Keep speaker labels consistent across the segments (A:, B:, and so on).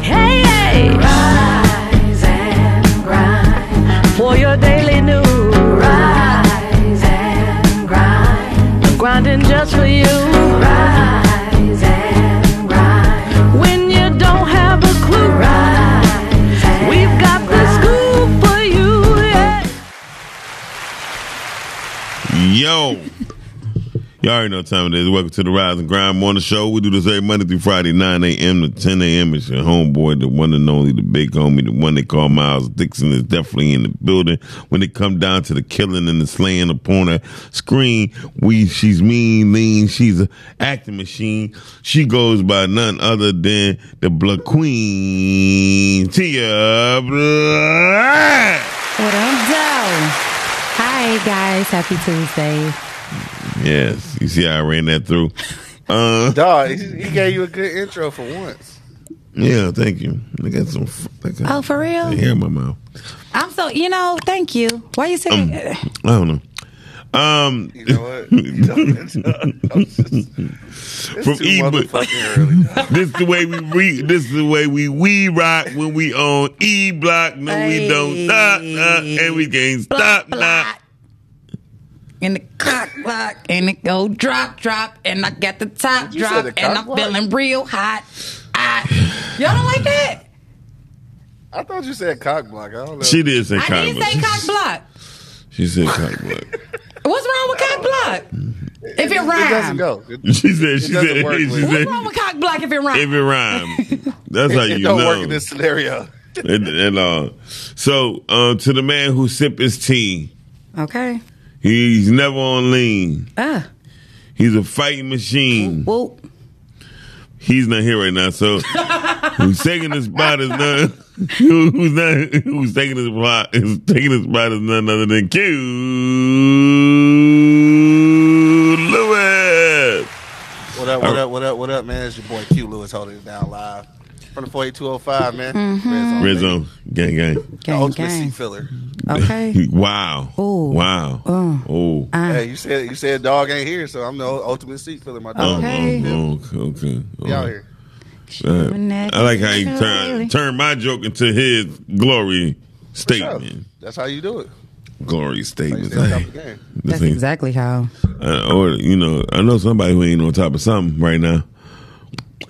A: Hey, hey!
B: Rise and grind.
A: For your daily news.
B: Rise and grind.
A: Grinding just for you.
B: Rise and grind.
A: When you don't have a clue.
B: Rise and
A: We've got the scoop for you. Yeah.
C: Yo. Y'all already know what time it is. Welcome to the Rise and Grind Morning Show. We do this every Monday through Friday, 9 a.m. to 10 a.m. It's your homeboy, the one and only, the big homie, the one they call Miles Dixon is definitely in the building. When it come down to the killing and the slaying upon her screen, we she's mean, lean, she's an acting machine. She goes by none other than the Blood Queen, Tia Black.
D: What up, though? Hi, guys. Happy Tuesday.
C: Yes, you see how I ran that through? Uh,
E: Dog, he, he gave you a good intro for once.
C: Yeah, thank you. I got some. f- uh, I got
D: Oh, for real?
C: hair in my mouth.
D: I'm so, you know, thank you. Why you saying?
C: I don't know. Um,
E: You know what? You know what? I'm just- it's
C: From
E: too
C: Ebert.
E: motherfucking early. dog.
C: this the way we re, this is the way we we rock when we on E Block. No, we don't
D: Hey.
C: stop, nah, and we can't stop. Nah.
D: And the clock, clock, and it go drop, drop, and I got the top
E: you say
D: drop,
E: the
D: and
E: cock
D: I'm
E: block?
D: feeling real hot. I, y'all don't like that?
E: I thought you said cock block. I don't know.
C: She did say
D: I
C: cock
D: didn't say cock block.
C: She said cock block.
D: What's wrong with cock block? If it
E: it doesn't
D: rhymes,
E: go. It,
C: She said she
E: doesn't
C: said
E: work,
C: she
E: Liz.
D: what's
C: said
D: wrong with cock block if it rhymes?
C: if it rhymes. That's how
E: it
C: you
E: don't
C: know.
E: work in this scenario.
C: and, and, uh, so uh, to the man who sip his tea,
D: okay.
C: he's never on lean.
D: Ah,
C: He's a fighting machine.
D: well,
C: He's not here right now, so who's taking the spot is none. who- Who's not? Who's taking the spot? Is taking the spot is none other than Q Lewis.
E: What up, what up, what up, what up, man? It's your boy Q Lewis holding it down live from the 48205, man. Red Zone,
C: Red
E: baby.
C: zone, gang, gang.
E: The
D: Mm-hmm. gang,
E: ultimate seat
D: gang.
E: filler.
D: Okay.
C: Wow.
D: Ooh. Uh.
C: Wow. Oh.
E: Hey, you said you said dog ain't here, so I'm the ultimate seat filler, my
C: Oh,
E: dog.
D: Okay.
C: oh, oh, okay. okay.
E: Y'all here.
C: Uh, I like how you turn turn my joke into his glory statement.
E: Oh, That's how you do it.
C: Glory statement.
E: That's how you stay on top of the game.
C: This
D: That's
C: ain't-
D: exactly how.
C: Uh, or you know, I know somebody who ain't on top of something right now.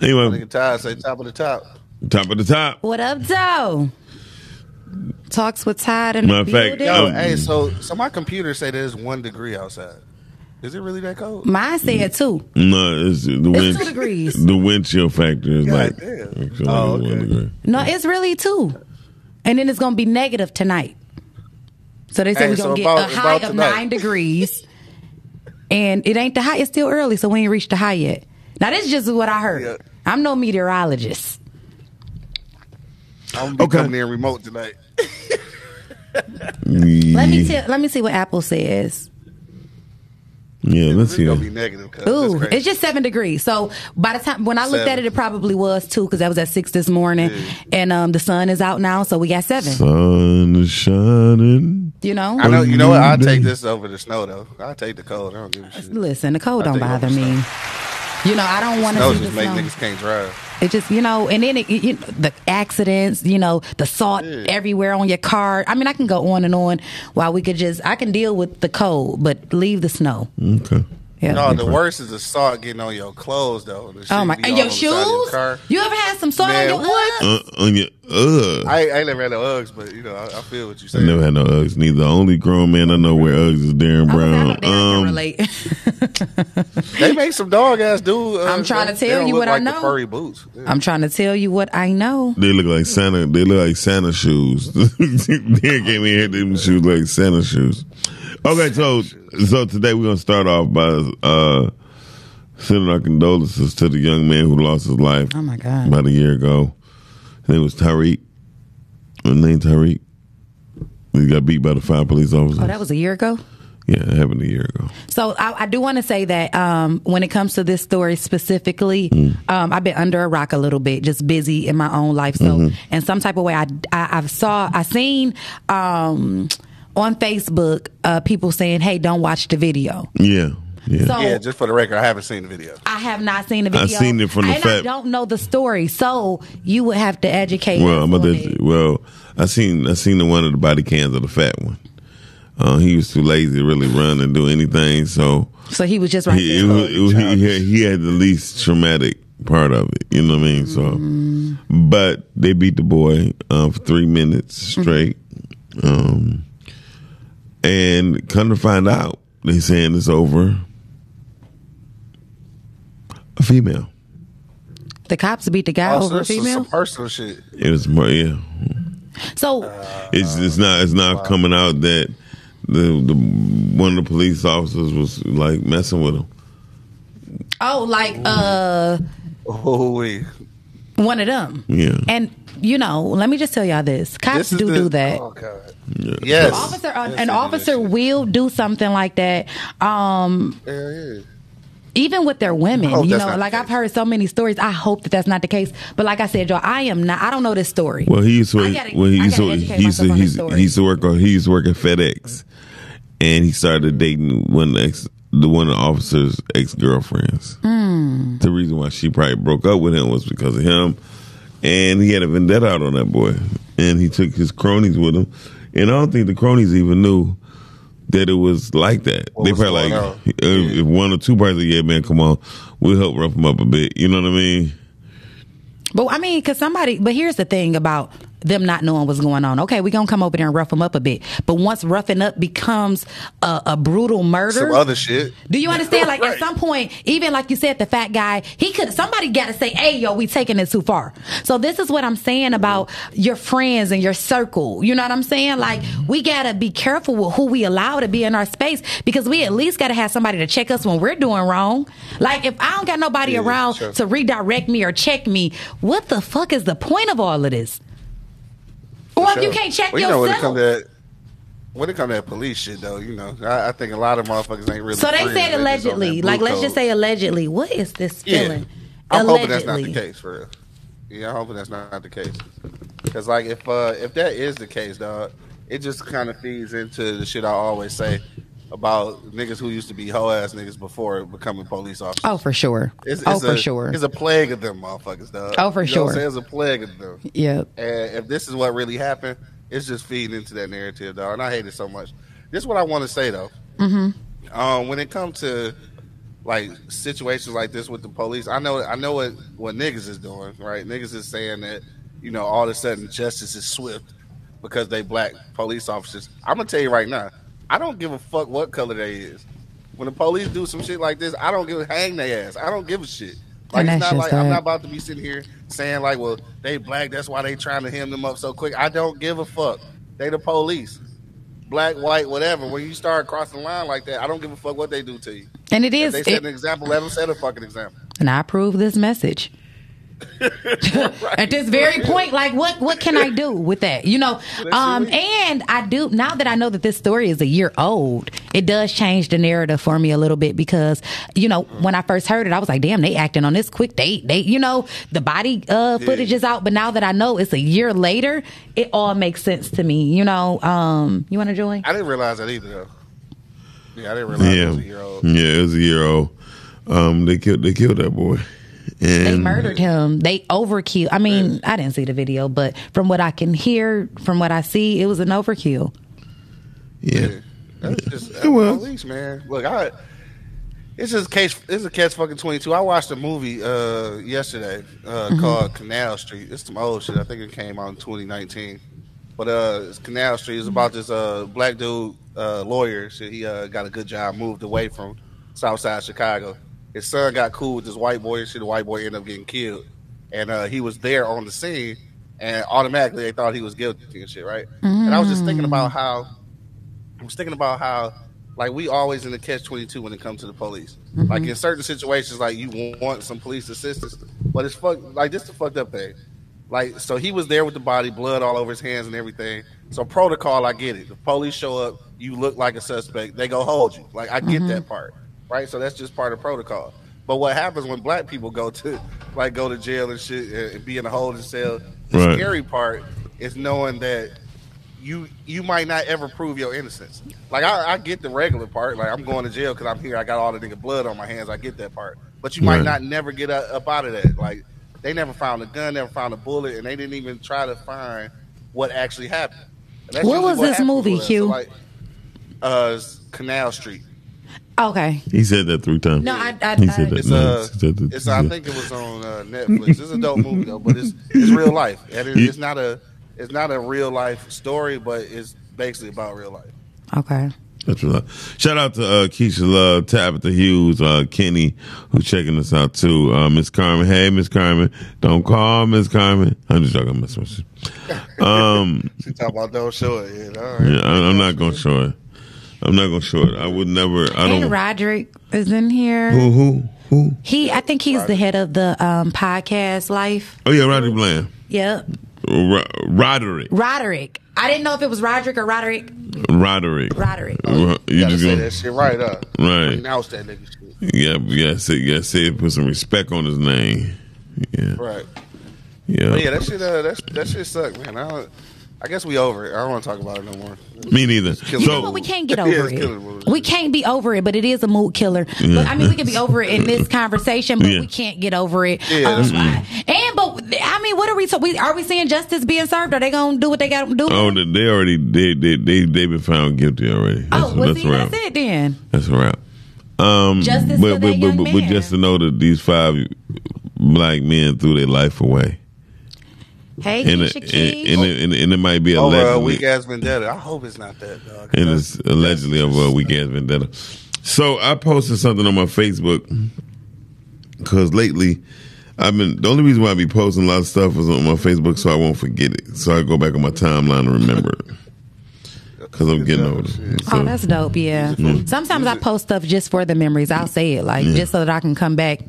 C: Anyway,
E: Nigga Ty say top of the top.
C: top of the top.
D: What up, Joe? Talks with Todd and
C: Matter of fact,
E: Yo,
C: Um,
E: hey, so so my computer say there's one degree outside. Is it really that cold?
D: Mine
C: Mm.
D: said two.
C: No, it's the
D: It's two
C: wind.
D: degrees.
C: The wind chill factor is like.
E: damn.
C: actually
E: Oh,
C: one
E: okay.
C: degree.
D: No, it's really two. And then it's gonna be negative tonight. So they said
E: Hey,
D: we're
E: so
D: gonna
E: about-
D: get a high
E: about
D: of
E: tonight.
D: nine degrees. And it ain't the high, it's still early, so we ain't reached the high yet. Now this is just what I heard.
E: Yeah.
D: I'm no meteorologist.
E: I'm gonna be
C: Okay.
E: coming in remote tonight.
D: Let me tell, let me see what Apple says.
C: Yeah, let's
E: It's
C: see.
E: gonna be
C: that.
E: negative. cuz
D: Ooh,
E: that's crazy.
D: it's just seven degrees. So by the time when I looked at
E: Seven.
D: it, it probably was two because I was at six this morning, and um, the sun is out now, so we got seven.
C: Sun is shining.
D: You know,
E: I know. You know what? I take this over the snow though. I take the cold. I don't give a shit.
D: listen, the cold
E: I
D: don't
E: think
D: bother
E: I'm
D: me. You know, I don't want
E: Snow
D: to see the
E: just make
D: snow.
E: niggas can't drive.
D: It just, you know, and then it, you you know, the accidents, you know, the salt everywhere on your car. I mean, I can go on and on. While we could just, I can deal with the cold, but leave the snow.
C: Okay.
D: Yeah.
E: No, the worst is the salt getting on your clothes though. The
D: oh
E: shit
D: my,
E: be
D: and
E: all
D: your
E: on the side of your
D: shoes?
E: car.
D: you ever had some salt on
E: Man,
D: your
E: what?
D: Uggs?
C: Uh, on your ugh. I
E: I, I ain't never had no Uggs, but you know I, I feel what you saying.
C: never had no Uggs. Neither the only grown man I know wear Uggs is Darren
D: I was
C: Brown. Um,
D: out there, I can relate.
E: They make some dog ass dude. Uh,
D: I'm trying to
E: they
D: tell
E: don't
D: you
E: look
D: what I
E: like the
D: know.
E: furry boots. Yeah.
D: I'm trying to tell you what I know.
C: They look like Santa. They look like Santa shoes. they came in here. Them shoes like Santa shoes. Okay, so so today we're gonna start off by uh, sending our condolences to the young man who lost his life
D: Oh my God.
C: about a year ago. His name was Tyreek. His name Tyreek. He got beat by the five police officers.
D: Oh, that Oh, was a year ago?
C: Yeah, it happened a year ago.
D: So I, I do want to say that um, when it comes to this story specifically,
C: Mm.
D: um, I've been under a rock a little bit, just busy in my own life. So
C: Mm-hmm.
D: in some type of way, I I, I saw I seen um, on Facebook uh, people saying, "Hey, don't watch the video."
C: Yeah. Yeah.
D: So
E: Yeah, just for the record, I haven't seen the video.
D: I have not seen the video.
C: seen it from the
D: and I
C: fact-
D: don't know the story, so you would have to educate.
C: well,
D: us
C: I'm about
D: on
C: to,
D: it.
C: well, I seen I seen the one of the body cans of the fat one. Uh, he was too lazy to really run and do anything, so
D: So he was just right
C: he, it
D: there.
C: was, it was, he, had, he had the least traumatic part of it. You know what I mean? So, but they beat the boy uh, for three minutes straight, um, and come to find out, they saying it's over. A female.
D: the cops beat the guy
E: Also,
D: over a
E: Oh, this is
D: female.
E: some personal shit.
C: It was more, yeah.
D: so
C: It's it's not it's not coming out that the the one of the police officers was like messing with him.
D: oh, like uh,
E: Oh, we.
D: one of them.
C: Yeah.
D: And you know, let me just tell y'all this: cops
E: This is
D: do
E: the-
D: do that.
E: Oh, God.
C: Yeah.
E: Yes.
D: Officer, uh,
E: Yes, they do
D: an
E: that
D: officer
E: shit.
D: will do something like that. Um,
E: Hell yeah.
D: even with their women,
E: hope
D: you
E: Oh, that's
D: know,
E: not
D: like
E: the
D: I've
E: case.
D: heard so many stories. I hope that that's not the case. But like I said, y'all, I am not. I don't know this story.
C: Well, he used to
D: I
C: work,
D: gotta-
C: well, he
D: I
C: used to,
D: gotta educate
C: he used
D: myself
C: to,
D: on
C: he
D: this
C: used,
D: story.
C: he used to work on he used to work at FedEx, and he started dating one ex the one of the officer's ex girlfriends.
D: Hmm.
C: The reason why she probably broke up with him was because of him, and he had a vendetta out on that boy, and he took his cronies with him, and I don't think the cronies even knew. That it was like that.
E: What
C: they
E: was
C: probably like,
E: going on?
C: if, if one or two parts of yeah, man, come on, we'll help rough him up a bit. You know what I mean?
D: But I mean, because somebody, but here's the thing about them not knowing what's going on. Okay, we're going to come over there and rough them up a bit. But once roughing up becomes a, a brutal
E: Some
D: murder.
E: other shit.
D: Do you understand? Like at
E: Right.
D: some point, even like you said, the fat guy, he could somebody got to say, "Hey, yo, we taking it too far." So this is what I'm saying about your friends and your circle. You know what I'm saying? Like we gotta be careful with who we allow to be in our space because we at least gotta have somebody to check us when we're doing wrong. Like if I don't got nobody
E: Yeah,
D: around
E: sure.
D: to redirect me or check me, what the fuck is the point of all of this? Or if you
E: Sure.
D: can't check
E: well, you know,
D: yourself,
E: when it come to that, when it come to that police shit, though, you know, I, I think a lot of motherfuckers ain't really.
D: So they said
E: friends. just on that
D: allegedly.
E: blue
D: Like, let's just
E: code.
D: say allegedly. What is this feeling?
E: I'm
D: allegedly.
E: hoping that's not the case for real. Yeah, I'm hoping that's not the case. Cause like if uh if that is the case, dog, it just kind of feeds into the shit I always say about niggas who used to be hoe ass niggas before becoming police officers.
D: Oh, for sure.
E: It's-
D: oh,
E: it's
D: for
E: a-
D: sure.
E: It's a plague of them motherfuckers, dog.
D: Oh, for
E: You know
D: sure.
E: what I'm saying? It's a plague of them.
D: Yep.
E: And if this is what really happened, it's just feeding into that narrative, dog. And I hate it so much. This is what I want to say, though. Mm-hmm. Um, when it comes to like situations like this with the police, I know, I know what what niggas is doing, right? Niggas is saying that you know all of a sudden justice is swift because they black police officers. I'm gonna tell you right now, I don't give a fuck what color they is. When the police do some shit like this, I don't give a hang they ass. I don't give a shit. Like
D: And
E: it's
D: that's
E: not
D: just
E: like I'm
D: that.
E: not about to be sitting here saying like, well, they black, that's why they trying to hem them up so quick. I don't give a fuck. They the police. Black, white, whatever. When you start crossing the line like that, I don't give a fuck what they do to you.
D: and it is.
E: If they set
D: it-
E: an example, let them set a fucking example.
D: and I approve this message. At this very point, like what what can I do with that? You know, um, and I do now that I know that this story is a year old, it does change the narrative for me a little bit because you know when I first heard it, I was like, damn, they acting on this quick. They they you know the body uh, footage is out, but now that I know it's a year later, it all makes sense to me. You know, um, you want to join?
E: I didn't realize that either though. Yeah, I didn't realize it
C: Yeah,
E: was a year old.
C: yeah, it was a year old. Um, they killed, they killed that boy. And
D: They murdered him. They overkill. I mean, I didn't see the video, but from what I can hear, from what I see, it was an overkill.
C: Yeah,
E: That's just
C: It was.
E: police, man. Look, I it's just case it's a catch fucking twenty two. I watched a movie uh yesterday uh
C: Mm-hmm.
E: called Canal Street. It's some old shit. I think it came out in twenty nineteen. But uh it's Canal Street is about this uh black dude uh lawyer. Shit, he uh got a good job, moved away from Southside Chicago. His son got cool with this white boy and shit, the white boy ended up getting killed. And uh he was there on the scene and automatically they thought he was guilty and shit, right?
C: Mm-hmm.
E: And I was just thinking about how I was thinking about how like we always in the catch twenty two when it comes to the police. Like in certain situations, like you want some police assistance, but it's fuck like this the fucked up thing. Like, so he was there with the body, blood all over his hands and everything. So protocol, I get it. The police show up, you look like a suspect, they go hold you. Like, I get that part, right? So that's just part of protocol. But what happens when black people go to, like, go to jail and shit and, and be in a holding cell? The
C: Right.
E: scary part is knowing that you you might not ever prove your innocence. Like I, I get the regular part. Like I'm going to jail because I'm here. I got all the nigga blood on my hands. I get that part. But you
C: Right.
E: might not never get up, up out of that. Like they never found a gun, never found a bullet, and they didn't even try to find what actually happened. And that's
D: What
E: usually
D: was this
E: happens
D: movie,
E: with us.
D: Hugh?
E: like, uh, it's Canal Street.
D: Okay.
C: He said that three times.
D: No, I- I-
C: he said that.
E: It's
C: no,
E: uh,
C: he said that-
E: it's I think it was on uh, Netflix. It's a dope movie though, but it's it's real life. And it,
C: You-
E: it's not a it's not a real life story, but it's basically about real life.
D: Okay.
C: That's what I- Shout out to uh, Keisha Love, Tabitha Hughes, uh, Kenny, who's checking us out too. Uh, Miss Carmen, hey Miss Carmen, don't call Miss Carmen. I'm just joking, Miss. Miss- Um,
E: She talk about don't show it. Yeah, all right.
C: yeah, I, I'm not gonna show it. I'm not gonna show it. I would never. I
D: And
C: don't.
D: Roderick is in here.
C: Who? Who? Who?
D: He, I think he's the head of the um, podcast Life.
C: Oh yeah, Roderick Bland.
D: Yep.
C: Ro- Roderick.
D: Roderick. I didn't know if it was Roderick or Roderick.
C: Roderick.
D: Roderick.
C: Ro-
E: You
C: You
E: gotta
C: just
E: say
C: gonna,
E: that shit right up.
C: Right.
E: Pronounce that nigga shit.
C: yeah, yeah. Say, yeah. Say it. Put some respect on his name. Yeah.
E: Right.
C: Yeah.
E: But yeah, that shit. Uh, that that shit sucked, man. I, don't, I guess we over it. I don't want to talk about it no more.
C: Me neither.
E: killing
D: You
C: So-
D: know what? We can't get
E: Yeah,
D: over
E: it's killing mood.
D: it. We can't be over it, but it is a mood killer. But I mean, we can be over it in this conversation, but
C: Yeah.
D: we can't get over it.
E: Yeah,
D: Um,
E: that's
D: and but I mean, what are we? So we are we seeing justice being served? Are they gonna do what they got to do?
C: Oh, they they already they they they they been found guilty already. That's,
D: oh, well,
C: that's
D: see,
C: a wrap.
D: that's it then.
C: That's a wrap. Um,
D: Justice
C: but
D: for
C: but
D: that
C: but,
D: young
C: but, but
D: man.
C: just to know that these five black men threw their life away,
D: Hey,
C: and it,
D: Keisha
C: and,
D: Keys.
C: and, it, and, it- and it might be
E: Over a
C: allegedly,
E: weak ass vendetta. I hope it's not that dog.
C: and it's allegedly over a weak ass vendetta. So I posted something on my Facebook because lately I've been the only reason why I be posting a lot of stuff is on my Facebook so I won't forget it. So I go back on my timeline and remember it because I'm getting older. So-
D: Oh, that's dope. Yeah. Sometimes I post stuff just for the memories. I'll say it like just so that I can come back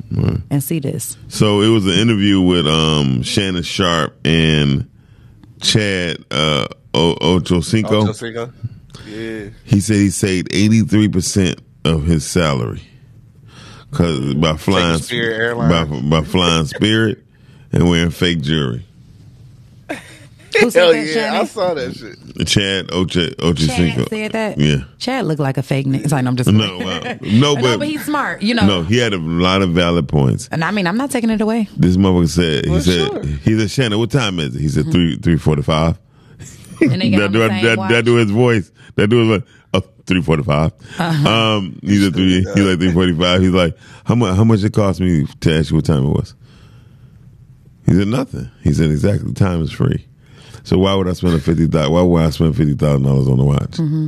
D: and see this.
C: So it was an interview with um, Shannon Sharp and Chad uh, o-
E: Oh,
C: Ochocinco.
E: Josinko? Yeah.
C: He said he saved eighty three percent of his salary because by flying
E: Spirit
C: by,
E: Airlines.
C: by flying Spirit and wearing fake jewelry.
D: Who said
E: Hell
D: that,
E: yeah! I
D: Shannon?
E: saw that shit.
C: Chad Ocho
D: Chad
C: Ochocinco
D: said that.
C: Yeah.
D: Chad looked like a fake. Ni- it's like, no, I'm just
C: No, wow. no,
D: no,
C: but,
D: but he's smart. You know.
C: no, he had a lot of valid points.
D: And I mean, I'm not taking it away.
C: This motherfucker said he
E: Well,
C: said
E: sure.
C: he said Shannon, what time is it? He said three three forty five.
D: And they got
C: that,
D: on the
C: do,
D: same
C: that,
D: watch.
C: that do his voice. That do his voice. Oh, 345.
D: Uh-huh.
C: Um, he's, a three, he's like 345. He's like, how much, how much it cost me to ask you what time it was? He said, nothing. He said, exactly. Time is free. So why would I spend a fifty thousand? Why would I spend $50,000 on the watch?
D: Mm-hmm.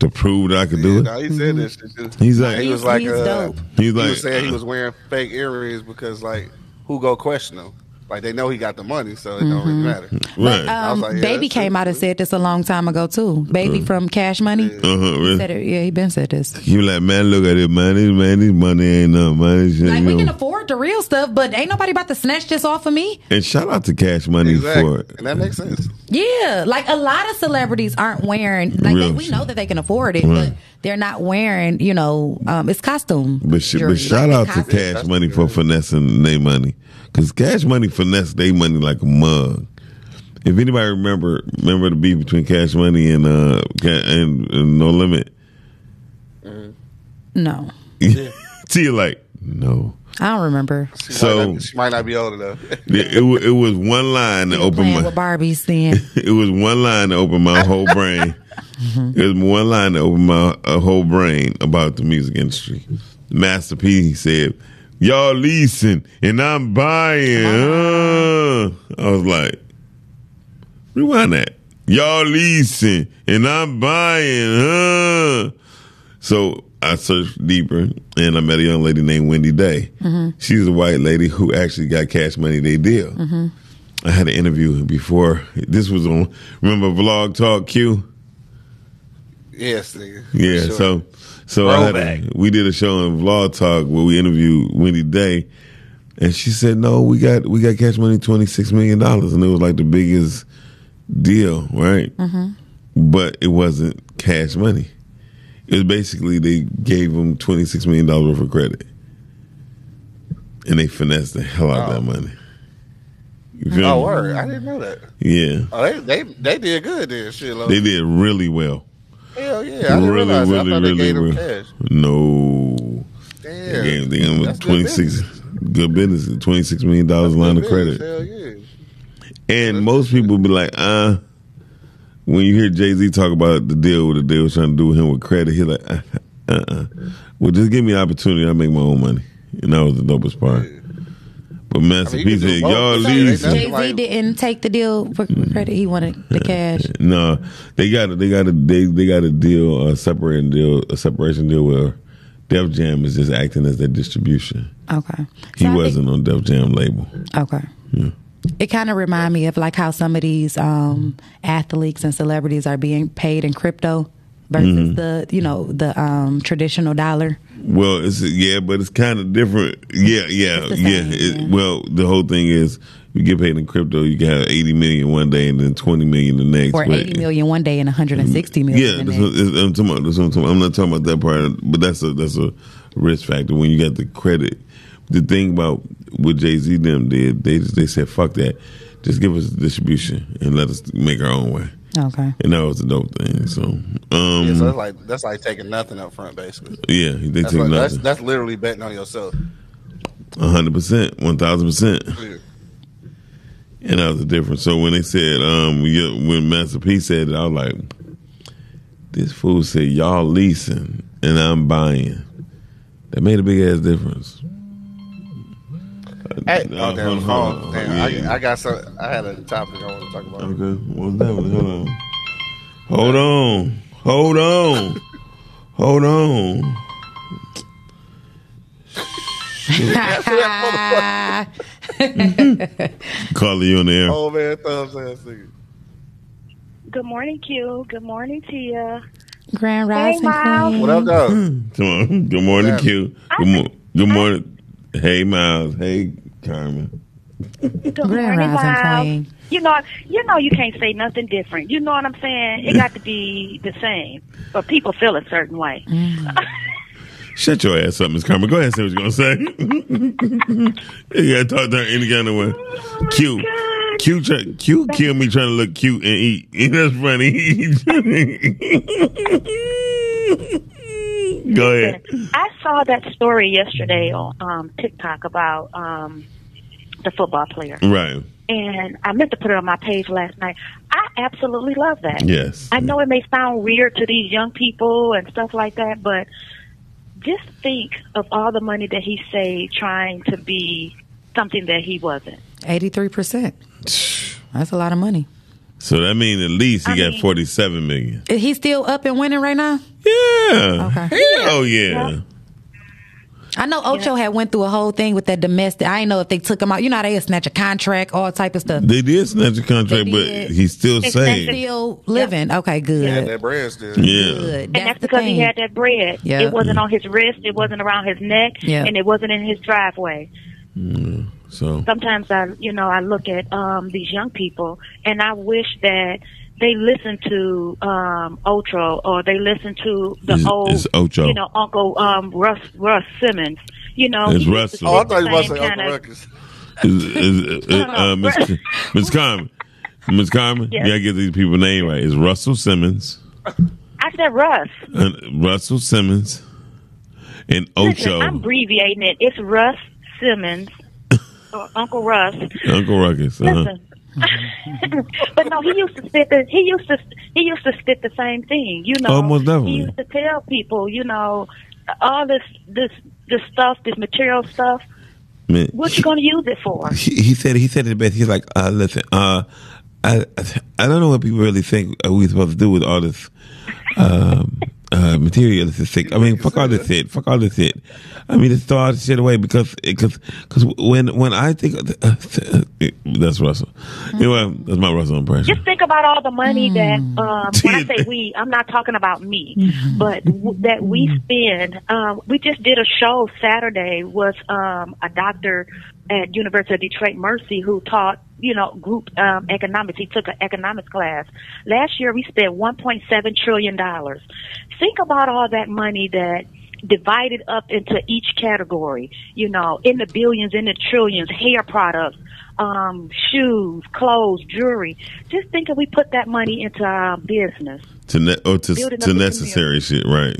C: To prove that I could
E: Yeah,
C: do
E: no,
C: it?
E: he said that shit.
C: He's like-
E: he was
D: He's-
E: like,
D: he's
E: uh,
D: dope.
C: He's like, uh,
E: he was saying he was wearing fake earrings because like, who go question him? Like they know he got the money, so it don't
D: Mm-hmm.
E: really matter.
C: right.
E: I was
D: Um,
E: like, yeah,
D: Baby
E: that's
D: came
E: true.
D: out and said this a long time ago too. Baby from Cash Money.
C: uh-huh,
D: Said
C: really.
D: it, yeah, he been said this.
C: He was like, man, look at it, man. This, man, this money ain't nothing, man. This shit,
D: Like
C: you
D: we can
C: know.
D: afford the real stuff, but ain't nobody about to snatch this off of me.
C: and shout out to Cash Money for
E: Exactly,
C: it.
E: and that makes sense.
D: Yeah, like a lot of celebrities aren't wearing. Like
C: Real
D: they, we
C: shit.
D: know that they can afford it,
C: Right.
D: but they're not wearing. You know, um, it's costume.
C: But, sh-
D: jewelry.
C: but shout
D: Like,
C: out
D: it's
C: to
D: costume.
C: Cash Money for finessing their money, because Cash Money finessed their money like a mug. If anybody remember remember the beef between Cash Money and uh Ca- and, and No Limit,
D: No,
C: T like no.
D: I don't remember.
E: She might
C: So
E: not, she might not be old enough.
C: it, it, wa- it was one line that opened
D: Playing
C: my
D: with Barbies then.
C: it was one line that opened my whole brain. It was one line that opened my uh, whole brain about the music industry. Master P said, "Y'all leasing and I'm buying." Uh. I was like, "Rewind that." Y'all leasing and I'm buying. Uh. So I searched deeper and I met a young lady named Wendy Day. She's a white lady who actually got Cash Money They Deal. I had an interview before. This was on, remember Vlog Talk Q?
E: yes, nigga.
C: Yeah,
E: Sure.
C: so so I had a-
E: Throwback.
C: we did a show in Vlog Talk where we interviewed Wendy Day, And she said, "No, we got we got cash money twenty six million dollars, and it was like the biggest deal, right?
E: Mm-hmm.
C: But it wasn't cash money. It was basically they gave them twenty six million dollars worth of credit, and they finessed the hell out of that money. You feel
E: Oh,
C: me?
E: word. I didn't know that.
C: Yeah,
E: Oh, they they, they did good then. Shit, like,
C: they did really well.
E: hell yeah. I didn't
C: really,
E: realize that.
C: really,
E: I thought
C: really
E: they gave them
C: well.
E: cash.
C: No,
E: Damn.
C: they gave them
E: That's good
C: twenty six good business, twenty six million dollars line of
E: business.
C: credit.
E: Hell yeah.
C: And most people be like, uh, when you hear Jay Z talk about the deal with the deal trying to do with him with credit, he like, uh, uh, uh. well, just give me an opportunity. I make my own money, and that was the dopest part. But Master
E: I mean, you
C: P
E: can do
C: said,
E: both.
C: y'all
E: That's how you make
C: leave.
E: that
D: Jay Z
E: Like-
D: didn't take the deal for credit. He wanted the cash.
C: No, they got a, they got a they they got a deal a separating deal a separation deal where Def Jam is just acting as their distribution.
D: Okay.
C: He
D: So I think-
C: wasn't on Def Jam label.
D: Okay. It kind of remind me of like how some of these um, athletes and celebrities are being paid in crypto versus the you know the um, traditional dollar.
C: Well, it's yeah, but it's kind of different. Yeah, yeah,
D: It's the
C: yeah.
D: same,
C: It,
D: yeah.
C: Well, the whole thing is you get paid in crypto. You can have eighty million one day and then twenty million the next.
D: Or
C: but-
D: eighty million one day and one hundred and sixty million.
C: Yeah,
D: the
C: that's
D: next.
C: what, it's- I'm, talking about, that's what I'm, talking about. I'm not talking about that part, but that's a that's a risk factor when you got the credit. The thing about what Jay Z them did, they they said fuck that, just give us the distribution and let us make our own way,
D: okay.
C: and that was a dope thing. So, um,
E: Yeah,
C: yeah,
E: so that's like that's like taking nothing up front, basically.
C: they
E: That's
C: took
E: like, that's,
C: nothing,
E: that's literally betting on yourself.
C: hundred percent, one thousand percent.
E: Yeah.
C: And that was the difference. So when they said, um, yeah, when Master P said it, I was like, this fool said, y'all leasing and I'm buying. That made a big ass difference.
E: Hey,
C: Uh,
E: oh,
C: hold
E: damn,
C: on,
E: phone.
C: hold on.
E: Damn,
C: Yeah.
E: I, I got some. I had a topic I want to talk about.
C: Okay, what's that? one? Hold on. Hold on. Hold on. Hold on. Carla, you on the air.
E: Oh man, thumbs ass nigga.
F: Good morning, Q. Good morning, Tia.
D: Grand Rising
F: Miles.
D: Queen.
E: What up, though?
C: Come on. Good morning,
E: Yeah.
C: Q. Good, mo- good morning. Hey, Miles. Hey, Carmen.
F: Good
D: Grand
F: morning,
D: Rising
F: Miles.
D: Queen.
F: You know, you know, you can't say nothing different. You know what I'm saying? It got to be the same, but people feel a certain way.
D: Mm-hmm.
C: Shut your ass up, Miss Carmen. Go ahead and say what you're gonna say. you gotta talk to her any kind of way. Q.
F: God.
C: Q try, Q kill me trying to look cute and eat. That's funny. Go ahead.
F: I saw that story yesterday on um, TikTok about um, the football player,
C: Right.
F: and I meant to put it on my page last night. I absolutely love that.
C: Yes.
F: I know it may sound weird to these young people and stuff like that, but just think of all the money that he saved trying to be something that he wasn't.
D: Eighty-three percent. That's a lot of money.
C: So that means at least he
F: I
C: got
F: mean-
C: forty seven million.
D: Is he still up and winning right now?
C: Yeah.
D: Okay.
C: Hell yeah.
D: I know Ocho had went through a whole thing with that domestic. I didn't know if they took him out. You know, how they snatch a contract, all type of stuff.
C: They did snatch a contract,
D: They
C: but
D: did.
C: he's still
F: Extension.
C: saved.
D: Still living. Okay, good.
E: Had that brand still.
C: Yeah.
D: Good.
F: and that's because he had that bread.
D: Yeah.
F: It wasn't on his wrist, it wasn't around his neck,
D: Yeah.
F: and it wasn't in his driveway.
C: So
F: Sometimes I, you know, I look at um, these young people, and I wish that they listen to um, Ultra or they listen to the
C: It's-
F: old,
C: it's Ocho.
F: you know, Uncle um, Russ Russ Simmons. You know,
C: It's
F: he used
C: Russell.
F: to say
E: Oh, I thought you
F: the
E: were about to
F: same
E: say Uncle
F: kinda-
E: Ruckus.
C: is, is, is, uh, Miss Miss Carmen. Miss Carmen,
F: Yes.
C: you gotta get these people name right. It's Russell Simmons.
F: I said Russ.
C: and Russell Simmons and
F: Listen,
C: Ocho,
F: I'm abbreviating it. It's Russ Simmons, or Uncle Russ.
C: Uncle Ruckus. Uh-huh.
F: Listen. but no, he used to spit the he used to he used to spit the same thing, you know.
C: Oh, most definitely.
F: He used to tell people, you know, all this this this stuff, this material stuff.
C: Man,
F: What you gonna use it for?
C: he, he said he said it best. He's like, uh, listen, uh, I I don't know what people really think uh, we supposed to do with all this um, uh, materialistic. I mean, fuck all this shit. Fuck all this shit. I mean, just throw all this shit away because because because when when I think of the, uh, that's Russell. Anyway, that's my Russell impression.
F: Just think about all the money
C: Mm.
F: that um, when I say we, I'm not talking about me, but w- that we spend. Um, we just did a show Saturday with um, a doctor at University of Detroit Mercy who taught, you know, group um, economics. He took an economics class. Last year we spent 1.7 trillion dollars. Think about all that money that divided up into each category, you know, in the billions, in the trillions, hair products, um, shoes, clothes, jewelry. Just think if we put that money into our business.
C: to ne- or to,
F: Building up
C: to
F: the
C: necessary shit, right?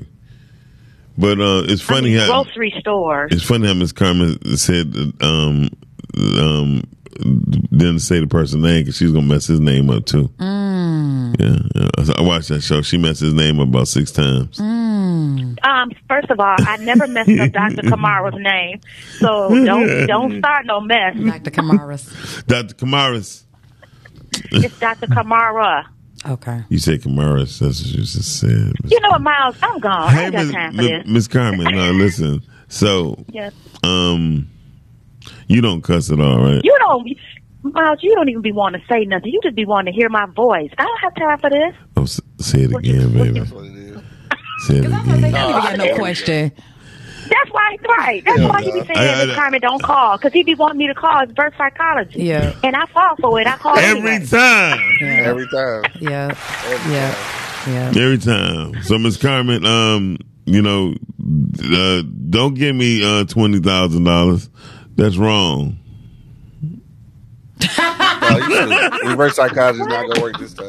C: But uh, it's funny
F: I mean,
C: how
F: grocery stores.
C: it's funny how Miss Carmen said um um didn't say the person's name because she's gonna mess his name up too. Yeah, I- I watched that show. She messed his name up about six times.
F: Um, first of all, I never messed up Dr. Kamara's name, so don't don't start no mess.
D: Dr. Kamara's.
C: Dr. Kamaris,
F: It's Dr. Kamara.
D: Okay.
C: you say Kamaris. That's what you just said.
F: You know what, Miles? I'm gone. I ain't got time for
C: Miss
F: this.
C: Miss Carmen. No, listen. So
F: Yes.
C: um, you don't cuss at all, right?
F: You don't, Miles. You don't even be wanting to say nothing. You just be wanting to hear my voice. I don't have time for this.
C: Oh, s- say it again, baby.
E: That's what it is.
C: Say it
D: Because I'm going to say,
C: again.
D: don't even got no question.
F: That's why, right? That's why he be saying
C: I- I-
F: this time and don't call because he be wanting me to call. It's birth psychology.
D: Yeah.
F: And I fall for it. I call
C: Every
F: anyway.
C: time.
D: Yeah.
E: Every time.
D: Yeah. Yeah. Yeah.
C: Every time. So Miss Carmen, um, you know, uh, don't give me uh twenty thousand dollars. That's wrong.
E: No, you should- reverse psychology is not gonna work this time.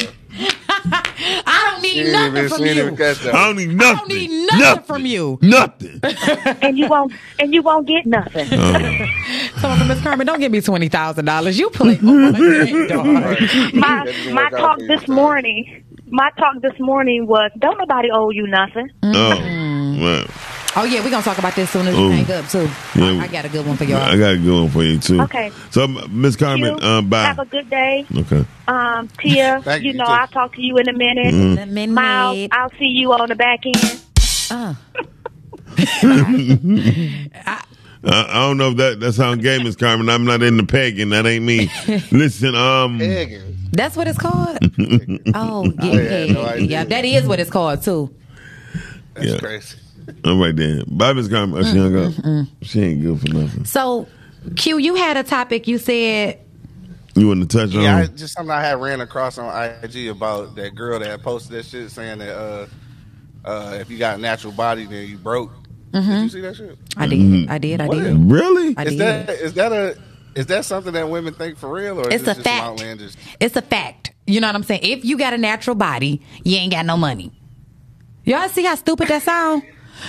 D: I don't
E: She
D: need
E: didn't even,
D: nothing
E: she
D: from
E: didn't even
D: you.
E: catch that.
C: I don't need
D: I
C: nothing.
D: don't need nothing from you.
C: Nothing.
F: And you won't. And you won't get nothing.
C: Uh,
D: So, Miss Carmen, don't give me twenty thousand dollars. You play. Oh, my God, dog.
E: Right.
F: my
E: That didn't
F: my
E: work out
F: talk
E: for you
F: this
E: time.
F: morning. My talk this morning was don't nobody owe you nothing.
C: oh, well,
D: Oh, yeah, we're gonna talk about this soon as
C: Ooh.
D: we hang up too.
C: Yeah.
D: Oh. I, I got a good one for
C: I
D: y'all.
C: got a good one for you too.
F: Okay.
C: So Miss Carmen,
F: You
C: uh, bye.
F: Have a good day,
C: Okay.
F: um, Tia.
E: Thank
F: you
E: you,
F: know
E: too.
F: I'll talk to you in a minute.
C: Mm-hmm.
D: The minute.
F: Miles, I'll see you on the back end.
D: Uh,
C: I, I don't know if that that sounds gay, Miss Carmen. I'm not into pegging. That ain't me. Listen, um,
E: Egging.
D: that's what it's called. oh, yeah,
E: had no
D: yeah,
E: idea.
D: yeah. That is what it's called too.
E: That's
C: Yeah.
E: crazy.
C: I'm right there. Bye, Miss Carmen. Oh, she hung up. She ain't good for nothing.
D: So, Q, you had a topic. You said
C: You want to touch
E: Yeah, I,
C: on?
E: just something I had ran across on IG about that girl that posted that shit saying that uh, uh, if you got a natural body, then you broke. Did you see that shit?
D: I did. I did. I did.
C: Really?
D: Mm-hmm. I
E: Is
D: did.
E: that is that a is that something that women think for real or
D: It's
E: is it
D: a
E: just
D: fact.
E: Some outlandish?
D: It's a fact. You know what I'm saying? If you got a natural body, you ain't got no money. Y'all see how stupid that sound?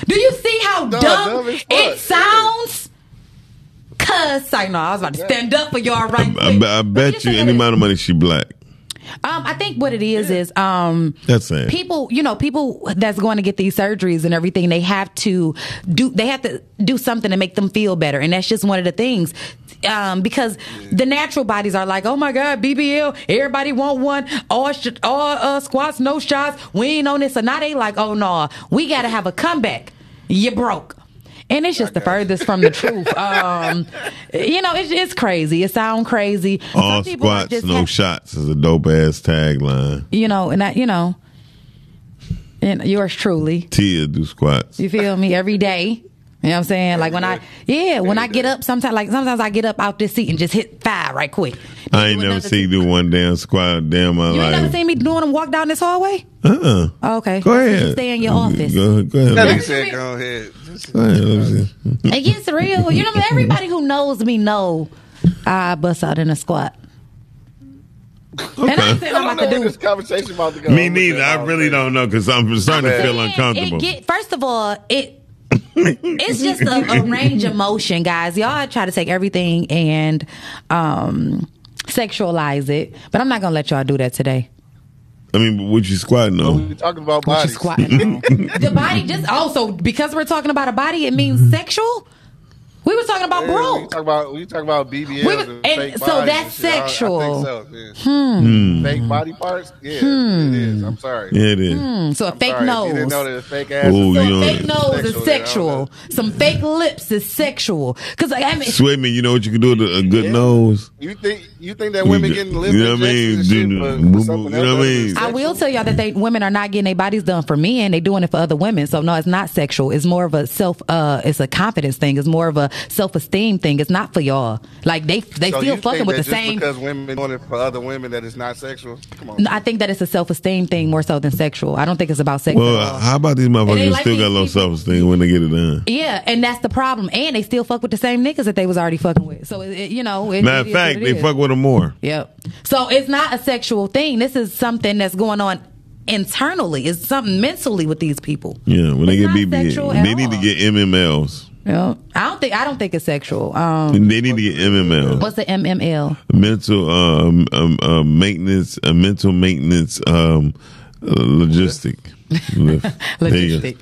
D: Do you see how
E: No,
D: dumb
E: dumb as fuck.
D: it sounds? Cause I know I was about to stand up for y'all right.
C: I,
D: quick.
C: I
D: But
C: bet
D: just
C: you
D: think
C: any
D: of it.
C: amount of money she black.
D: Um, I think what it is is um,
C: That's sad.
D: people you know people that's going to get these surgeries and everything they have to do they have to do something to make them feel better and that's just one of the things um, because the natural bodies are like oh my god bbl everybody want one all sh- all uh, squats no shots we ain't on this and now they like oh no we gotta have a comeback you broke and it's just the furthest from the truth. Um, you know, it's, it's crazy. It sound crazy. Some
C: All
D: people are
C: squats,
D: just
C: no
D: happy-
C: shots is a dope ass tagline.
D: you know, and I, you know, and yours truly.
C: Tia do squats.
D: You feel me? Every day. You know what I'm saying? Like when I, yeah, when I get up, sometimes like sometimes I get up out this seat and just hit five right quick.
C: I ain't never
D: another
C: seen you do one damn squat a day in my
D: You ain't
C: life.
D: never seen me doing them walk down this hallway? Oh,
C: uh-uh.
D: Okay,
C: Go
D: That's when you
C: ahead.
D: Stay in your
C: Go-
D: office.
C: Go, ahead. go
E: That
C: ahead.
E: nigga said go ahead. Just-
C: Go ahead. Let me see.
D: It gets real. You know, everybody who knows me know I bust out in a squat. And I ain't saying I'm
E: I
D: about
E: don't
D: to
E: know
D: do
E: where this conversation about to go.
C: Me
E: I'm with
C: neither.
E: that.
C: I really don't know because I'm starting to feel
D: Man,
C: uncomfortable.
D: It get, first of all, it it's just a, a range of motion, guys. Y'all try to take everything and um sexualize it, but I'm not gonna let y'all do that today.
C: I mean, but what you squatting
D: Mm.
C: on?
E: We talking about
D: What you
E: bodies.
D: squatting on? the body just also because we're talking about a body, it
C: Mm-hmm.
D: means sexual. We were talking about
E: Yeah, We
D: broke.
E: talking about we talking about BBLs
D: We was-
E: and
D: and
E: fake
D: so
E: bodies
D: that's
E: and shit. I- I think
D: sexual. Hmm.
E: so, yeah. Fake body parts? Yeah, it is. I'm sorry.
C: Hmm. Yeah, it is.
D: So a
E: I'm
D: Hmm. fake
E: sorry. If
D: nose.
E: You didn't know that a fake ass.
C: Ooh,
E: is
C: you know-
D: Fake
E: fake.
D: nose
E: Sexual,
D: is
E: yeah, I don't
D: sexual.
E: know.
D: Some fake lips is sexual. Cause like, I mean,
C: Swimming, you know what you can do to a good nose?
E: You think you think that women
C: You
E: getting
C: know
E: lip
C: what I mean?
E: injections
C: Do-
E: and shit,
C: do-
E: but
C: boo- boo,
E: something
C: you know
E: else
C: what I
E: that is
C: mean?
D: I
E: sexual?
D: will tell y'all that they women are not getting their bodies done for men. They doing it for other women. So no, it's not sexual. It's more of a self. Uh, it's a confidence thing. It's more of a self esteem thing. It's not for y'all. Like they they
E: So
D: still
E: you
D: fucking
E: think
D: with
E: that
D: the
E: just
D: same.
E: because women doing it for other women that it's not sexual. Come on,
D: No, I think that it's a self esteem thing more so than sexual. I don't think it's about sex.
C: Well,
D: at all.
C: how about these motherfuckers
D: they
C: who
D: like
C: still got
D: these
C: low
D: people-
C: self esteem when they get it done?
D: yeah, and that's the problem. And they still fuck with the same niggas that they was already fucking with. So it, it- you know, it,
C: Matter
D: it
C: of
D: is what
C: fact,
D: it
C: they
D: is.
C: fuck with them more.
D: Yep. So it's not a sexual thing. This is something that's going on internally. It's something mentally with these people.
C: Yeah, when they
D: It's
C: get
D: not
C: BBL,
D: sexual at
C: they need to
D: all.
C: get MMLs.
D: Yep. I don't think I don't think it's sexual. Um,
C: They need to get MMLs.
D: what's the MML?
C: mental um, um, um maintenance a mental maintenance um uh, logistic Lif- there you go.
D: Logistic.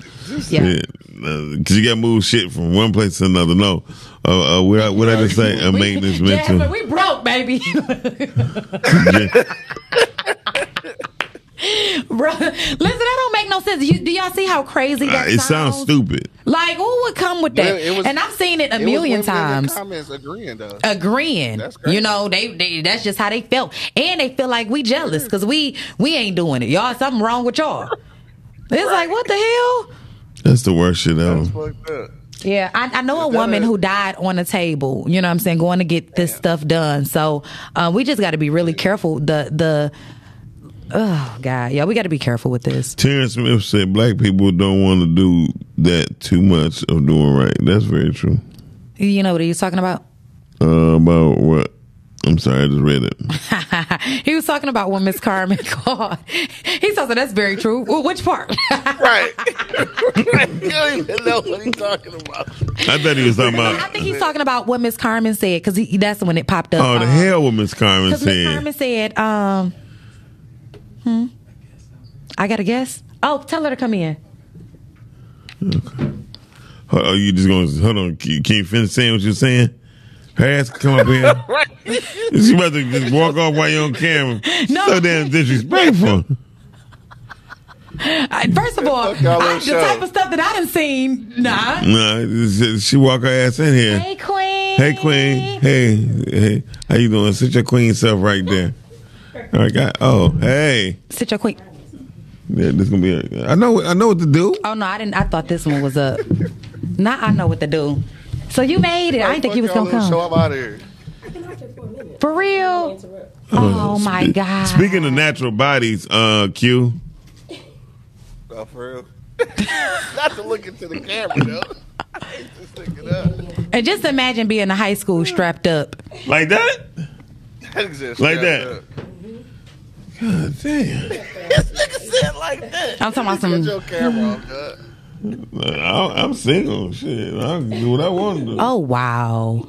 D: Yeah.
C: Uh, 'cause you got to move shit from one place to another. No, uh, uh, what I, what I just say, a maintenance
D: we,
C: mental.
D: Jasper, we broke, baby. Bro, listen, that don't make no sense. You, do y'all see how crazy
C: Uh,
D: that
C: it sounds stupid.
D: Like, who would come with that?
E: Well, it was-
D: and I've seen it a
E: It was women
D: million
E: in the
D: times. Uh,
E: comments agreeing though.
D: agreeing.
E: That's crazy.
D: You know, they, they that's just how they felt, and they feel like we jealous because we we ain't doing it. Y'all, something wrong with y'all. It's like what the hell?
C: That's the worst shit ever.
E: That's fucked up.
D: Yeah, I, I know a woman who died on a table. You know what I'm saying? Going to get this stuff done. So uh, we just got to be really careful. The the oh god, yeah, we got to be careful with this.
C: Terrence Smith said, "Black people don't want to do that too much of doing right." That's very true.
D: You know what he was talking about?
C: Uh, about what? I'm sorry, I just read it.
D: He was talking about when Miss Carmen called. He said that's very true. Well, which part?
E: Right. you don't even know what he's talking about.
C: I thought he was talking
D: I
C: about.
D: think he's talking about what Miss Carmen said because that's when it popped up.
C: Oh, the
D: Um,
C: hell with Miss Carmen
D: Because Miss
C: said.
D: Carmen said, um, hmm, I got a guess. Oh, tell her to come in.
C: Hold- Are you just gonna hold on? Can you, can you finish saying what you're saying? Her ass can come up here.
E: Right.
C: She about to just walk off while you're on camera.
D: No.
C: So damn disrespectful.
D: I- First of all,
E: Fuck y'all
D: I, the
E: little show.
D: type of stuff that I done seen, nah.
C: Nah, it's just- she walk her ass in here.
D: Hey, queen.
C: Hey, queen. Hey, hey, how you doing? Sit your queen self right there. All right, got. Oh, hey.
D: Sit your queen.
C: Yeah, this gonna be. A, I know. I know what to do.
D: Oh no, I didn't. I thought this one was up. now I know what to do. So you made it. I didn't think you was gonna
E: So
D: come.
E: I'm out of here.
D: For real? Oh my
C: Spe-
D: god.
C: Speaking of natural bodies, uh, Q.
E: Oh, for real. Not to look into the camera though. I hate this thing up.
D: And just imagine being in high school strapped up.
C: Like that?
E: That exists.
C: Like
E: yeah,
C: that. God damn.
D: I'm talking about
E: yeah. Get
D: some.
E: your camera off, dog.
C: I, I'm single. Shit, I can do what I want to do.
D: Oh wow.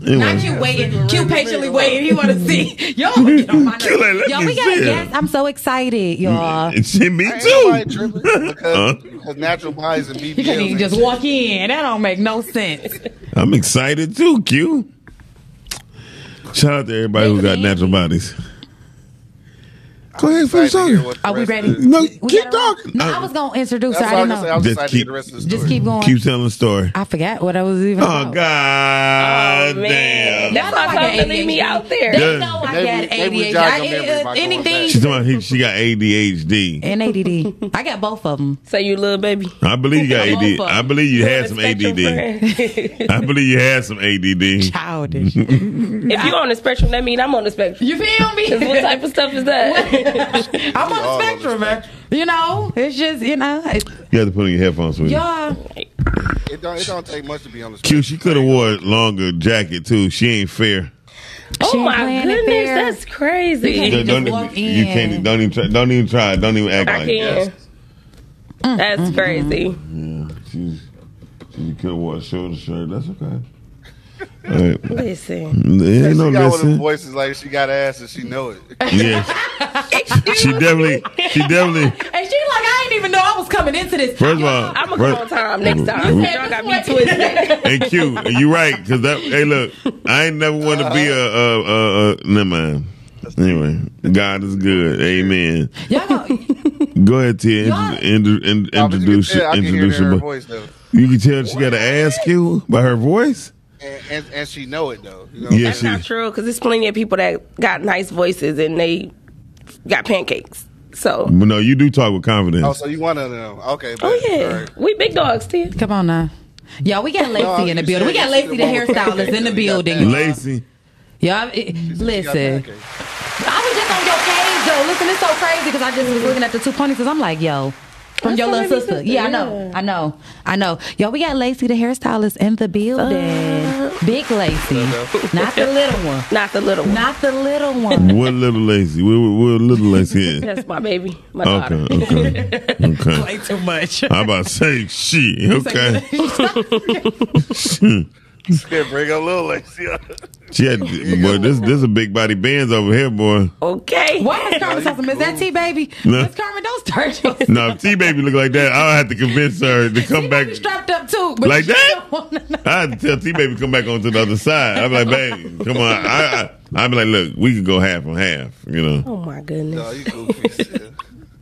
C: Anyway.
D: Not you waiting. Q patiently waiting. He want to see. Y'all gonna get on my nerves.
C: Q like, let
D: Y'all,
C: me
D: we got
C: see
D: a
C: it.
D: guest. I'm so excited, y'all.
C: And shit, me
E: Ain't nobody
C: too.
E: tripping because,
C: Huh?
E: because natural bodies and
D: You can't even
E: BBLs.
D: just
E: ain't-
D: walk in. That don't make no sense.
C: I'm excited too, Q. Shout out to everybody who got natural bodies. Go ahead,
E: Excited
C: finish
E: to hear
C: talking.
E: what the
D: Are we
E: rest
D: ready?
E: of the-
C: No,
D: We
C: keep
D: gotta roll.
C: talking.
D: No,
C: Uh,
D: I was gonna introduce her.
E: That's
D: I
E: all I
D: didn't
E: can say.
D: know.
E: I'm
C: Just
E: excited to hear
C: keep-
E: the rest of the story.
D: Just keep going.
C: Keep telling the story.
D: I Oh, forgot what I was even.
C: Oh
D: about.
C: God, Ah, damn!
D: Y'all
G: That's
D: know
G: why
D: I got
G: folks don't leave me
D: ADHD.
G: out there.
D: They
C: Yeah.
D: know I
E: Maybe-
D: got
E: maybe we
D: ADHD.
E: jog
D: I,
E: your memory by going
C: She's
D: anything
C: talking about he, she got ADHD.
D: and ADD. I got both of them.
G: So you little baby.
C: I believe you got
D: I'm
C: AD.
D: over.
C: I believe you had
G: On
C: some
G: the spectrum,
C: ADD.
G: friend.
C: I believe you had some ADD.
D: Childish.
G: if you on the spectrum, that mean I'm on the spectrum.
D: You feel me?
G: 'Cause what type of stuff is that?
D: I'm on
E: all on
D: the
E: the
D: spectrum, man. You know, it's just you know, it,
C: You have to put on your headphones, sweetie.
D: y'all.
E: It don't, it don't take much to be on the
C: Q,
E: screen.
C: she could have wore a longer jacket too. She ain't fair.
G: oh
D: She ain't
G: my
D: playing it
G: goodness,
D: fair.
G: that's crazy.
C: don't
D: You just
C: even-
D: walk
C: you
D: in.
C: can't. Don't even try. Don't even try. Don't even act
G: I
C: like
G: can.
D: Mm,
G: That's crazy.
C: that. She's, she could have wore a shoulder shirt. That's okay. All right.
G: Listen.
C: There ain't no
E: She got one of them
C: listen.
E: voices like she got ass and she know it.
C: Yes. she definitely. She definitely.
D: And she like, I didn't even know I was coming into this.
C: First of all,
G: I'm gonna
C: first-
G: come on time next time.
C: You-
G: Y'all got me twisted.
C: Hey Q, you right? Cause that. Hey, look, I ain't never want to
G: Uh-huh.
C: be a. a, a, a never mind. Anyway, God is good. Amen.
D: Y'all know,
C: Go ahead, Tia.
D: Y'all-
C: Introduce,
E: Nah, but you can
C: introduce,
E: tell- I can hear it
C: introduce
E: in
C: your
E: her
C: bo-
E: voice though,
C: You can tell she got an ass cue by her voice.
E: and, and, and she know it though. You know?
C: Yeah,
G: That's
C: she.
G: not true because there's plenty of people that got nice voices and they got pancakes. So,
C: But no, you do talk with confidence.
E: Oh, so you one of them? Okay.
G: oh
E: bet. All
G: yeah,
E: right.
G: we big dogs, too.
D: come on now. Y'all, we got Lacey in the
E: you
D: building. We got
E: serious.
D: Lacey the hairstylist in the
E: We got that.
D: building.
C: Lacey.
D: Y'all, it, listen.
E: She got pancakes.
D: I was just on your page, though. Listen, it's so crazy because I just was looking at the two ponies because I'm like, yo, from
G: That's
D: your
G: my
D: little
G: baby
D: sister.
G: sister,
D: Yeah, I know.
G: yeah.
D: I know. I know. Yo, we got Lacey the hairstylist in the building.
G: Uh.
D: Big Lacey. Not the little one.
G: Not the little one.
D: Not the little one.
C: What little Lacey? Where, where, where little Lacey at?
G: That's my baby, my
C: Okay,
G: daughter.
C: okay, okay.
D: Play too much.
C: I'm about to say shit. Okay,
E: Yeah, bring up Lil Lacey. up.
C: she had, boy. This this a big body bands over here, boy.
G: Okay.
D: Why is Carmen talking? Is that T baby?
C: No.
D: Miss Carmen, don't start yourself.
C: No, if T baby look like that, I'll have to convince her to come
D: She
C: back.
D: might be strapped up too. But
C: Like
D: she
C: that?
D: don't wanna know.
C: I had to tell T baby come back onto the other side. I'm like, babe, come on. I, I I'd be like, look, we could go half and half. You know,
G: Oh my goodness.
E: No, you goofy.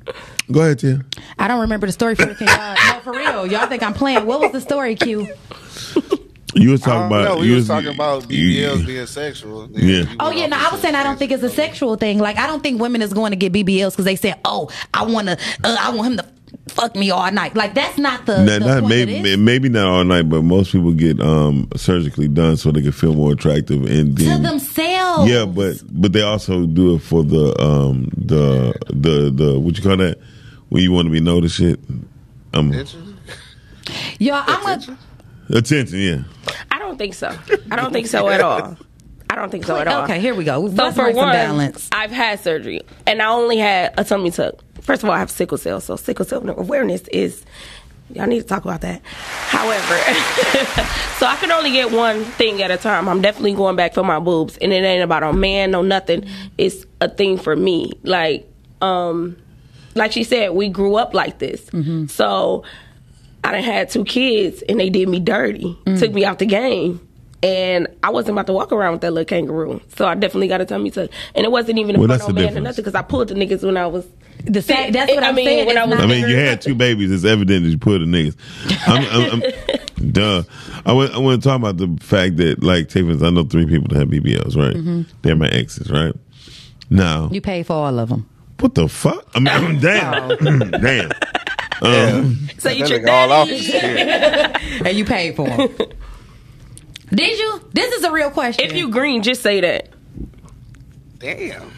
E: yeah.
C: go ahead, Tia.
D: I don't remember the story for the y'all. No, for real. Y'all think I'm playing. What was the story, Q?
C: You was talking about.
E: Um, no, we
C: you
E: was talking about
C: you-
E: BBLs being sexual. Then
C: Yeah.
E: you
D: Oh
E: went
D: yeah,
E: off
D: no,
E: the
D: I was saying I don't think it's a sexual thing. Like I don't think women is going to get BBLs because they said, "Oh, I want to, uh, I want him to fuck me all night." Like that's not the.
C: Now,
D: the
C: not
D: point
C: maybe
D: of this.
C: maybe not all night, but most people get um, surgically done so they can feel more attractive and
D: to
C: then
D: themselves.
C: yeah, but but they also do it for the um the the the what you call that when you want to be noticed shit um
E: Attention?
D: y'all, I'm a.
C: attention yeah
G: I don't think so. I don't think so at all. I don't think so at all.
D: Okay, here we go.
G: So
D: Let's
G: for
D: bring some
G: one,
D: balance.
G: I've had surgery, and I only had a tummy tuck. First of all, I have sickle cell, so sickle cell awareness is. Y'all need to talk about that. However, so I can only get one thing at a time. I'm definitely going back for my boobs, and it ain't about a man, no nothing. It's a thing for me. Like, um, like she said, we grew up like this.
D: Mm-hmm.
G: So I done had two kids and they did me dirty,
D: Mm.
G: took me out the game. And I wasn't about to walk around with that little kangaroo. So I definitely got a tummy tuck. And it wasn't even a
C: Well,
G: front
C: that's
G: on
C: the
G: man or
C: difference.
G: nothing because I pulled the niggas when I was.
D: The sa- that's what
G: I
D: I'm
G: mean,
D: saying.
G: when
D: It's
G: I was-
D: not-
C: I mean you
G: Very
C: had two babies it's evident that you put the niggas I'm, I'm, I'm duh I want I want to talk about the fact that like take for instance, I know three people that have BBLs right they're my exes right now
D: Mm-hmm. you pay for all of them.
C: what the fuck I mean damn damn
G: So you
E: That
G: tricked
E: nigga all off
G: daddy.
E: his shit.
D: And you paid for them. Did you? This is a real question.
G: If you green, just say that.
E: Damn.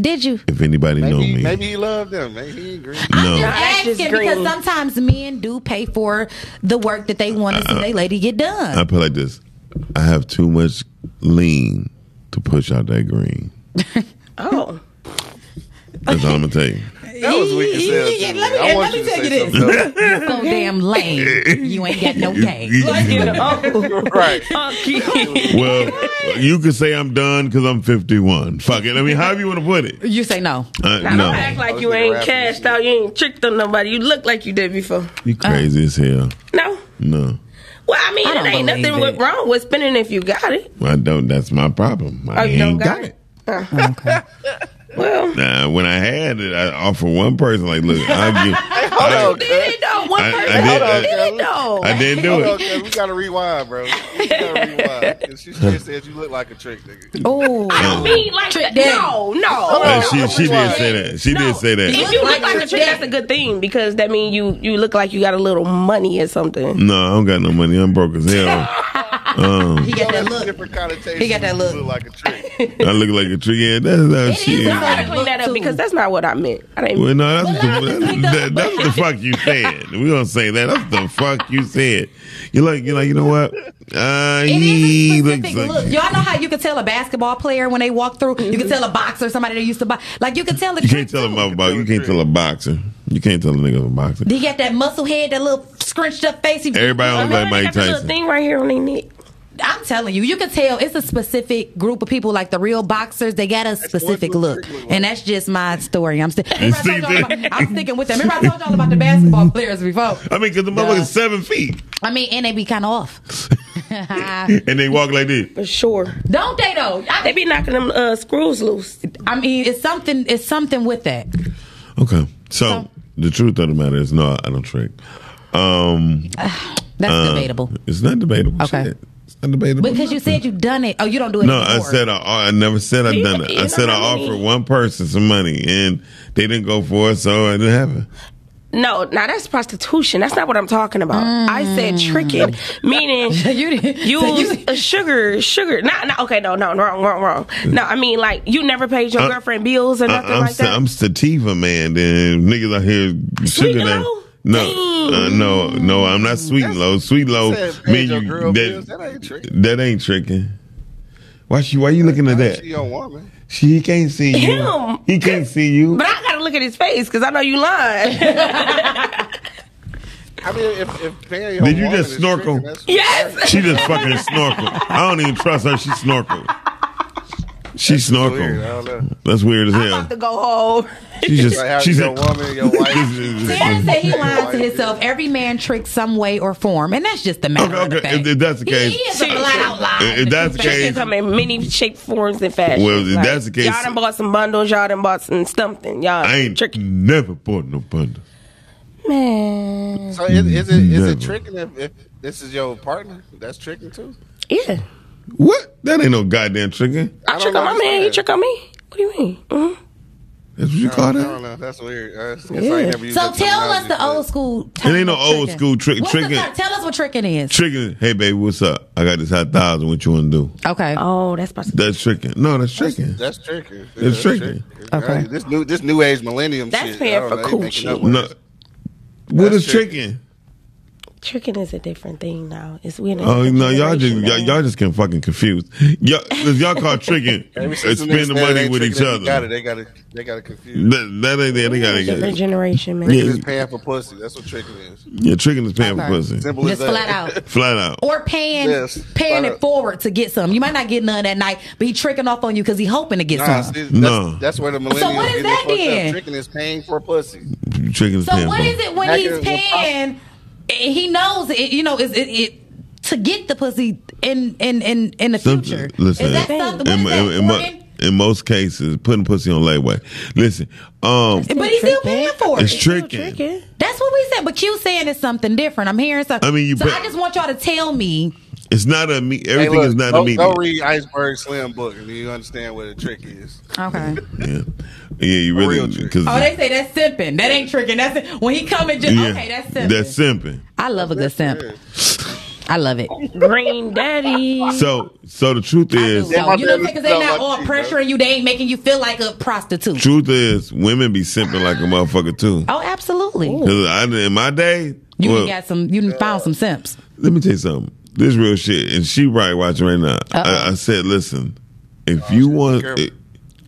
D: did you?
C: if anybody know
E: Maybe,
C: me
E: maybe he loved them. Maybe he agree.
C: no
G: that's
D: Asking
G: just
D: because
G: green.
D: sometimes men do pay for the work that they want to
C: Uh-uh.
D: see they lady get done.
C: I put it like this. I have too much lean to push out that green.
G: Oh.
C: That's all I'm gonna tell you.
E: That was weak as hell.
D: Yeah,
E: too,
D: let me-
E: man. I
D: let
E: want
D: me
E: you to
D: tell
E: say
D: you this.
E: something else.
D: so damn lame. You ain't got no game.
G: Like, you know, oh.
E: Right.
D: Uh,
G: Okay.
C: Well, you could say I'm done because I'm 51. Fuck it. I mean, however you want to put it.
D: You say no.
C: Uh,
G: Now, Don't act
C: no,
G: like you ain't cashed out. You ain't tricked on nobody. You look like you did before.
C: you crazy as hell.
G: No.
C: No,
G: Well, I mean,
D: I
G: it
D: don't
G: ain't
D: believe
G: nothing
D: it.
G: with wrong with spending if you got it.
C: I don't. That's my problem. I
G: Oh, you
C: ain't
G: don't
C: got,
G: got
C: it.
G: Well,
C: Nah, when I had it, I offered one person like, look, I'll give.
E: Hold on,
C: I,
E: cuz.
G: did it though. One
C: I- I
G: person
C: did- I-
G: did it though.
C: I didn't do
E: Hold
C: it.
E: on, cuz. We gotta rewind, bro. We gotta rewind. 'Cause She straight said you look like a trick nigga.
D: Oh,
G: I mean, like,
D: Trick
G: that.
D: daddy.
G: no, no.
C: Uh,
E: on.
C: she she did say that. She did say
G: If
C: that.
G: you look like a trick, that's a good thing because that means you you look like you got a little money or something.
C: No, I don't got no money. I'm broke as hell. Um,
D: he got that
E: That's a
D: look.
E: different connotation.
D: He got that
E: You
D: look.
E: like a trick.
C: I look like a tree. Yeah, that's how she
D: is
C: is.
D: a
G: I gotta clean that
D: Look,
G: up
D: too.
G: because that's not what I meant. I didn't.
C: Well, no, that's, the,
D: Well, I just
C: that's,
D: picked
C: that,
D: up-
C: that's the fuck you said. We gonna say that. That's the fuck you said. You like you like you know what? Uh,
D: It
C: he
D: is a
C: looks
D: specific look.
C: like.
D: Y'all know how you can tell a basketball player when they walk through. You can tell a boxer, somebody that used to box. Like you can tell the
C: You can't
D: trick.
C: tell him about. You can't tell a boxer. You can't tell a nigga a boxer.
D: He got that muscle head, that little scrunched up face. He-
C: Everybody don't look like Mike
G: Everybody got that little
C: Tyson.
G: thing right here on their neck.
D: I'm telling you, you can tell it's a specific group of people. Like the real boxers, they got a specific look, and that's just my story. I'm, sti- Remember I told y'all about- I'm sticking with them. Remember I told y'all about the basketball players before.
C: I mean, because the motherfucker's seven feet
D: I mean, and they be kind of off,
C: and they walk like this.
G: For sure.
D: don't they? Though I,
G: They be knocking them uh, screws loose.
D: I mean, it's something. It's something with that.
C: Okay, so the truth of the matter is, no, I don't trick. Um,
D: That's
C: uh,
D: debatable
C: It's not debatable.
D: Okay.
C: shit. it's not debatable.
D: because you said you've done it. Oh, you don't do it.
C: No, I
D: anymore.
C: said I, I never said I
G: You-
C: done it.
G: you
C: I said I
G: know how many-
C: offered one person some money and they didn't go for it, so it didn't happen.
G: No, now that's prostitution. That's not what I'm talking about. I said tricking, meaning
D: Mm. You did- so
G: use
D: you-
G: a sugar, sugar. Not, not okay. No, no, wrong, wrong, wrong. No, I mean like you never paid your
C: Uh,
G: girlfriend bills or
C: I,
G: nothing
C: am
G: like that.
C: I'm sativa man. Then niggas out here
G: Sweet
C: sugar that.
G: Low?
C: No,
G: Dang.
C: uh, no, no. I'm not sweet low. Sweet low.
E: Said,
C: Oh, Me and
E: your
C: you-
E: girl feels-
C: that,
E: that ain't trick.
C: that ain't tricking. Why she? Why you looking at
E: She
C: that?
E: your woman.
C: She he can't see you.
G: Him.
C: He can't see you.
G: but I gotta look at his face because I know you lying.
E: I mean, if if paying your
C: Did you
E: woman
C: just
E: is
C: snorkel?
E: tricking, that's-
G: yes.
C: She just fucking snorkel. I don't even trust her. She snorkel. She
E: Weird, I
C: snorkel.
E: don't know.
C: That's weird as
G: I'm
C: hell.
G: about to go home.
C: She
E: Like how
C: just. She's
E: your
C: a
E: woman, your wife.
D: Darren said he lies to
E: Why you
D: himself. Every man tricks some way or form, and that's just the matter
C: Okay,
D: of the
C: okay. If,
D: fact.
C: if that's the case,
D: He is a flat out liar.
C: if if that's the
G: Tricking
C: case,
G: come in many shape, forms, and fashions.
C: Well, if that's the case-
G: y'all done bought some bundles. Y'all done bought some something. Y'all
C: I ain't Mm.
G: tricking.
C: never bought no bundle.
G: Man,
E: So is, is it is
C: Never.
E: it tricking if, if this is your partner? That's tricking too.
G: yeah.
C: What? That ain't no goddamn tricking.
G: I,
E: I
G: trick
E: don't
G: on my man. He
E: understand.
G: trick on me. What do you mean? Mhm.
C: That's what you
E: I
C: call
E: don't
C: that?
E: know. That's weird. Uh, it's- it's
G: Yeah.
E: like never used
D: So
E: that
D: tell us the
E: terminology,
D: old school. It
C: ain't no old school trick- tricking.
D: tell us what tricking is.
C: Tricking. Hey, baby, what's up? I got this hot thousand. What you want to do?
D: okay.
C: Uh,
G: Oh, that's possible.
C: That's tricking. No, that's tricking.
E: but That's tricking. Yeah,
C: It's tricking.
D: Okay.
E: Uh, This new this new age millennium
G: That's
E: shit.
G: paying
E: I don't
G: for
E: know, they making
G: coochie.
E: up words.
C: No. What
E: That's
C: is tricking?
G: Tricking is a different thing now. It's we in a
C: Oh
G: different
C: no, y'all just
G: generation
C: y'all,
G: now.
C: y'all just getting fucking confused. Y'all, 'cause y'all call tricking uh,
E: Ever since the
C: spending
E: niggas said it
C: money
E: ain't
C: with each
E: tricking, They got
C: other.
E: it. They got it. They got it confused.
C: That, that ain't there. They gotta
G: different
C: get.
G: generation, man.
C: Yeah.
E: It's paying for pussy. That's what tricking is.
C: Yeah, tricking is paying for
D: Okay.
C: pussy.
E: Simple
D: Just
E: as that.
D: flat out.
C: Flat out.
D: Or paying,
E: Yes. Uh,
D: paying
E: Flat
D: it
E: out.
D: forward to get some. You might not get none that night, but he tricking off on you because he hoping to get
E: Nah,
D: some.
E: see, that's,
C: No.
E: that's where the millennials
D: So what is
E: getting
D: that
E: fucked
D: then?
E: up. Tricking is paying for pussy.
C: Tricking is
D: So
C: paying
D: what
C: for.
D: is it when
E: That
D: he's
E: girl was
D: paying? eh, He knows it. You know, is it, it to get the pussy in in in in the
C: Some-
D: future?
C: listen,
D: is that
C: in-
D: something? What is
C: in,
D: that,
C: in- in mo-
D: Morgan?
C: in most cases, putting pussy on layaway. Listen, um,
D: but he's still paying for it.
C: it's tricking.
G: Tricking.
D: That's what we said. But Q saying it's something different. I'm hearing something.
C: I mean, you
D: so
C: put-
D: I just want y'all to tell me.
C: It's not a meet.
E: Hey,
C: Everything
E: look,
C: is not
E: go,
C: a meet.
E: Go read Iceberg Slim book and you understand what a trick is.
D: Okay.
C: Yeah, yeah, you really
E: real trick.
C: because
D: Oh, they say that's simping. That ain't tricking. That's it. when he coming. Just,
C: yeah,
D: Okay, that's simping.
C: that's simping.
D: I love a good simp.
E: Yeah.
D: I love it.
G: Green Daddy.
C: So, so the truth is,
D: So, you know
E: my
D: what I'm
E: baby
D: saying? Because they
E: smell
D: not
E: like
D: all
E: cheese, bro.
D: pressuring you. They ain't making you feel like a prostitute.
C: truth is, women be simping like a motherfucker too.
D: Oh, absolutely.
C: 'Cause I, in my day,
D: You done
C: well,
D: got some. You done found some simps.
C: let me tell you something. This real shit, and she right watching right now. I, I said, listen, if you want,
E: careful.
C: it-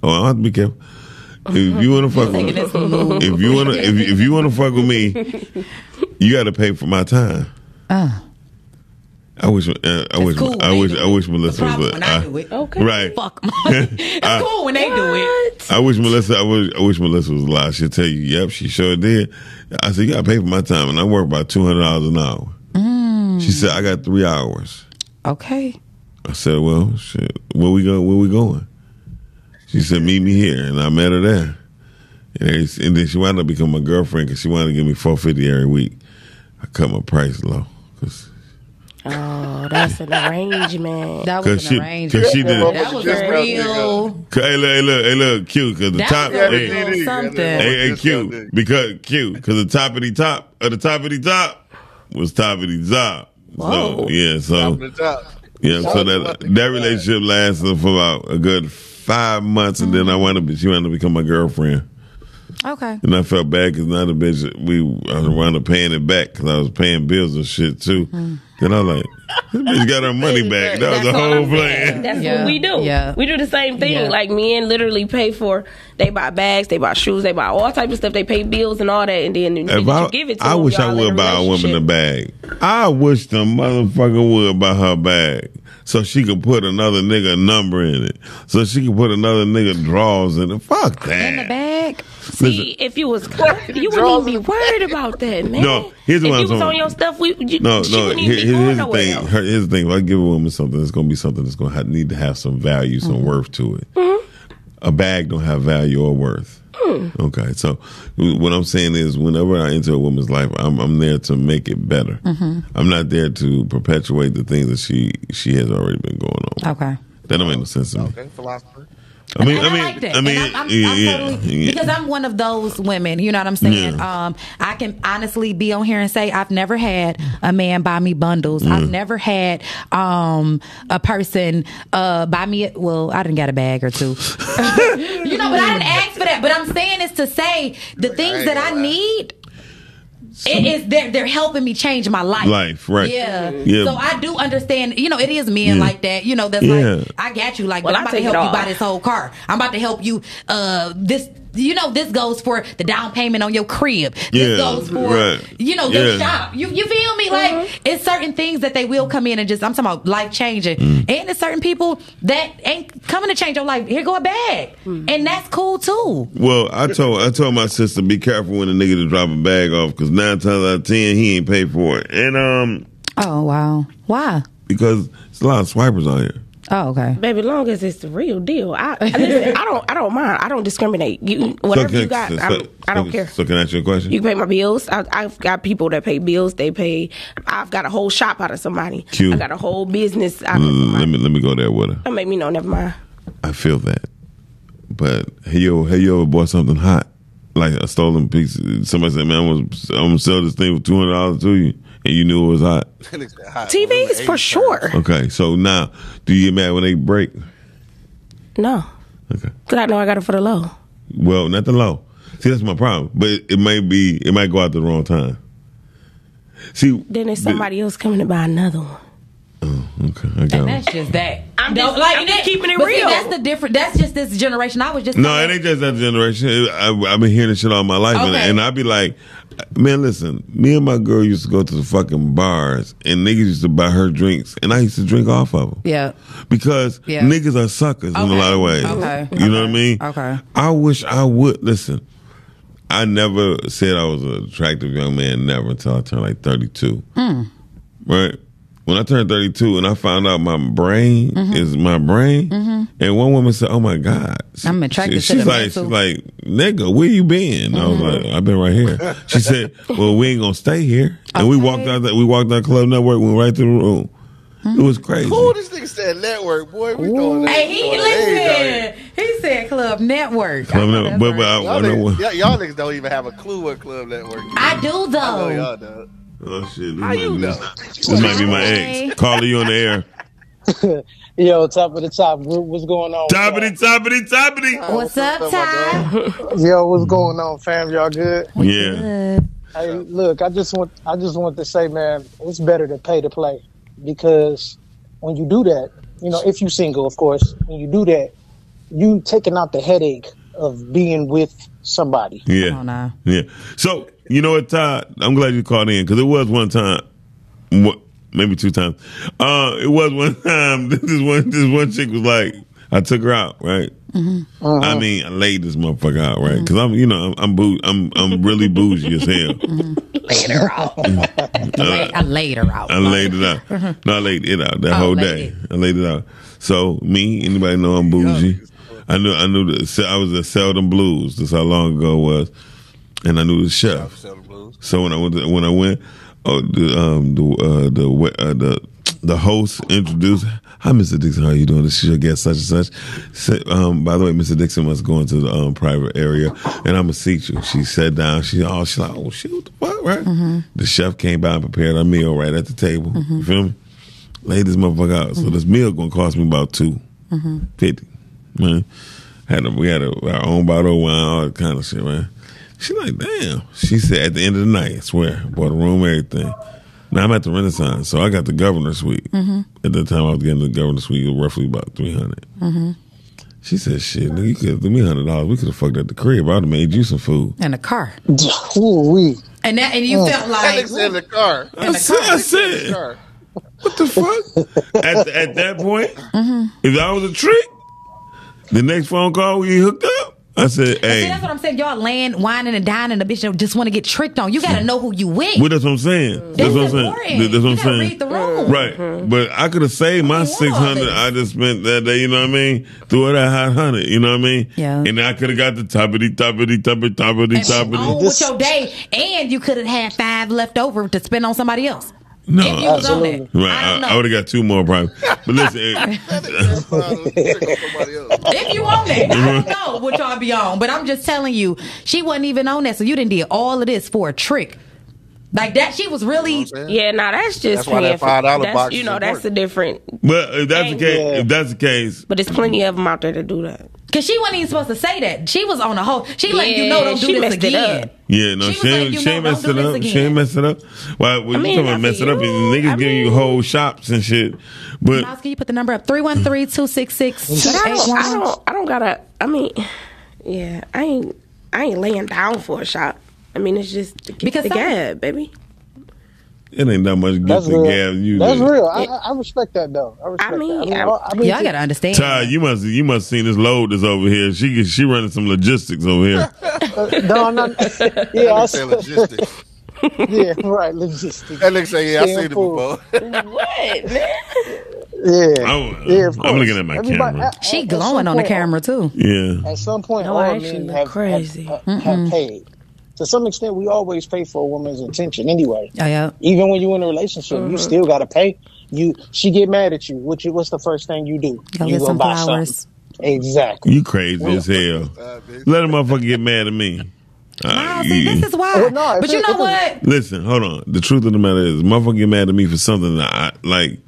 C: oh, I have to be careful. If you want to fuck
D: Taking
C: with,
D: this move.
C: if you want to, if, if you want to fuck with me, you got to pay for my time.
D: Uh,
C: I wish, uh, I wish,
D: cool,
C: I wish,
D: baby.
C: I wish
D: the
C: Melissa
D: problem
C: was,
D: when
C: but
D: I
C: I-
D: do it. Oh,
G: Okay.
C: right.
D: Fuck 'em. it's
C: I-
D: cool when they do it.
G: What?
C: I wish Melissa, I wish, I wish Melissa was alive. She'll tell you, yep, she sure did. I said, you got to pay for my time, and I work about two hundred dollars an hour. She said, I got three hours.
D: Okay.
C: I said, "Well, shit, where we go? Where we going?" She said, "Meet me here," and I met her there. And, it's- and then she wound up becoming my girlfriend because she wanted to give me four fifty every week. I cut my price low because
G: Oh, that's an arrangement.
D: That
C: because
D: was
C: she
D: an
C: because
D: arrangement.
C: she did.
E: That
D: That was
E: Just
D: a real.
C: 'cause- Hey, look, hey, look, hey, look, cute because the
D: That
C: top.
D: was a
C: Hey,
D: real
E: hey,
D: something.
E: hey,
C: hey, hey,
E: Just
C: cute
E: something.
C: because cute because the top of the top of the top of the top was top of the top. So
G: Whoa.
C: yeah, so
E: Top of the top.
C: Yeah, so
E: Shout out
C: that
E: to
C: that
E: Mother
C: relationship lasted for about a good five months, and then I wanted to, she wanted to become my girlfriend,
D: Okay.
C: and I felt bad because now the bitch we I wound up paying it back because I was paying bills and shit too. Then I was like, this bitch got her money back. That was the
G: Mm. That's all
C: whole
G: I'm saying.
C: plan.
G: That's
D: Yeah.
G: what we do.
D: Yeah.
G: We do the same thing.
D: Yeah.
G: Like men literally pay for they buy bags, they buy shoes, they buy all type of stuff, they pay bills and all that, and then you
C: If I,
G: give it to
C: I
G: them,
C: wish
G: y'all
C: I
G: in
C: would buy a woman a
G: relationship.
C: bag. I wish the motherfucker would buy her bag so she could put another nigga number in it, so she could put another nigga draws in it. Fuck that.
D: In the bag.
C: Listen.
G: See, if you was confident, you wouldn't even be worried about that, man.
C: No, here's
G: if
C: what I'm
G: you was
C: saying.
G: on your stuff, we you,
C: No,
G: she
C: no.
G: wouldn't
C: Here,
G: even be
C: here-
G: going
C: here's the
G: nowhere
C: thing.
G: else.
C: Her- Here's the thing. If I give a woman something, it's gonna be something that's gonna have, need to have some value, some worth to it. A bag don't have value or worth. Okay, so what I'm saying is, whenever I enter a woman's life, I'm, I'm there to make it better. I'm not there to perpetuate the things that she she has already been going on.
D: Okay.
C: That don't make no sense to me.
E: Okay, philosopher.
C: I mean,
D: And
C: I mean,
D: like that.
C: I
D: And
C: mean,
D: I'm- I'm- I'm
C: yeah,
D: totally-
C: yeah.
D: because I'm one of those women. You know what I'm saying? Um, I can honestly be on here and say I've never had a man buy me bundles.
C: Mm.
D: I've never had um a person uh buy me. A, well, I didn't got a bag or two. you know, but I didn't ask for that. But I'm saying is to say the things
E: ain't
D: that
E: gonna
D: I
E: lie.
D: need. It is they're they're helping me change my life.
C: Life, right.
D: Yeah.
C: Yeah.
D: So I do understand. You know, it is men
C: Yeah.
D: like that. You know, that's
C: Yeah.
D: like I got you. Like,
G: Well,
D: but I'm about
G: I
D: to
G: take it
D: help you
G: all.
D: buy this whole car. I'm about to help you. Uh, this. You know, this goes for the down payment on your crib. This
C: Yeah,
D: goes for
C: right.
D: you know your
C: Yeah.
D: shop. You you feel me? Like
G: Mm-hmm.
D: it's certain things that they will come in and just I'm talking about life changing.
G: Mm.
D: And it's certain people that ain't coming to change your life. Here go a bag,
G: Mm.
D: and that's cool too.
C: Well, I told I told my sister be careful when a nigga to drop a bag off because nine times out of ten he ain't paid for it, and um
D: Oh wow, why?
C: because it's a lot of swipers out here.
D: Oh okay.
G: Baby, long as it's the real deal, I I, listen, I don't I don't mind. I don't discriminate. You whatever
C: So
G: you got,
C: can-
G: I'm,
C: so-
G: I don't
C: so-
G: care.
C: So can I ask you a question?
G: You can pay my bills. I, I've got people that pay bills. They pay. I've got a whole shop out of somebody.
C: Cute.
G: I got a whole business out of
C: Mm,
G: somebody.
C: let me let me go there with her.
G: Don't make me know. Never mind.
C: I feel that, but hey yo, hey yo, bought something hot like a stolen piece. Somebody said, "Man, I'm gonna, I'm gonna sell this thing for two hundred dollars to you," and you knew it was hot.
G: TVs for sure.
C: Okay, so now do you get mad when they break?
G: No,
C: Okay.
G: because I know I got it for the low.
C: Well, not the low. See, that's my problem. But it, it may be, it might go out the wrong time. See,
G: Then there's somebody else coming to buy another one.
C: Okay, I got
D: And
C: it.
D: that's just that.
G: I'm
D: No,
G: just- I'm just keeping it
D: but see,
G: real.
D: that's the different. That's just this generation. I was just
C: No, it ain't just that generation. It- I, I've been hearing this shit all my life, and,
D: Okay.
C: and I be like, man, listen. Me and my girl used to go to the fucking bars, and niggas used to buy her drinks, and I used to drink off of them.
D: Yeah.
C: because
D: Yeah.
C: niggas are suckers in a
D: Okay.
C: lot of ways.
D: Okay.
C: You know what I mean?
D: Okay.
C: I wish I would listen. I never said I was an attractive young man, never until I turned like thirty two.
D: Hmm.
C: Right? When I turned thirty two and I found out my brain
D: Mm-hmm.
C: is my brain, and one woman said, "Oh my God,
D: I'm attracted to
C: she's
D: the Mm-hmm.
C: like,
D: mental.
C: she's like, nigga, where you been?" I was like, "I've been right here." She said, "Well, we ain't gonna stay here," and we walked out. That, we walked out Club Network, went right to the room. It was
D: Hmm.
C: crazy.
E: Ooh, this nigga said network, boy. We doing that.
D: Hey, he
E: we doing that.
D: listen. He said Club Network.
C: Club
D: I know
C: Network.
D: that's
C: But, but
D: right.
C: I,
E: Y'all
C: I know
E: niggas,
C: what.
E: y'all- y'all niggas don't even have a clue what club network is.
D: I do
E: I know
D: though.
E: y'all do.
C: Oh shit! This,
E: How
C: might,
E: you
C: be,
E: know?
C: this might be my ex. Carla, you on the air?
H: Yo, top of the top group, what's going on?
C: Toppity, toppity, toppity.
D: What's up, Ty?
H: Yo, what's going on, fam? Y'all good?
C: Yeah.
H: Hey, look, I just want I just want to say, man, it's better to pay to play because when you do that, you know, if you single, of course, when you do that, you taking out the headache of being with somebody.
C: Yeah.
D: Come on uh, now.
C: Yeah. So you know what, Todd? I'm glad you called in because it was one time, wha- maybe two times. Uh, it was one time. This is one. This one chick was like, I took her out, right?
E: Mm-hmm. Uh-huh.
C: I mean, I laid this motherfucker out, right?
D: Mm-hmm.
C: Because I'm, you know, I'm, I'm, boo- I'm, I'm really bougie as hell.
D: La- I laid her out.
C: I laid it out. No, I laid it out that
D: Oh,
C: whole
D: laid
C: day.
D: it.
C: I laid it out. So me, anybody know I'm bougie? I knew I knew the, se- I was at Seldom Blues. That's how long ago it was, and I knew the chef.
E: Selling blues.
C: So when I went to, when I went, oh, the um the uh, the we- uh, the the host introduced. Hi, Mr. Dixon. How are you doing? This is your guest, such and such. Say, um, by the way, Mr. Dixon must go into the um, private area, and I'm gonna seat you. She sat down. She oh, she's like, oh shit, what the fuck, right? The chef came by and prepared a meal right at the table. You feel me? Laid this motherfucker out. So this meal gonna cost me about two fifty. Man, had a, we had a, our own bottle of wine, all that kind of shit, man. She like, damn. She said at the end of the night, I swear, bought a room, everything. Now I'm at the Renaissance, so I got the governor suite. At that time, I was getting the governor suite roughly about three She said, shit, nigga, you could have me hundred dollars. We could have fucked at the crib. I'd have made you some food.
D: in a car.
H: Ooh-wee.
D: And that and you felt
E: That
D: like
E: nigga said in the car.
C: I said, I said,
E: Car.
C: what the fuck? at, at that point, if that was a trick, the next phone call we hooked up. I said,
D: See,
C: hey,
D: that's what I'm saying. Y'all laying, whining, and dining, and the bitch don't just want to get tricked on. You got to know who you with.
C: Well, that's what I'm saying. That's,
D: That's
C: what I'm saying.
D: important.
C: That- That's what
D: You
C: I'm
D: gotta
C: saying.
D: read the room.
C: Right. But I could have saved my
D: want all
C: 600
D: this.
C: I just spent that day, you know what I mean? Through that hot 100, you know what I mean?
D: Yeah.
C: And I could have got the toppity, toppity, toppity, toppity,
D: and on
C: toppity.
D: with your day, and you could have had five left over to spend on somebody else.
C: No,
D: If you was on
H: Absolutely.
D: there.
C: Right,
D: I don't
C: I,
D: know.
C: I would have got two more probably. But listen, eh,
E: somebody else.
D: If you on that, I don't
H: Mm-hmm.
D: know what y'all be on, but I'm just telling you, she wasn't even on that, so you didn't did all of this for a trick. Like that, she was really.
H: Mm-hmm.
G: Yeah, now that's
E: That's
G: just
E: why that
G: playing for-
E: $5
G: that's-
E: box
G: You
E: is
G: know, that's a
E: important.
G: different.
C: but if that's the
G: Thank
C: case,
H: you.
C: if that's the case,
G: But there's plenty of them out there that do that.
D: Cause she wasn't even supposed to say that. She was on a whole. She letting you know
G: Yeah,
D: don't do
G: she
D: this
G: messed it
D: again.
G: up.
C: yeah, no,
D: She
C: she,
D: was like,
C: ain't-
D: you
C: she
D: know,
C: ain't
D: don't
C: messed
D: do
C: it
D: this
C: up. She
D: again.
C: ain't messed it up. Why? When you
G: mean,
C: talking
G: not
C: about
G: for
C: messing up,
G: you.
C: niggas
G: I
C: giving you
G: mean-
C: whole shops and shit. But
D: Miles, can you put the number up? 313-266-2811.
G: But I don't, I don't, I don't gotta. I mean, yeah, I ain't, I ain't laying down for a shot. I mean, it's just to get
D: Because
G: the
D: some-
G: gab, baby.
C: it ain't that much good
H: That's
C: to
H: real.
C: Gav. You
H: That's
C: did.
H: real. I, I I respect that though. I respect
G: mean,
H: that.
G: I-
D: Y'all gotta understand.
C: Ty, you must you must seen this load that's over here. She she running some logistics over here.
H: No, I'm not. Yeah, I,
E: I
H: s-
E: say logistics.
H: yeah, right. Logistics.
E: That nigga say, yeah, I
H: Staying
E: seen it
H: full.
E: before.
G: What?
H: Yeah,
C: I'm,
H: yeah. Of course.
C: I'm looking at my
H: Everybody- uh,
C: camera.
H: at-
D: She
H: at some
D: glowing on the
H: point-
D: camera too.
C: yeah,
H: At some point,
G: No,
H: all
G: I
H: men
G: actually look
H: have,
G: crazy.
H: Have, have, have paid. To some extent, we always pay for a woman's attention anyway.
D: Oh yeah.
H: Even when you're in a relationship,
G: Mm-hmm.
H: you still gotta pay. You, she get mad at you. What you? What's the first thing you do?
D: Go
H: you
D: get some flowers.
H: something. Exactly.
C: you crazy as hell.
H: Uh,
C: Let a motherfucker get mad at me.
D: Miles,
C: Uh,
D: see,
C: you-
D: this is why.
H: Well, no, if
D: but you
H: it-
D: know
H: if it-
D: what?
C: Listen, hold on. The truth of the matter is, motherfucker get mad at me for something that I like.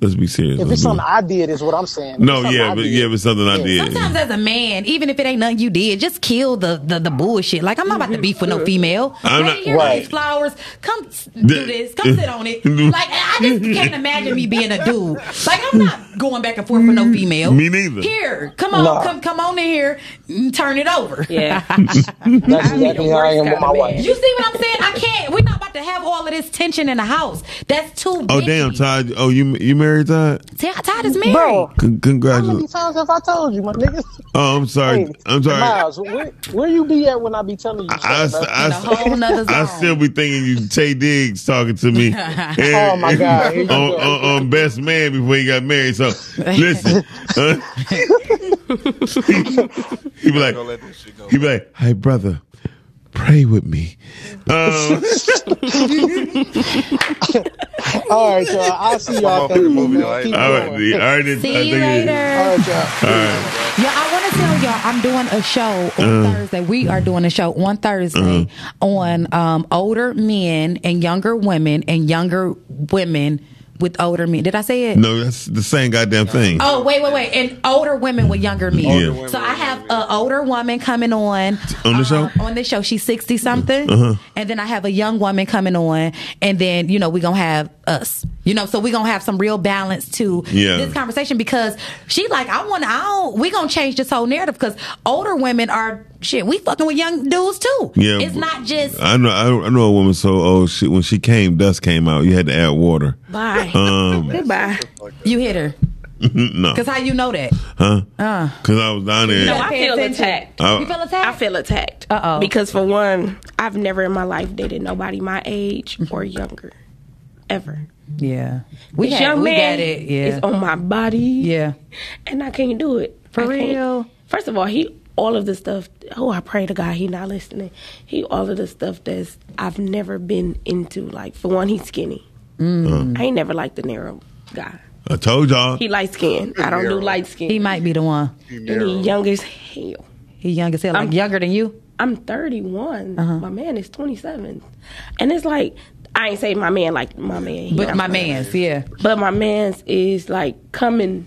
C: Let's be serious.
H: If
C: Let's
H: it's
C: be-
H: something I did, is what I'm saying. If
C: no,
H: it's something
C: yeah,
H: I
C: but
H: did-
C: yeah, if it's something I did.
D: Sometimes as a man, even if it ain't nothing you did, just kill the the, the bullshit. Like I'm not about to beef with no female.
C: I'm
D: I'm
C: not-
D: not, here
H: Right.
D: these flowers. Come s- do this. Come sit on it. Like I just can't imagine me being a dude. Like I'm not going back and forth with no female.
C: Me neither.
D: Here, come on,
H: Nah.
D: come come on in here, and turn it over.
G: Yeah,
H: That's
G: I need a
H: exactly how I
G: worse
H: am with
G: kind
H: my
G: of
H: wife.
G: man.
D: You see what I'm saying? I can't. We're not about to have all of this tension in the house. That's too.
C: Oh
D: bitchy.
C: damn, Todd. Oh, you you married Todd?
D: Ty- Todd is married.
H: Bro,
C: Con-
H: how many
C: congratulations.
H: times have I told you, my nigga?
C: Oh, I'm sorry.
H: Hey,
C: I'm sorry.
H: Miles, where, where you be at when I be telling you?
C: I,
H: something,
C: I,
D: In a whole nother
C: I
D: zone.
C: still be thinking you Tay Diggs talking to me.
H: Oh, my God. Here you
C: on,
H: go.
C: on, on best man before he got married. So listen, huh? he be
E: Don't
C: like,
E: let this shit go.
C: he be like, hey brother, pray with me. Um,
H: bro? All right, y'all. I'll see y'all.
E: my favorite
H: Thursday,
E: movie,
H: man.
E: though. I ain't
H: Keep
C: I
H: going.
C: already, I already, I
D: See you
C: think it-
D: later.
H: All right, y'all.
C: All right. Uh.
D: Yeah, I want to tell y'all I'm doing a show on Thursday. We are doing a show on Thursday
C: Uh-huh.
D: on um, older men and younger women and younger women with older men. Did I say it?
C: No, that's the same goddamn thing.
D: Oh wait, wait, wait! And older women with younger
C: Older
D: men.
C: women
D: So I have an older woman coming on
C: On the
D: um,
C: show? Uh-huh.
D: On the show, she's sixty something, and then I have a young woman coming on, and then you know we gonna have us. You know, so we gonna have some real balance to
C: Yeah.
D: this conversation because she like I want to. I don't. We gonna change this whole narrative because older women are shit. We fucking with young dudes too.
C: Yeah,
D: it's
C: but-
D: not just
C: I know, I, I know a woman so old. She, when she came, dust came out. You had to add water.
G: bye,
C: Um,
G: goodbye.
D: you hit her.
C: no,
D: Cause Uh. how you know that?
C: huh? Because I was down there.
G: No,
D: gotta
G: I
D: pay
G: feel
D: attention.
G: attacked.
C: I-
D: you feel
G: I
D: attacked?
G: feel attacked.
D: Uh-oh.
G: Because for one, I've never in my life dated nobody my age or younger, ever.
D: yeah, we
G: This
D: had,
G: young
D: we
G: man
D: got it.
G: is
D: Yeah,
G: on my body.
D: yeah.
G: and I can't do it
D: For
G: I can't-
D: real?
G: First of all, he all of the stuff. Oh, I pray to God he not listening. He all of the stuff that's I've never been into. Like for one, he's skinny. I ain't never liked the narrow guy.
C: I told y'all.
G: He light skinned. I don't do
E: Narrow.
G: light
D: He
G: skin.
D: might be the one.
G: And he young as hell.
D: He young as hell, like
G: I'm-
D: younger than you.
G: I'm 31.
D: Uh-huh.
G: My man is 27, and it's like I ain't say my man like my man. He
D: But
G: not
D: my man's, yeah.
G: But my man's is like coming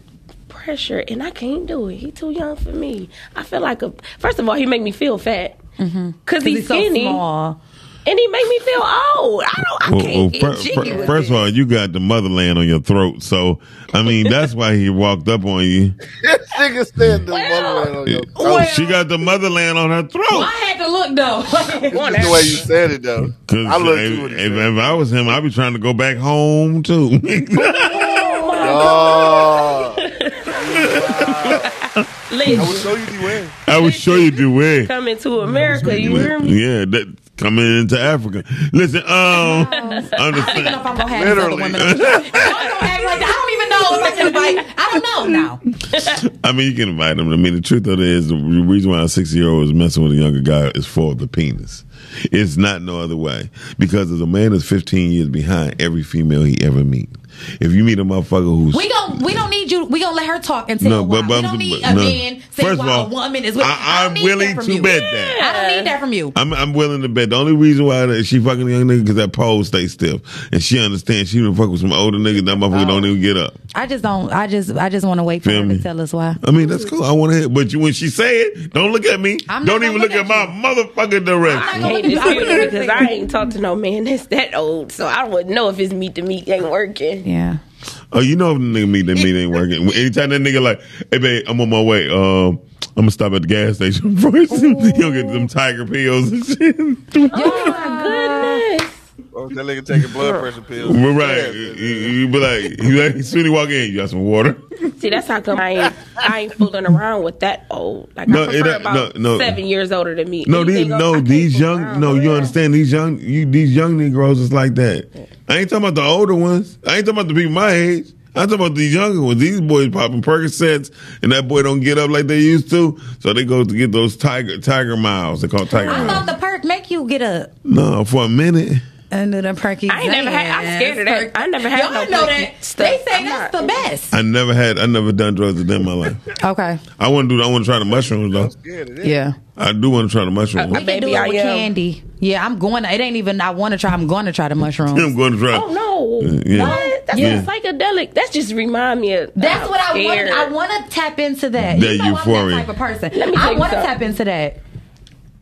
G: pressure, and I can't do it. He too young for me. I feel like a first of all, he make me feel fat because he's,
D: Mm-hmm. He's so
G: skinny,
D: small.
G: and he make me feel old. I don't. I
C: Well, well, fir-
G: can't get
C: fir-
G: jiggy with
C: first of all, you got the motherland on your throat, so I mean that's why he walked up on you.
E: This nigga stand the
G: Well,
E: motherland on your throat.
C: she got the motherland on her throat.
D: I had to look though.
G: it.
E: Just the way you said it though.
C: 'Cause
E: I look
C: if,
E: too at
C: if, if I was him, I'd be trying to go back home too.
E: Oh, I will
G: Listen,
E: show you the way.
C: I would show you the way.
G: coming to America, you hear me?
C: Yeah, that, coming into Africa. Listen, um,
D: I don't even know if
C: understand.
D: I'm gonna have this other
E: Literally.
D: woman. on the show. Y'all gonna act like that. I know if I can invite. I don't know now.
C: I mean, you can invite them. I mean, the truth of it is, the reason why a 60 year old is messing with a younger guy is for the penis. It's not no other way. Because as a man is 15 years behind every female he ever meet, if you meet a motherfucker who's.
D: We don't. We don't need you. We gonna let her talk and say no, why. we don't need a
C: no.
D: man say
C: First
D: why
C: of all,
D: a woman is. With, I,
C: I,
D: don't
C: am
D: need
C: willing
D: that from
C: to
D: you.
C: bet that.
D: I don't need that from you.
C: I'm I'm willing to bet. The only reason why that she fucking a young nigga because that pole stay stiff, and she understands she done fuck with some older nigga. That motherfucker don't even get up.
D: I just don't. I just. I just want to wait for
C: Feel
D: her
C: me?
D: to tell us why.
C: I mean, that's cool. I want to hear, but you when she say it, don't look at me.
D: I'm not
C: don't
D: gonna
C: even look at,
D: look
C: my
D: at
C: motherfucking direction.
D: I'm not
G: hate this
D: gonna look at
G: shit
D: you.
G: because I ain't talked to no man that's that old, so I wouldn't know if his meat to meat ain't working.
D: Yeah.
C: Oh, you know if the nigga meet that meet ain't working. Anytime that nigga like, hey babe, I'm on my way. Um, I'm gonna stop at the gas station first. He'll get them tiger pills and shit.
G: Goodness.
E: Oh, that nigga taking blood pressure pills.
C: But right,
E: Yeah,
C: you, you be like, you like, soon he walk in, you got some water.
G: See, that's how come I ain't, I ain't fooling around with that old. Like
C: No,
G: I prefer
C: it ain't-
G: about
C: no, no.
G: seven years older than me.
C: No,
G: Anything
C: these
G: else, I
C: no
G: can't
C: these
G: fool
C: young
G: around
C: no
G: with.
C: you understand these young you these young Negroes is like that. I ain't talking about the older ones. I ain't talking about the people my age. I'm talking about these younger ones. These boys popping Percocets, and that boy don't get up like they used to, so they go to get those tiger tiger miles. They call it tiger
D: I thought
C: miles.
D: the perk make you get up
C: No, for a minute.
D: under the perky.
G: I ain't never had- I'm scared of that. I never had
D: Y'all
G: no
D: know
G: perky
D: that.
G: stuff.
D: They say
G: I'm
D: that's
G: not-
D: the best.
C: I never had. I never done drugs a day in my life.
D: Okay.
C: I want to do. I want to try the mushrooms though.
E: it is.
D: Yeah.
C: I do want to try the mushrooms.
D: We can do
G: Maybe
D: it
G: I
D: with
G: am.
D: candy. Yeah, I'm going. To, it ain't even. I want to try. I'm going to try the mushrooms.
C: I'm going to try.
G: Oh no!
C: Yeah.
G: What? That's
C: Yeah.
G: a psychedelic. That just remind me of.
D: That's what I want.
G: wanted.
D: I want to tap into that.
C: That
D: you know
C: euphoria.
D: I'm that type of person.
G: Let me tell
D: I
G: you
D: want to
G: something.
D: tap into that.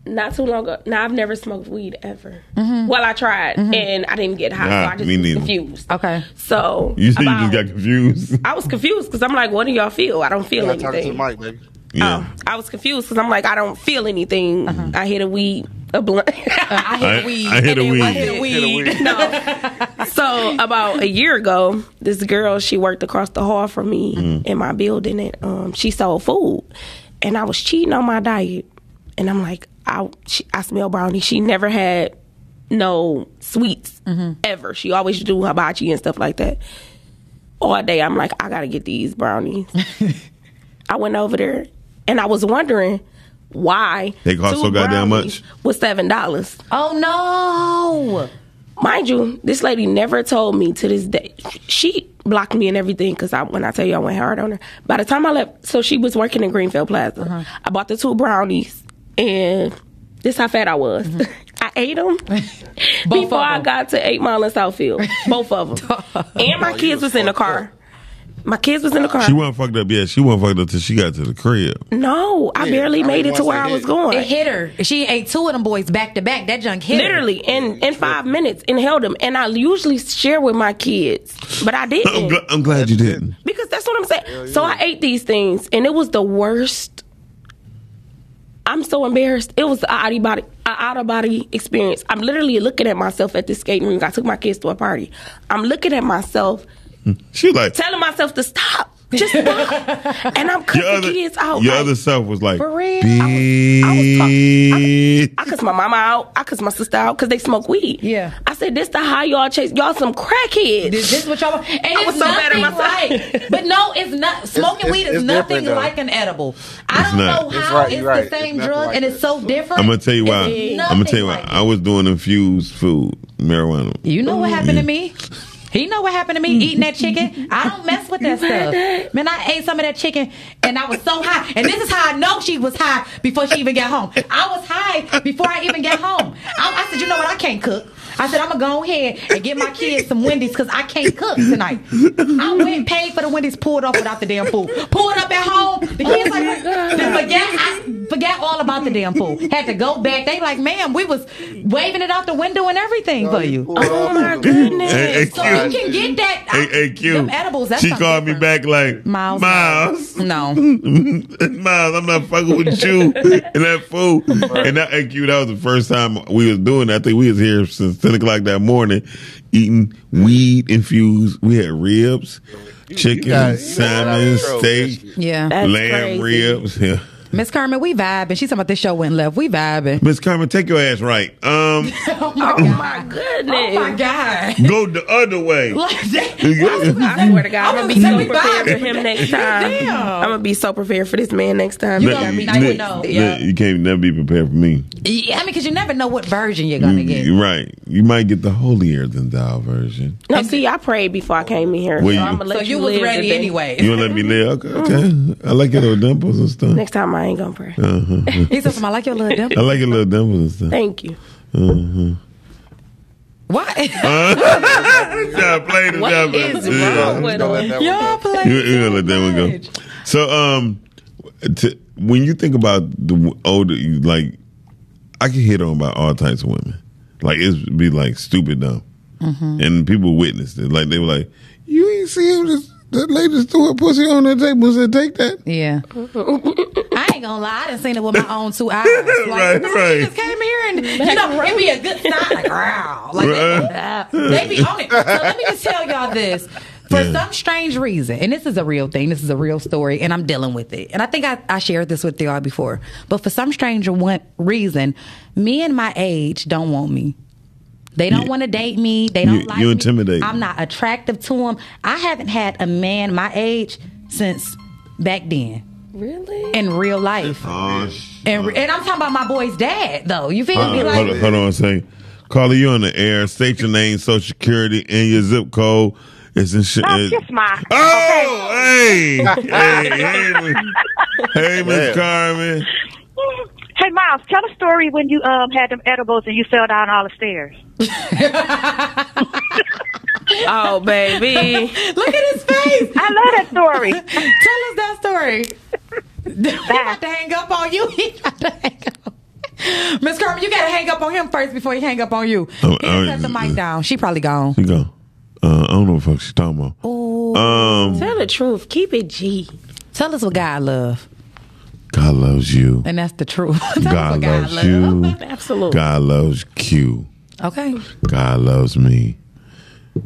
G: Not too long ago. Now I've never smoked weed ever.
D: Mm-hmm.
G: Well, I tried and I didn't get high.
C: Nah,
G: so I just
C: me
G: was
C: neither.
G: confused.
D: Okay.
G: So
C: You see, you just
G: about-
C: got confused.
G: I was confused because I'm like, what do y'all feel? I don't feel
E: Gotta talk to the
G: anything.
E: mic, baby.
C: Yeah.
G: Oh, I was confused because I'm like, I don't feel anything. I hit a weed, a blunt.
D: I
C: I-
D: hit a weed.
C: I hit a
D: and then I
C: weed.
D: hit a
E: Hit a
D: weed.
E: weed.
G: so about a year ago, this girl she worked across the hall from me
C: Mm.
G: in my building, and um, she sold food, and I was cheating on my diet, and I'm like, I she, I smell brownie. She never had no sweets ever. She always do hibachi and stuff like that. All day, I'm like, I gotta get these brownies. I went over there, and I was wondering why
C: They cost
G: two
C: so goddamn
G: brownies
C: much?
G: Was seven dollars.
D: Oh
G: Mind you, this lady never told me to this day. She blocked me and everything because I, when I tell you I went hard on her. By the time I left, so she was working in Greenfield Plaza.
D: Uh-huh.
G: I bought the two brownies, and this how fat I was.
D: Mm-hmm.
G: I ate them before I
D: them.
G: got to Eight Mile and Southfield. Both of them, and
E: Oh,
G: my kids was in the car. My kids was in the car.
C: She wasn't fucked up. Yeah, she wasn't fucked up till she got to the crib.
G: no, I
E: Yeah,
G: barely
E: I
G: made
E: mean,
G: it to
E: once
G: where
E: they
G: I was
E: hit.
G: going.
D: no! It hit her. She ate two of them boys back to back. That junk hit her.
G: Literally in, in five minutes and held them. And I usually share with my kids, but I didn't.
C: I'm, gl- I'm glad you didn't.
G: Because that's what I'm saying. So I ate these things, and it was the worst. I'm so embarrassed. It was an out of body, a out of body experience. I'm literally looking at myself at this skating rink. I took my kids to a party. I'm looking at myself,
C: She like
G: telling myself to stop, just stop, and I'm
C: your
G: cussing
C: other
G: kids out.
C: your
G: like,
C: other self was like
G: for real.
C: Bitch.
G: I was, I was talking. I, I cuss my mama out. I cuss my sister out because they smoke weed.
D: Yeah.
G: I said this the high y'all chase. Y'all some crackheads.
D: Is this what y'all want? And
G: I
D: it's
G: was so mad at
D: nothing
G: myself.
D: like, but no, it's not. Smoking
E: it's-
D: weed is
E: it's
D: nothing
E: different, though.
D: like an edible. I
C: It's
D: don't
C: not.
D: know
E: It's
D: how
E: right,
D: it's
E: you're right.
D: the
E: It's
D: same
E: nothing
D: drug
E: like
D: and
E: that.
D: it's so different.
C: I'm gonna tell you why.
D: It's
C: I'm gonna tell you why.
D: nothing
C: I
D: like
C: was doing infused food marijuana.
D: You know what happened to me? He know what happened to me eating that chicken. I don't mess with that stuff. Man, I ate some of that chicken and I was so high. And this is how I know she was high before she even got home. I was high before I even got home. I, I said, you know what? I can't cook. I said, I'm going to go ahead and get my kids some Wendy's because I can't cook tonight. I went, paid for the Wendy's, pulled off without the damn food. Pulled up at home. The kids like, they forget, I forgot all about the damn food. Had to go back. They like, ma'am, we was waving it out the window and everything for you.
G: Oh my
C: Hey,
G: goodness.
C: hey,
D: So
C: Q.
D: you can get that.
C: Hey, hey, Q.
D: Them edibles. That's
C: she
D: something
C: called me
D: different.
C: back like
D: Miles.
C: Miles.
D: No.
C: Miles, I'm not fucking with you and that food. And that and Q, that was the first time we was doing that. I think we was here since ten o'clock that morning eating weed infused. We had ribs, chicken,
E: guys- you know what I
C: salmon,
E: control,
C: steak,
E: bitch.
D: Yeah.
G: That's
C: lamb
G: crazy.
C: ribs. Yeah.
D: Miss Carmen, we vibing. She's talking about this show went left. We vibing.
C: Miss Carmen, take your ass right. Um,
D: Oh my
G: My goodness.
D: Oh my god.
C: go the other way.
D: Like that.
C: That-
G: I swear to God,
D: I
G: I'm gonna
D: was
G: be so
D: really
G: prepared for
D: vibing with
G: him next
D: that.
G: time.
D: Damn.
G: I'm gonna be so prepared for this man next time.
D: You gonna be- I
C: that-
D: know.
C: that-
D: Yeah.
C: You can't never be prepared for me.
D: Yeah, I mean, because you never know what version you're gonna get.
C: You- Right. You might get the holier than thou version.
G: No, see, I prayed before I came in here,
C: Were you?
G: so I'm gonna let
D: So you
G: you
D: was
G: live
D: ready
G: today.
D: anyway.
C: You don't let me live. Okay. okay. I like your little dimples and stuff.
G: Next time, I ain't gonna pray.
D: He says, "I like your little
C: I
D: dimple."
C: like your little dimples and stuff.
G: Thank you.
D: What?
C: Uh, Yeah, play the
G: What
C: dimples.
G: is wrong with
E: Don't let that one
G: him?
E: go.
D: Y'all play.
C: You, you
D: so
C: gonna let that one go?
D: much.
C: So, um, to, when you think about the w- older, you- like, I can hit on by all types of women. Like, it'd be like stupid dumb,
G: Mm-hmm.
C: and people witnessed it. Like, they were like, "You ain't see him just." That lady just threw her pussy on that table and said, "Take that."
D: Yeah. I ain't gonna lie, I done seen it with my own two eyes. Like,
C: Right,
D: man,
C: right.
D: She just came here and you know it'd be a good sign. Like, wow. Like
C: Right.
D: they be on it. So let me just tell y'all this. For
C: Yeah.
D: some strange reason, and this is a real thing, this is a real story, and I'm dealing with it. And I think I, I shared this with y'all before, but for some strange one reason, men my age don't want me. They don't
C: You-
D: want to date me. They don't
C: you-
D: like
C: you
D: me.
C: intimidate.
D: I'm not attractive to them. I haven't had a man my age since back then
G: Really?
D: in real life.
C: Oh, sh-
D: And, and I'm talking about my boy's dad, though. You feel me?
C: hold, on,
D: Like,
C: Uh, hold on a second. Carla, you on the air. State your name, social security, and your zip code. It's
F: Don't
C: insurance.
F: kiss my.
C: Oh, hey, hey, hey, hey, Miss Carmen.
F: Okay. Hey, Miles, tell a story when you um had them edibles and you fell down all the stairs.
G: Oh, baby.
D: look at his face.
F: I love that story.
D: Tell us that story. he about to hang up on you. He about to hang up. Miss Carmen, you gotta hang up on him first before he hang up on you.
C: Oh,
D: he done
C: oh,
D: set the
C: uh,
D: mic down. She probably gone.
C: You go. Uh, I don't know what the fuck she's talking about. Um,
G: Tell the truth. Keep it G.
D: Tell us what God love,
C: God loves you.
D: and that's the truth. Tell us
C: God
D: what
C: loves
D: God love.
C: you.
G: Absolutely.
C: God loves Q.
D: Okay.
C: God loves me.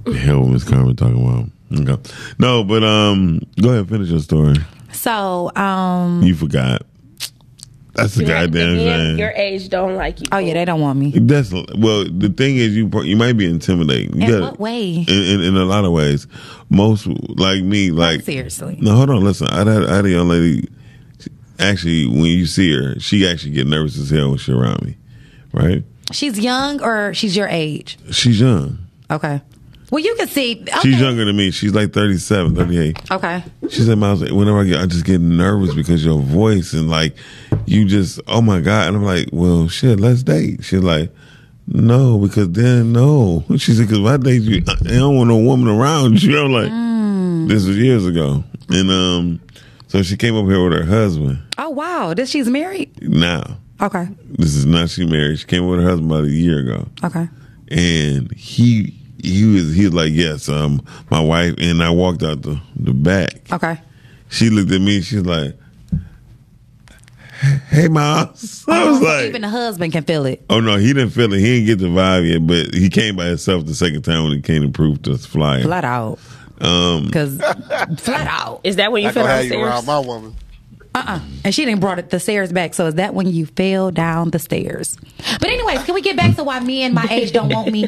C: The hell was Miss Carmen talking about? Okay. No, but um, go ahead, finish your story.
D: So, um,
C: You forgot. That's the goddamn
G: The men
C: thing.
G: Your age don't like you.
D: oh yeah, they don't want me.
C: That's well. The thing is, you pro- you might be intimidating. You
D: In
C: gotta-
D: what way?
C: In, in in a lot of ways. Most like me, like
D: Seriously.
C: No, hold on. Listen, I had, I had a young lady. Actually, when you see her, she actually get nervous as hell when she around me. Right?
D: She's young, or she's your age.
C: She's young.
D: Okay. Well, you can see. Okay.
C: She's younger than me. She's like 37, 38.
D: Okay.
C: She said, "Miles, whenever I get, I just get nervous because your voice and like you just, oh my god." And I'm like, "Well, shit, let's date." She's like, "No, because then no." She said, "Because my dates, be- I don't want no woman around you." I'm like, "This was years ago," and um, so she came up here with her husband.
D: Oh wow, this she's married.
C: Now,
D: Okay.
C: this is not she married. She came up with her husband about a year ago
D: Okay.
C: and he he was he was like, yes, um, my wife and I walked out the the back.
D: Okay.
C: She looked at me. She's like, hey, Miles. I was
D: So
C: like,
D: Oh, even the husband can feel it.
C: oh no, he didn't feel it. He didn't get the vibe yet, but he came by himself the second time when he came to prove to us flyer.
D: Flat out. Um, Cause flat out.
G: Is that when you
E: I
G: feel
E: gonna have you around
G: downstairs?
E: my woman.
D: And she didn't brought it the stairs back. So is that when you fell down the stairs? But anyways, can we get back to why me and my age don't want me?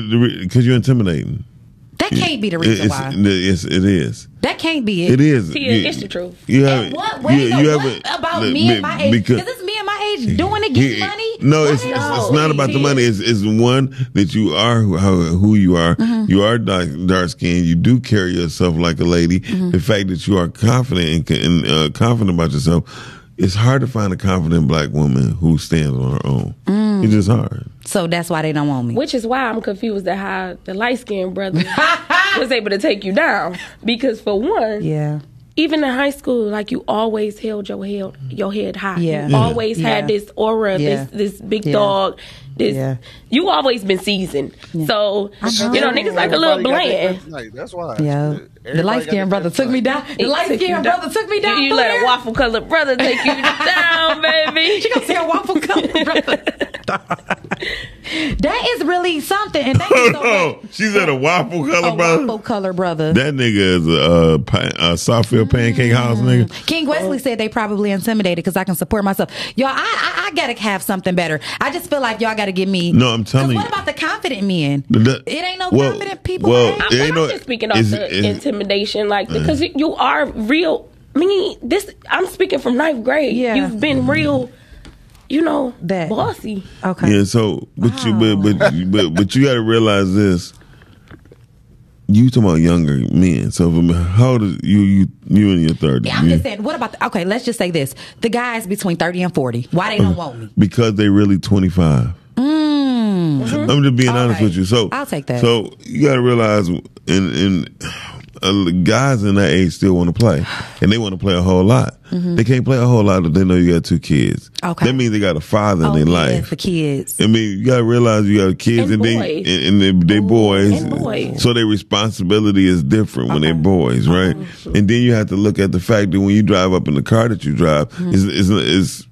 C: Because you're intimidating.
D: That can't be the
C: It-
D: reason
C: it's,
D: why.
C: It's, it is.
D: That can't be it.
C: It is.
G: See, it's the truth.
C: You
D: In
C: have,
D: what way?
C: you-
D: though?
C: you
D: what
C: haven't-
D: about
C: look,
D: me and
C: be-
D: my age?
C: because-
D: Because it's me and my age doing it, getting
C: Yeah,
D: money.
C: No,
D: Why
C: it's,
D: did
C: it's,
D: I-
C: it's not about the money. It's, it's one that you are who, how- who you are.
D: Mm-hmm.
C: You are dark, dark skinned. You do carry yourself like a lady.
D: Mm-hmm.
C: The fact that you are confident and, ca- and uh, confident about yourself, it's hard to find a confident black woman who stands on her own.
D: Mm.
C: It's just hard.
D: So that's why they don't want me.
G: Which is why I'm confused at how the light skinned brother was able to take you down. Because for one,
D: Yeah.
G: even in high school, like you always held your head your head high.
D: Yeah.
G: You
D: Yeah.
G: always had
D: Yeah.
G: this aura,
D: Yeah.
G: this this big
D: Yeah.
G: dog. This
D: Yeah.
G: you always been seasoned. So you know, niggas like a little
E: Everybody got their
G: bland.
E: kryptonite. That's why.
D: Yeah. The
E: Everybody
D: light
E: got their
D: skinned brother took me
E: kryptonite.
D: down. The
G: It
D: light
G: took you
D: skinned
G: down.
D: brother took me down.
G: You, you
D: from
G: let
D: there.
G: a waffle colored brother take you down, baby.
D: She gonna say a waffle cup, brother. That is really something. And thank you so much.
C: She's at a waffle color,
D: Oh,
C: brother.
D: waffle color brother.
C: That nigga is a, uh, pan, a software pancake house nigga.
D: King
G: Oh.
D: Wesley said they probably intimidated because I can support myself. Y'all, I, I I gotta have something better. I just feel like y'all gotta give me.
C: No, I'm
D: 'Cause
C: telling
D: What
C: you.
D: about the confident men?
C: The-
D: it ain't no
C: well,
D: confident people. eh?
C: well,
D: man.
C: it
G: I'm,
C: ain't
G: I'm
C: no-
G: just speaking off
C: is-
G: the
C: is- Mm.
G: intimidation, like because you- you are real. I mean, this I'm speaking from ninth grade.
D: Yeah.
G: You've been real, you know,
D: That.
G: bossy.
D: okay.
C: Yeah, so but you but but but but you got to realize this. You talking about younger men? So from how old is you you you in your thirties?
D: Yeah, I'm just saying. What about the, okay? Let's just say this: the guys between thirty and forty. Why
C: Oh.
D: they don't want me?
C: because they really twenty five. I'm just being honest
D: right.
C: with you. So
D: Mm-hmm. I'll take that.
C: So you got to realize, and and uh, guys in that age still want to play, and they want to play a whole lot. They can't play a whole lot if they know you got two kids.
D: Mm-hmm. Okay. Oh,
C: that means they got a father in
D: yeah,
C: their life.
D: the kids.
C: I mean, you gotta realize you got kids and,
G: And
C: they
G: boys.
C: and, and they, they boys,
G: and boys.
C: so their responsibility is different when they're boys, right? And then you have to look at the fact that when you drive up in the car that you drive, it's, it's it's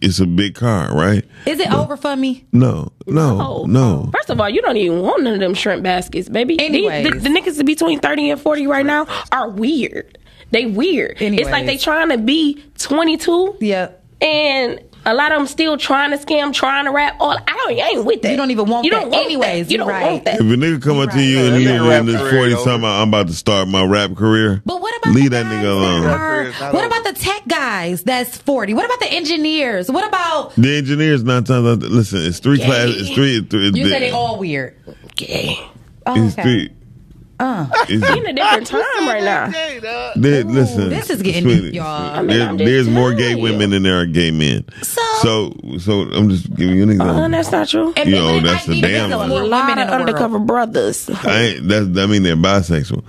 C: it's a big car, right?
D: Is it over for me?
C: No, no, no.
G: First of all, you don't even want none of them shrimp baskets, baby. These,
D: Anyways.
G: the, the niggas between 30 and 40 right now are weird. They weird. It's like
D: Anyways.
G: they trying to be 22.
D: Yep.
G: And a lot of them still trying to scam, trying to rap. All I, don't, I ain't with that.
D: You don't even want
G: you
D: that.
G: Don't want
D: Anyways,
G: that. you
D: you're
G: don't
D: right.
G: want that.
C: If a nigga come up to you and
E: Yeah,
C: he
E: that nigga
C: in his
E: rap career
C: forties
E: over.
C: talking about I'm about to start my rap career,
D: But what about
C: leave
D: the
C: that
D: guys
C: nigga
D: that
C: alone?
D: are-
E: Career's not
D: what
E: over.
D: about the tech guys? That's forty. What about the engineers? What about
C: The engineers nine times out of- listen, it's three
G: Gay.
C: classes, it's three, it's three
D: you?
C: it's,
D: Said they all weird.
G: Okay.
D: Oh,
C: it's
D: okay.
C: three. It's-
G: We in a different time right now.
E: Hey, dog.
C: There, listen,
D: this is getting
C: sweetie,
D: deep, y'all.
C: there-
D: I
G: mean, I'm just
C: there's more gay
G: telling you.
C: women than there are gay men.
D: So-
C: so, so I'm just giving you an example.
G: Uh, that's not true.
D: And
C: Yo,
D: it might
C: that's a
D: be
C: damn lie.
D: because there are
G: a
D: more
G: lot
D: women in
G: of
D: the world.
G: undercover brothers.
C: I ain't, that's I mean they're bisexual.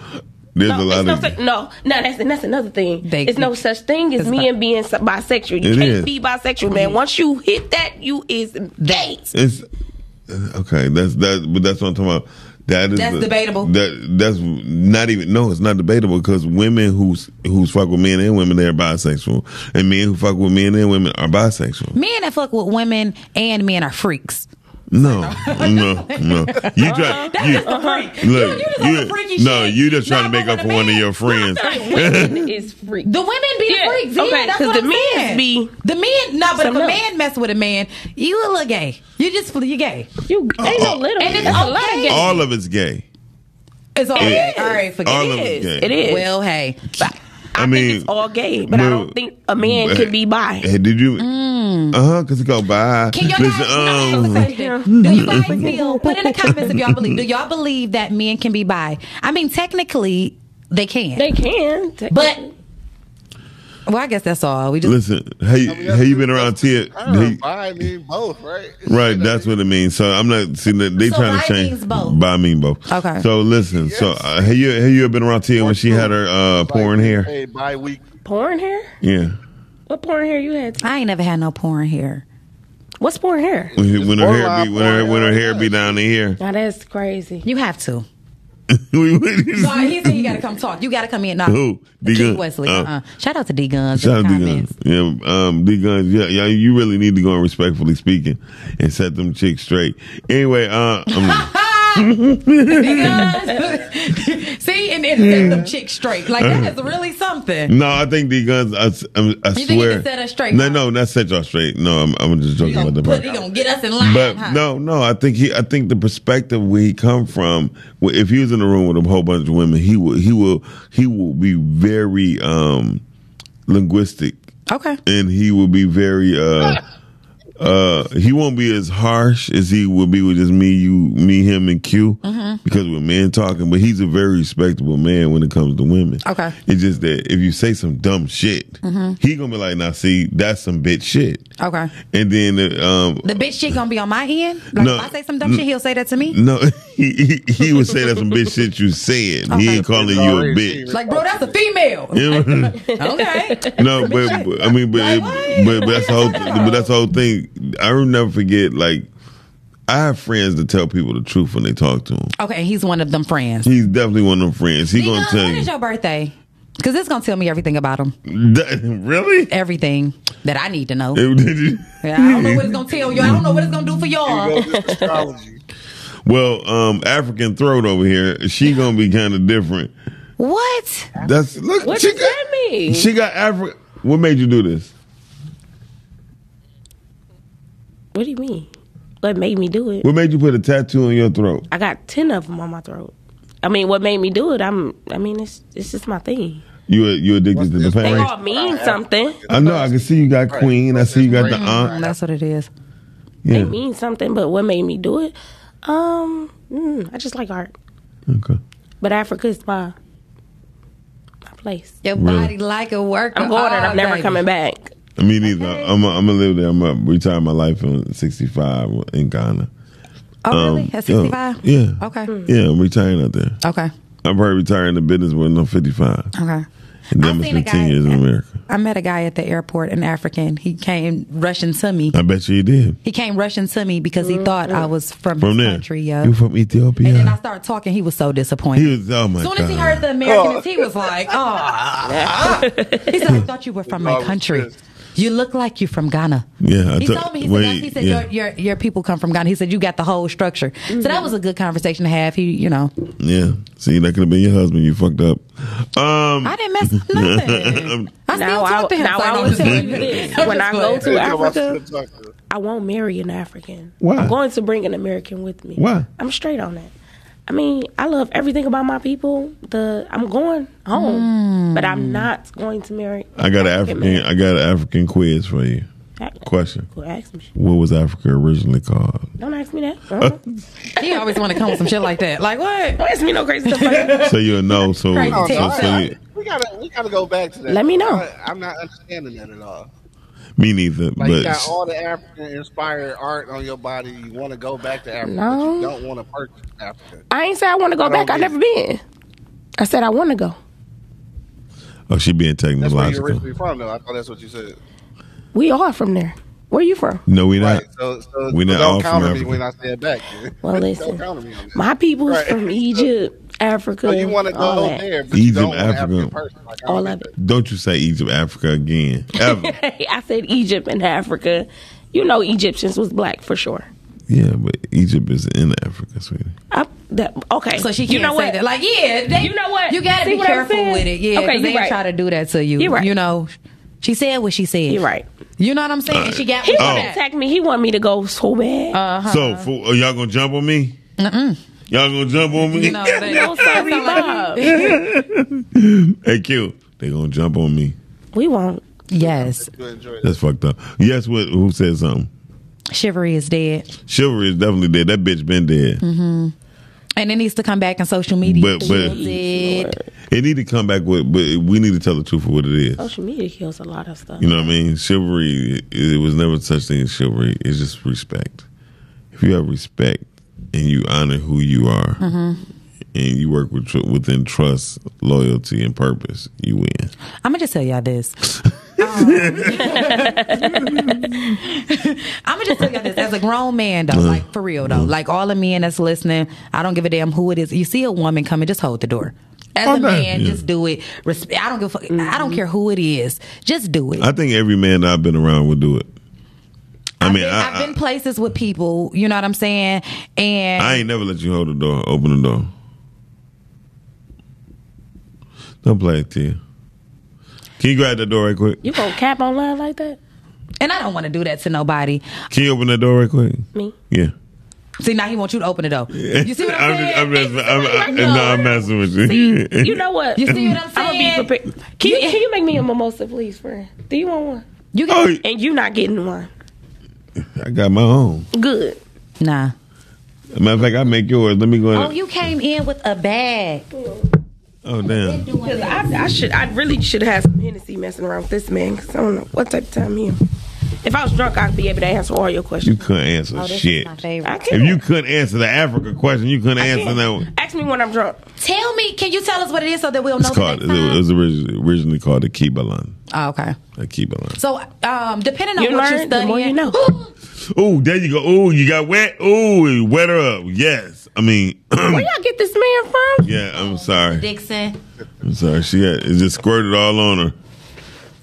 C: There's
G: No,
C: a
G: it's
C: lot
G: no,
C: of
G: such- no, no, that's that's another thing.
D: They-
G: it's no such thing as
D: It's
G: me
D: not-
G: and being so- bisexual. You
C: It
G: can't
C: is.
G: be bisexual, man. Once you hit that, you is gay.
C: it's okay. That's that, but that's what I'm talking about. That is
D: That's
C: a-
D: debatable.
C: That that's not even no, it's not debatable because women who's who's fuck with men and women they're bisexual, and men who fuck with men and women are bisexual.
D: Men that fuck with women and men are freaks.
C: No, no, no. You try you. Look,
D: you just
C: you-
D: on the freaky
C: no,
D: shit.
C: you just trying
D: Nah,
C: to make
D: but
C: up
D: when
C: for
D: a
C: one of
D: man-
C: your friends.
G: Women is freak.
D: The women be
G: Yeah,
D: the freaks. Yeah,
G: okay,
D: that's
G: 'cause
D: what
G: the
D: I'm
G: men
D: saying.
G: be
D: the men. No, but if
G: something
D: a
G: else.
D: man mess with a man, you a little gay. You just you gay.
G: You
C: Uh,
G: ain't no little.
D: And it's
G: That's a lot of
D: okay.
G: gay.
C: All of it's gay.
D: It's all
C: It
D: gay.
C: is.
D: All right, forget
C: All
D: it.
C: of
G: It
C: it's
G: is.
C: gay.
G: It is.
D: Well, hey,
C: I,
G: I
C: mean,
G: think it's all gay, but I
C: well,
G: don't think a man
C: but-
G: can be bi.
C: Hey, did you? Uh huh. Because it go by.
D: Mm. can y'all
C: Listen,
D: guys?
C: um,
D: no, it's okay. do you guys feel? Put in the comments if y'all believe. Do y'all believe that men can be bi? I mean, technically they can,
G: They can,
D: but well, I guess that's all. We just
C: listen, hey, hey, you been around Tia?
E: I don't
C: hey,
E: know, I mean both, right?
C: Right, that's what it means. So I'm not see that they
D: So
C: trying
D: bi
C: to change.
D: means both.
C: By mean both.
D: Okay.
C: So listen, so uh, have you have you been around Tia when she had her uh, pouring hair?
E: Hey, bi week.
G: porn hair.
C: Yeah.
G: What porn hair you had?
D: I ain't never had no porn here.
G: What's porn hair?
C: When, when her hair be
E: borderline
C: when her when her
E: porn
C: hair be down in here.
G: Now that's crazy.
D: You have to. No,
C: Who?
D: he said you got to come talk. You got to come in. No,
C: D
D: King
C: Gun.
D: Wesley.
C: Uh,
D: Uh-uh. Shout out to D Guns.
C: Shout out D Guns. Yeah, um, D Guns. Yeah, yeah. You really need to go and respectfully speaking and set them chicks straight. Anyway, uh, um,
D: See, and then set them chicks straight. Like
C: Uh.
D: that is really something.
C: no, I think D Guns. I, s- I'm- I
D: You think he
C: swear.
D: can set us straight,
C: No,
D: huh?
C: no, not set y'all straight. No, I'm, I'm just joking about
D: Gonna
C: the part.
D: put, he gonna get us in line.
C: But
D: huh?
C: no, no, I think he. I think the perspective where he come from. wh- If he was in a room with a whole bunch of women, he will. He will. He will be very um, linguistic
D: Okay.
C: and he will be very uh uh he won't be as harsh as he would be with just me you me him and q because we're men talking but he's a very respectable man when it comes to women
D: Okay.
C: it's just that if you say some dumb shit he gonna be like now see that's some bitch shit
D: Okay.
C: and then uh, um
D: The bitch shit gonna be on my end. Like
C: No.
D: if I say some dumb shit, he'll say that to me.
C: no he, he he would say that's some bitch shit you said he ain't calling you a bitch
D: Like, bro, that's a female.
C: You know?
D: Okay.
C: No, but, but I mean, but,
D: Like,
C: it,
D: what?
C: but but that's the whole but that's the whole thing. I will never forget. Like I have friends that tell people the truth when they talk to him.
D: Okay, he's one of them friends.
C: He's definitely one of them friends. He
D: D
C: gonna
D: Guns,
C: tell
D: when is
C: you
D: your birthday? Because it's going to tell me everything about them.
C: really?
D: Everything that I need to know.
C: Did you-
D: Yeah, I don't know what it's going to tell you. I don't know what it's going to do for
E: Well,
D: y'all.
E: this is astrology.
C: Well, um, African throat over here, she gonna be kind of different.
D: What?
C: That's look.
G: What
C: she
G: does
C: got,
G: that mean?
C: She got African. What made you do this?
G: What do you mean? What made me do it?
C: What made you put a tattoo on your throat?
G: I got ten of them on my throat. I mean, what made me do it? I'm. I mean, it's it's just my thing.
C: You you addicted to the
E: What's this?
G: They
C: pain?
G: all mean something.
C: I know. I can see you got Queen. I see you got the
D: Mm,
C: aunt.
D: That's what it is.
G: They
C: Yeah.
G: mean something. But what made me do it? Um, mm, I just like art.
C: Okay.
G: But Africa is my my place.
D: Your
C: Really?
D: body like a worker. Oh,
G: I'm going and I'm
E: Ah,
G: never coming back.
C: Me neither. I'm a, I'm gonna live there. I'm gonna retire my life in 65 in Ghana.
D: Oh, really?
C: Um,
D: At 65?
C: Yeah.
D: Okay.
C: Yeah, I'm retiring out there.
D: Okay.
C: I'm probably retiring the business when I'm 55.
D: Okay.
C: And
D: I've
C: then I'm
D: seen a
C: 15
D: guy-
C: years in America.
D: I met a guy at the airport, an African. He came rushing to me.
C: I bet you he did.
D: He came rushing to me because he thought I was
C: Mm-hmm.
D: from,
C: From
D: his
C: there.
D: country. Yeah.
C: You from Ethiopia?
D: And then I started talking. He was so disappointed.
C: he was, oh my
D: as soon
C: God.
D: as he heard the Americans, he was like, "Oh!" he said, "I thought you were from my
E: always
D: country.
E: pissed.
D: You look like you from Ghana."
C: yeah, I
D: He
C: took-
D: told me. He said,
C: wait,
D: he said
C: yeah.
D: your, your your people come from Ghana. He said you got the whole structure. So that was a good conversation to have. He, you know,
C: Yeah. See, that could have been your husband. You fucked up. Um,
D: I didn't mess up nothing. I still talk to him.
G: now
D: so
G: I
D: don't
G: will
D: just-
G: tell you this:
D: I'm
G: when
D: just
G: I go
D: playing.
G: to
E: Think about
G: Africa,
E: shit talking.
G: I won't marry an African.
C: Why?
G: I'm going to bring an American with me.
C: Why?
G: I'm straight on that. I mean, I love everything about my people. The I'm going home, but
E: Mm.
G: I'm not going to marry.
C: I got an African. I got an African quiz for you. Question:
G: Go oh, ask me.
C: What was Africa originally called?
G: Don't ask me that. Uh-uh.
D: He always want to come with some shit like that. Like what?
G: Don't ask me no crazy stuff. Like that.
C: So you know. So,
D: Right.
C: so, so, you-
E: We gotta, we gotta go back to that.
G: Let me know.
E: I, am not understanding that at all.
C: me neither.
E: Like you got
C: But
E: all the African inspired art on your body. You want to go back to Africa, but
G: No.
E: you don't want to purchase Africa.
G: I ain't say I want to go
E: I don't
G: back. I
E: get
G: never been. I said I want to go.
C: oh, she being
E: That's where you're
C: technological.
E: originally from, though. I thought that's what you said.
G: We are from there. Where you from?
C: No, we not.
E: Right. So, so
C: we not all from
E: don't counter me
C: Africa.
E: when I say it back. dude.
G: Well, listen.
E: don't counter me on that.
G: My people's
E: Right.
G: from Egypt, Africa.
E: so you want to
G: all
E: go
G: that.
E: there, but you
C: Egypt,
E: don't want to have
C: Africa.
E: your person. Like, I don't
G: All
E: get
G: of
E: that.
G: it.
C: Don't you say Egypt, Africa again? Ever?
G: I said Egypt and Africa. You know, Egyptians was black for sure.
C: yeah, but Egypt is in Africa, sweetie.
G: I, that, okay,
D: So she can't
G: you know
D: say
G: what?
D: that. Like, yeah, they,
G: You know what?
D: You gotta
G: See
D: be
G: what I'm
D: careful
G: saying?
D: with it. Yeah,
G: Okay,
D: 'cause
G: you're
D: they
G: right.
D: try to do that to you.
G: You're right.
D: You know, she said what she said.
G: You're right.
D: You know what I'm saying? She got
G: He
D: me for
G: wanted to
D: that.
G: attack me. He wanted me to go so bad.
D: Uh,
E: Uh-huh.
C: So fool, are y'all gonna jump on me? Mm-mm. Y'all gonna jump on me?
D: You know, they-
G: I'm sorry, Bob.
C: Hey, Q, they gonna jump on me.
G: we won't.
D: yes,
E: You enjoy that.
C: That's fucked up. Yes, what? Who said something?
D: Chivalry is dead,
C: Chivalry is definitely dead. That bitch been dead.
E: Mm-hmm.
D: and it needs to come back in social media.
C: But- but-
D: Fields it.
C: It need to come back with, but we need to tell the truth for what it is.
G: Social media kills a lot of stuff.
C: You know what I mean? Chivalry, it, it was never such thing as chivalry. It's just respect. If you have respect and you honor who you are,
D: Mm-hmm.
C: and you work with tr- within trust, loyalty, and purpose, you win.
D: I'm gonna just tell y'all this. Um, I'm gonna just tell y'all this as a grown man, though,
C: Uh-huh.
D: like for real, though, like all the men that's listening, I don't give a damn who it is. You see a woman coming, just hold the door. As a
C: Okay.
D: man,
C: Yeah. Mm-hmm.
D: just do it. Respe- I don't give. A fuck. I don't care who it is. Just do it.
C: I think every man that I've been around would do it. I
D: I've
C: mean,
D: been,
C: I,
D: have been places with people. You know what I'm saying? And
C: I ain't never let you hold the door, open the door. Don't play it, Tia. Can you grab that door right quick?
G: You gonna cap online like that?
D: and I don't want to do that to nobody.
C: Can you open that door right quick?
G: Me?
C: Yeah.
D: See, now he wants you to open it though. You see what I'm,
C: I'm,
D: saying?
C: just- I'm, just- I'm,
D: Like,
C: I'm,
D: no.
C: no, I'm messing with you.
G: You know what?
D: You see what I'm
G: I'm gonna be
D: saying?
G: prepared. Can you, can you make me a mimosa, please, friend? Do you want one?
D: You
C: Oh,
D: got
G: And you not getting one.
C: I got my own.
G: Good.
D: nah.
C: matter of fact, I make yours. Let me go in.
D: Oh, you came in with a bag.
C: oh damn.
G: Cause I, I should, I really should have some Hennessy messing around with this man. Cause I don't know what type of time he. on. If I was drunk, I'd be able to answer all your
C: You
G: questions.
C: couldn't answer
D: Oh, this
C: shit.
D: is my
G: I
D: favorite.
C: If
G: can't.
C: you couldn't answer the Africa question, you couldn't answer that one.
G: Ask me when I'm drunk.
D: Tell me, can you tell us what it is so that we'll know
C: It's
D: the
C: called.
D: next
C: It
D: time?
C: was originally, originally called a Kibalan.
D: oh, okay.
C: A Kibalan.
D: So, um, depending on
G: You
D: what
G: learn,
D: you're studying,
G: the more you know.
C: Oh, there you go. Oh, you got wet. Oh, wet her up. Yes. I mean,
G: Where y'all get this man from?
C: yeah, I'm sorry.
I: Dixon.
C: I'm sorry. She had, it just squirted all on her.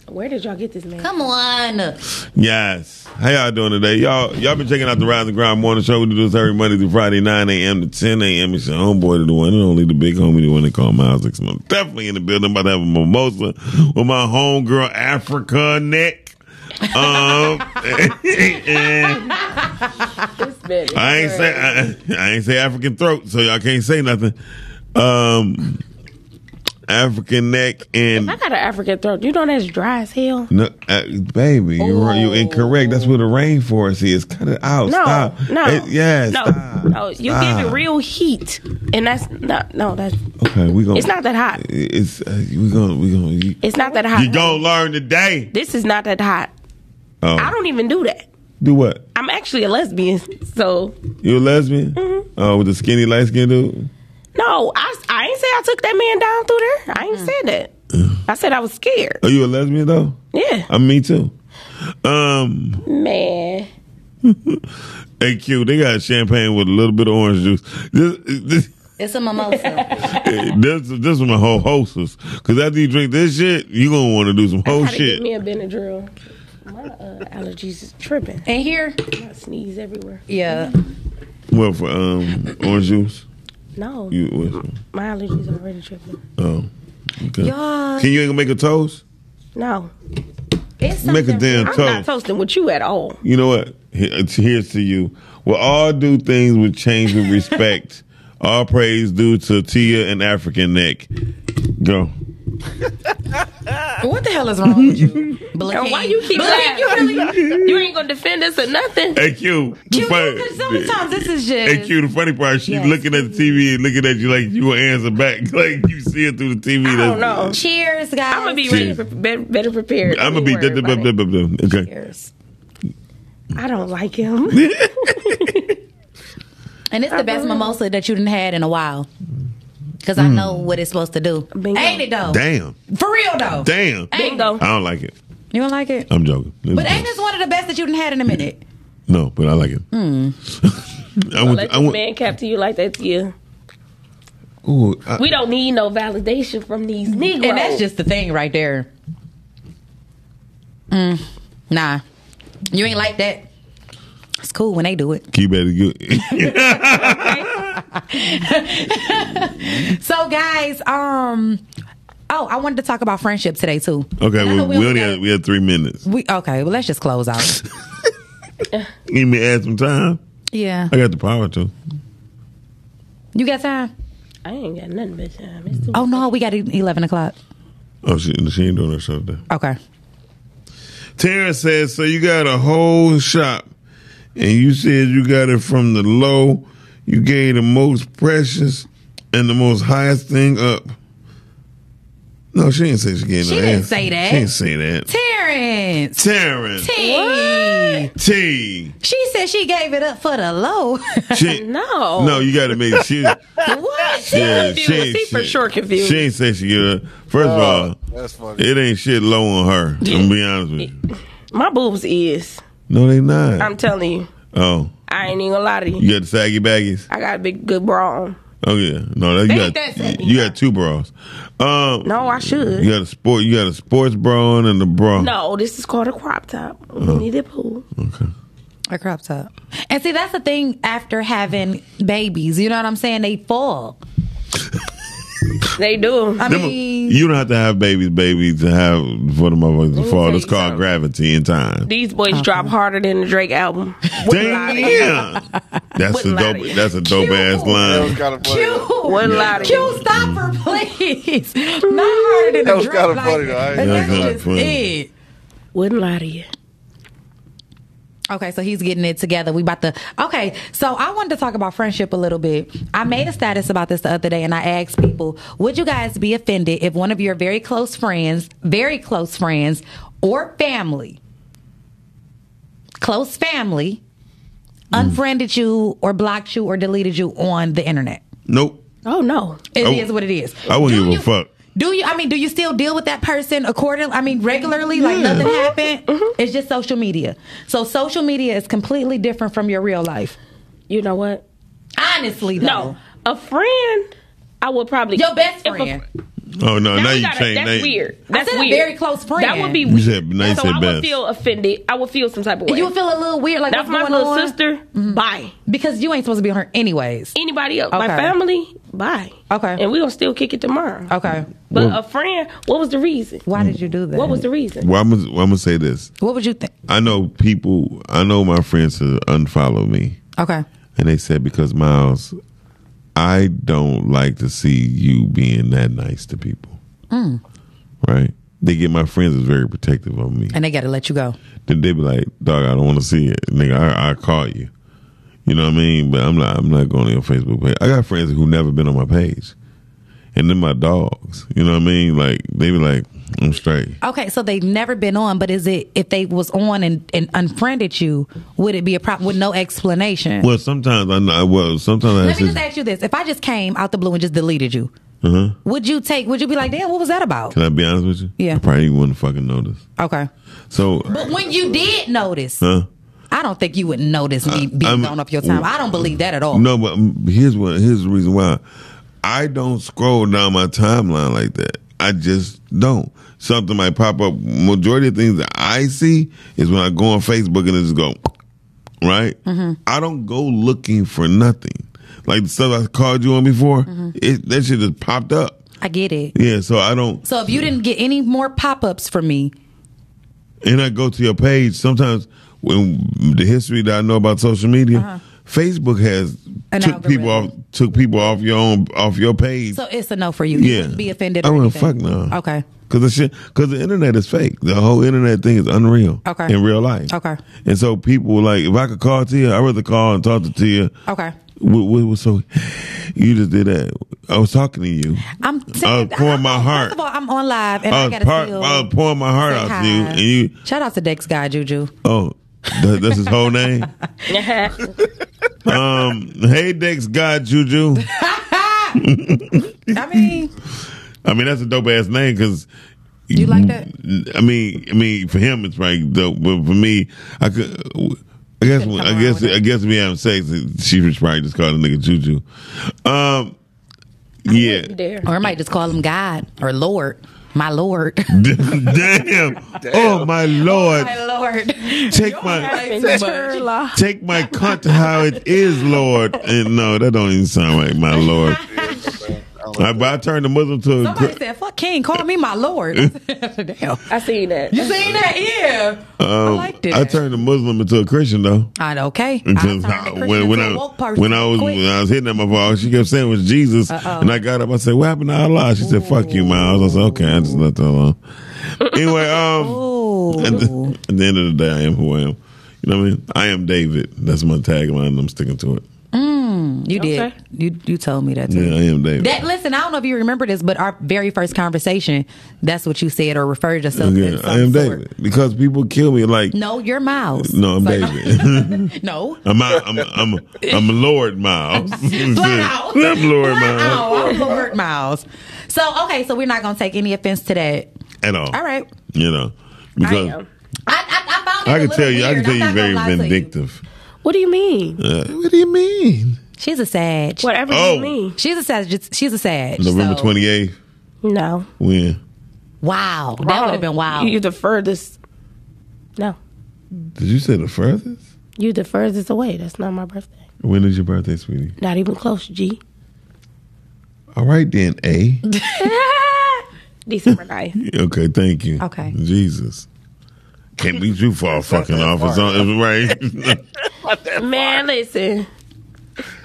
G: Where did y'all get this man?
I: Come on.
C: Yes. How y'all doing today? Y'all y'all been checking out the Rise and Grind Morning Show. We do this every Monday through Friday, 9 a.m. to 10 a.m. It's your homeboy to the one and only the big homie, the one they call Miles Dixon. I'm definitely in the building. about to have a mimosa with my homegirl Africa Nick. Um, and
G: This man is
C: I ain't say I, I ain't say African throat, so y'all can't say nothing. Um, African neck and
G: I got an African throat. You know that's dry as hell.
C: No, uh, baby, you're you incorrect. That's where the rainforest is. Cut it out.
G: No,
C: stop.
G: no,
C: It- yes.
G: no,
C: stop.
G: no. You
C: Stop.
G: give it real heat, and that's not. No, that's.
C: Okay, we gonna.
G: It's not that hot.
C: It's uh, we gonna we gonna. You,
G: It's not that hot.
C: you gonna learn today.
G: This is not that hot.
C: Oh,
G: I don't even do that.
C: do what?
G: I'm actually a lesbian, so
C: You a lesbian?
G: Mm-hmm.
C: Oh, with the skinny light skin dude.
G: no. I I ain't say I took that man down through there. I ain't said that. I said I was scared.
C: Are you a lesbian though?
G: Yeah,
C: I'm me too. Um.
G: man.
C: Hey, Q, they got champagne with a little bit of orange juice. This this
I: It's a mimosa.
C: this, this is my whole hostess. Cause after you drink this shit, you gonna want to do some whole
G: Gotta
C: Oh, shit.
G: Get me a Benadryl. My uh, allergies is tripping.
I: and here,
G: I sneeze everywhere.
I: yeah.
C: Well, for um orange juice,
G: No,
C: you what-
G: my allergies are already tripping.
C: oh okay.
I: Y'all,
C: Can you ain't gonna make a toast?
G: No,
I: it's
C: Make a
I: something-
C: damn
G: I'm not
C: toast.
G: toasting with you at all.
C: you know what? Here- it's- Here's to you. We'll all do things with change and respect. all praise due to Tia and African Neck. Go.
D: What the hell is wrong with you?
G: And why you keep laughing? You, really- you ain't gonna defend us or nothing.
C: Hey Q. the
D: You
C: funny-
D: know, 'cause sometimes this is just.
C: Hey Q, the funny part, she
D: Yes.
C: looking at the TV and looking at you like you will answer back, like you see it through the TV.
G: I don't know.
I: Cheers, guys.
G: I'm gonna be
C: Cheers.
G: ready for, be- better prepared.
C: I'm gonna
G: Don't
C: be
G: worry
C: da- da-
G: about
C: da- da-
G: it.
C: da- da- okay.
I: Cheers.
G: I don't like him.
D: And it's the best mimosa that you done had in a while.
I: Because I know what it's supposed to do.
G: Bingo.
I: Ain't it though?
C: Hmm. Damn,
D: For real though.
C: damn.
G: Bingo.
C: I don't like it.
D: You don't like it?
C: I'm joking. It was
D: But ain't
C: close.
D: this one of the best that you done had in a minute?
C: no, but I like it.
D: Hmm.
C: I want.
G: Let
C: I
G: this
C: want.
G: man cap to you like that. Yeah,
C: Ooh, I-
G: we don't need no validation from these niggas.
D: And that's just the thing right there. Mm, nah. You ain't like that. It's cool when they do it.
C: keep at it good.
D: So guys, um Oh, I wanted to talk about friendship today too.
C: Okay,
D: I know
C: well,
D: we
C: we only
D: only got-
C: had, we had three minutes.
D: We okay, well let's just close out.
C: Need me to add some time?
D: yeah.
C: I got the power to.
D: You got time?
G: I ain't got nothing but time. It's too
D: Oh no, we got eleven o'clock.
C: Oh, she, she ain't doing herself there.
D: Okay.
C: Tara says, so you got a whole shop, and you said you got it from the low. You gave the most precious and the most highest thing up. No, she didn't say she gave
D: She
C: no
D: didn't
C: answer.
D: say that.
C: She didn't say that.
D: Terrence.
C: Terrence
D: Hey.
C: T.
D: She said she gave it up for the low.
C: She,
G: No.
C: no, you got to make she.
D: what?
C: Yeah,
G: confused. Oh. She for sure confused. Oh.
C: She ain't say she good. First of all,
E: That's funny.
C: it ain't shit low on her. I'm gonna be honest with you.
G: my boobs is.
C: No, they not.
G: I'm telling you,
C: oh,
G: I ain't even gonna lie to you.
C: you got the saggy baggies.
G: I got a big good bra on.
C: Oh yeah, no, that,
G: They
C: you
G: ain't that
C: got
G: saggy.
C: you got two bras. Um,
G: No, I should.
C: you got a sport. You got a sports bra on and a bra.
G: No, this is called a crop top. We need a pool.
C: Okay.
D: A crop top. And see, that's the thing after having babies. You know what I'm saying? They fall.
G: They do.
D: I
C: Them-
D: mean,
C: you don't have to have babies, baby, to have for the motherfuckers to fall.
G: tell
C: It's
G: you
C: called
G: something.
C: gravity in time.
G: These boys drop harder than the Drake album.
C: Damn, that's a
G: Wouldn't lie to
C: dope.
G: you.
C: That's a dope ass
E: That was
C: line.
E: kind of funny. though.
D: Q,
G: What lie to
D: Q, stop her, please. Not harder than
E: That
D: a
E: was
D: drip.
E: kinda
D: like,
E: funny, though. I ain't
D: that's
C: gonna lie.
D: just
C: That was kinda
D: it.
G: Wouldn't lie to you.
D: Okay, so he's getting it together. We about to. Okay, so I wanted to talk about friendship a little bit. I made a status about this the other day, and I asked people, "Would you guys be offended if one of your very close friends, very close friends, or family, close family, unfriended you or blocked you or deleted you on the internet?"
C: Nope.
G: Oh no.
D: It is
C: I w-
D: what it is.
C: I wouldn't
D: Do
C: give a
D: you-
C: fuck.
D: Do you? I mean, do you still deal with that person accordingly? I mean, regularly, like
C: Yeah.
G: Mm-hmm.
D: nothing happened. It's just social media. So social media is completely different from your real life.
G: You know what?
D: Honestly, though.
G: No, a friend. I would probably
D: Your best
G: if a-
D: friend.
C: Oh no, now,
G: Now we
C: you
G: gotta-
C: changed. now
G: That's
C: you-
G: weird. That's
D: said a
G: weird.
D: very close friend.
G: That would be
C: You
G: weird.
C: said- now you
G: so
C: said
G: I
C: best.
G: would feel offended. I would feel some type of way.
D: You would feel Mm-hmm. a little weird, like
G: That's
D: what's
G: my
D: going
G: little
D: on?
G: sister. Bye.
D: Because you ain't supposed to be on her anyways.
G: Anybody else? My
D: Okay.
G: family. Bye.
D: Okay.
G: And we gonna still kick it tomorrow.
D: Okay.
G: But
C: Well-
G: a friend. What was the reason?
D: Why did you do that?
G: What was the reason?
C: Well, I'm gonna, well, I'm gonna say this.
D: What would you think?
C: I know people. I know my friends have unfollowed me,
D: Okay.
C: and they said because Miles, I don't like to see you being that nice to people. Right? They get my friends is very protective of me.
D: And they got to let you go.
C: then they be like, "Dog, I don't want to see it, nigga. I I call you." You know what I mean? But I'm not. I'm not going to your Facebook page. I got friends who never been on my page, and then my dogs. You know what I mean? Like they be like, "I'm straight."
D: Okay, so they've never been on, but is it if they was on and, and unfriended you, would it be a problem with no explanation?
C: Well, sometimes I know. Well, sometimes I
D: Let me
C: just,
D: just ask you this: If I just came out the blue and just deleted you,
C: uh-huh.
D: would you take? Would you be like, "Damn, what was that about?"
C: Can I be honest with you?
D: Yeah.
C: I probably wouldn't fucking notice.
D: Okay,
C: So,
D: but when you did notice,
C: huh?
D: I don't think you would notice me being
C: I'm-
D: gone up your time. I don't believe that at all.
C: No, but um, here's what. Here's the reason why. I don't scroll down my timeline like that. I just don't. Something might pop up. Majority of things that I see is when I go on Facebook and it just go, right?
D: Mm-hmm.
C: I don't go looking for nothing. Like the stuff I called you on before,
D: Mm-hmm.
C: it, that shit just popped up.
D: I get it.
C: Yeah, so I don't.
D: So if you didn't get any more pop ups from me,
C: and I go to your page. Sometimes when the history that I know about social media, Facebook has
D: Uh-huh. An
C: took
D: algorithm.
C: people off took people off your own off your page.
D: so it's a no for you. You
C: yeah,
D: wouldn't be offended.
C: I
D: or
C: wouldn't fuck
D: anything.
C: no.
D: Okay.
C: Cause the shit, cause the internet is fake. The whole internet thing is unreal.
D: Okay.
C: In real life.
D: Okay.
C: And so people like, if I could call Tia, I'd rather call and talk to Tia.
D: Okay.
C: What, what was so? You just did that. I was talking to you.
D: I'm
C: I was pouring Uh, my heart. Uh,
D: First of all, I'm on live and I,
C: I was,
D: gotta
C: part,
D: still
C: I was pouring my heart
D: say
C: out
D: hi.
C: to you, and you.
D: Shout out to Dex Guy Juju.
C: Oh, that, that's his whole name. um, hey Dex God Juju.
D: I mean,
C: I mean, that's a dope ass name because.
D: You like that?
C: I mean, I mean, for him it's probably dope, but for me, I could. I guess.
D: Couldn't come
C: I
D: around
C: guess.
D: with it.
C: I guess we having sex. She was probably just called a nigga Juju. Um. Yeah.
G: There.
D: or I might just call him God or Lord. My Lord.
C: Damn. Oh my lord.
D: Lord.
C: Take my take my cunt how it is, Lord. And no, that don't even sound like my lord. I, but I turned the Muslim to a
D: Somebody
C: Chri-
D: said, fuck King, call me my Lord. Damn.
G: I seen that.
D: You seen that? Yeah. I
C: um,
D: liked it.
C: I turned a Muslim into a Christian though.
D: I know, okay. I
C: Because
D: turned
C: I-
D: a Christian
C: Mm-hmm. when, when
D: into
C: I
D: a woke person
C: when I was
D: quick.
C: when I was hitting at my father, she kept saying it was Jesus, and I got up. I said, "What happened to Allah?" She said, "Fuck you, Miles." I said, "Okay, I just left that alone." Anyway,
D: Oh.
C: um, at the, at the end of the day, I am who I am. You know what I mean? I am David. That's my tagline. and I'm sticking to it.
D: you did.
G: Okay.
D: You you told me that too.
C: Yeah, I am David.
D: That listen, I don't know if you remember this, but our very first conversation, that's what you said or referred yourself
C: Yeah,
D: to. some
C: I am
D: sort.
C: David because people kill me like no,
D: No, you're Miles.
C: I'm
D: Sorry.
C: David.
D: No.
C: I'm out, I'm I'm I'm Lord Miles.
D: Flat out.
C: I'm Lord
D: Flat
C: Miles
D: out. I'm Lord Miles. So okay, so we're not gonna take any offense to that.
C: at all.
D: All right.
C: you know
D: I
C: because.
D: am. I, I, I found it
C: I can
D: a little
C: tell you, I can
D: weird.
C: tell
D: I'm
C: you,
D: not
C: very
D: gonna lie to you.
C: vindictive.
G: What do you mean?
C: Uh, what do you mean?
D: She's a sad.
G: Whatever
C: Oh.
G: you mean.
D: She's a sad. She's a sad.
C: November
D: so-
C: twenty eighth.
G: No.
C: When
D: Wow, that would have been wild.
G: You the furthest. No,
C: did you say the furthest?
G: you the furthest away. That's not my birthday.
C: When is your birthday, sweetie?
G: Not even close. G.
C: All right then, A.
G: December 9th.
C: Okay, thank you.
D: Okay.
C: Jesus, can't be too far fucking
E: that
C: off. It's
E: far.
C: on, it's right.
G: Man, listen.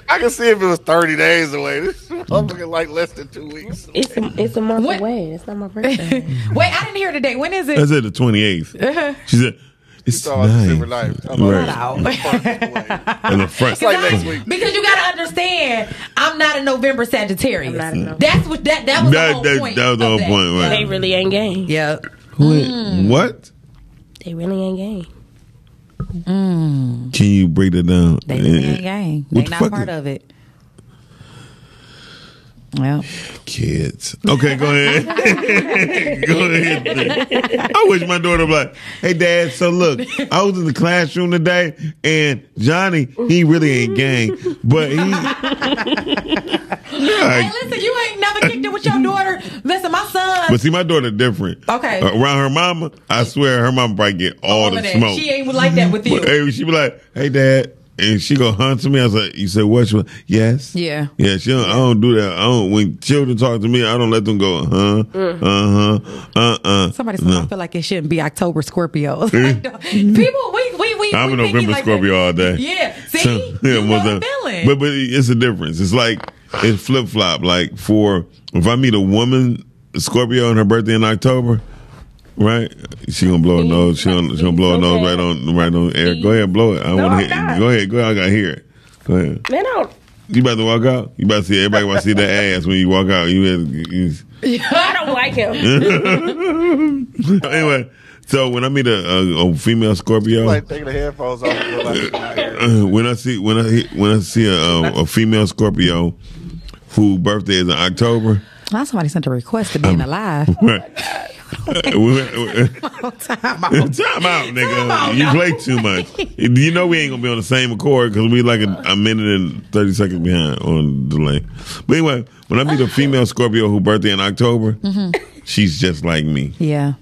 E: I can see if it was 30 days away. This I'm looking like less than two weeks.
G: It's a, it's a month
D: What?
G: away. It's not my birthday.
D: Wait, I didn't hear today. When is
C: I
D: it?
C: said the twenty eighth. She said it's
E: Talking about
C: nice.
E: December 9th. Talking about
C: Right.
D: Out.
C: And the front.
E: like next week.
D: because you got to understand, I'm not a November Sagittarius.
G: I'm not a November.
D: That's what that that was the
C: That,
D: whole
C: that,
D: point.
C: that was the whole
D: of
C: point, right?
G: they really ain't game.
D: Yeah.
C: Who in-
D: Mm.
C: What?
G: They really ain't game.
C: Can you break that down?
D: They
C: Eh,
D: ain't gang. They
C: What the
D: not
C: fuck
D: part
C: is-
D: of it. Well,
C: Kids. Okay, go ahead. go ahead. I wish my daughter was like, hey, dad, so look, I was in the classroom today and Johnny, he really ain't gang, but he.
D: hey, listen, you ain't never kicked it with your daughter. Listen, my son.
C: But see, my daughter different.
D: Okay.
C: Around her mama, I swear her mama probably get all
D: over
C: the
D: that.
C: smoke.
D: She ain't like that with you.
C: But, hey, she be like, "Hey, Dad," and she go hunt to me. I was like, "You said what? She was, yes,
D: Yeah.
C: yeah." She, don't, I don't do that. I don't. When children talk to me, I don't let them go. "Uh-huh, Huh? Uh huh. Uh uh.
D: Mm. Somebody said I feel like it shouldn't be October Scorpios. People, we we we.
C: I'm
D: we
C: a
D: picky
C: November
D: like that.
C: Scorpio all day.
D: Yeah. See,
C: So-
D: you know
C: most
D: the
C: of-
D: feeling.
C: But but it's a difference. It's like it's flip flop. Like for if I meet a woman Scorpio on her birthday in October, right? She gonna blow her nose. She gonna, she gonna blow her nose right on right on air. Go ahead, blow it. I
G: No,
C: want
G: I'm
C: to hear.
G: not.
C: Go ahead, go ahead. I gotta hear it. Go ahead.
G: Man, I don't,
C: You about to walk out? You about to see everybody want to see that ass when you walk out? You, you
G: I don't like him.
C: anyway? So when I meet a, a, a female Scorpio,
E: Like taking the headphones off. and look like it's
C: Uh, when I see when I when I see a, a, a female Scorpio whose birthday is in October,
D: Now somebody sent a request to being alive.
C: right? Uh, we- we-
D: All time out.
C: time out, nigga.
D: Time out,
C: you
D: no.
C: play too much. You know we ain't gonna be on the same accord because we like a, a minute and thirty seconds behind on delay. But anyway, when I meet a female Scorpio whose birthday in October,
D: Mm-hmm.
C: she's just like me.
D: Yeah.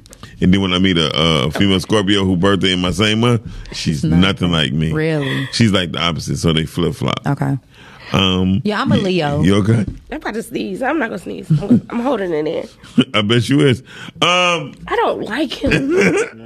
C: And then when I meet a, a female Scorpio whose birthday in my same month, she's
D: Nothing.
C: nothing, like me.
D: Really?
C: She's like the opposite, so they flip flop.
D: Okay.
C: Um,
D: Yeah, I'm a Leo.
C: You okay?
G: I'm about to sneeze. I'm not gonna sneeze. I'm, I'm holding it in.
C: I bet you is. Um,
G: I don't like him.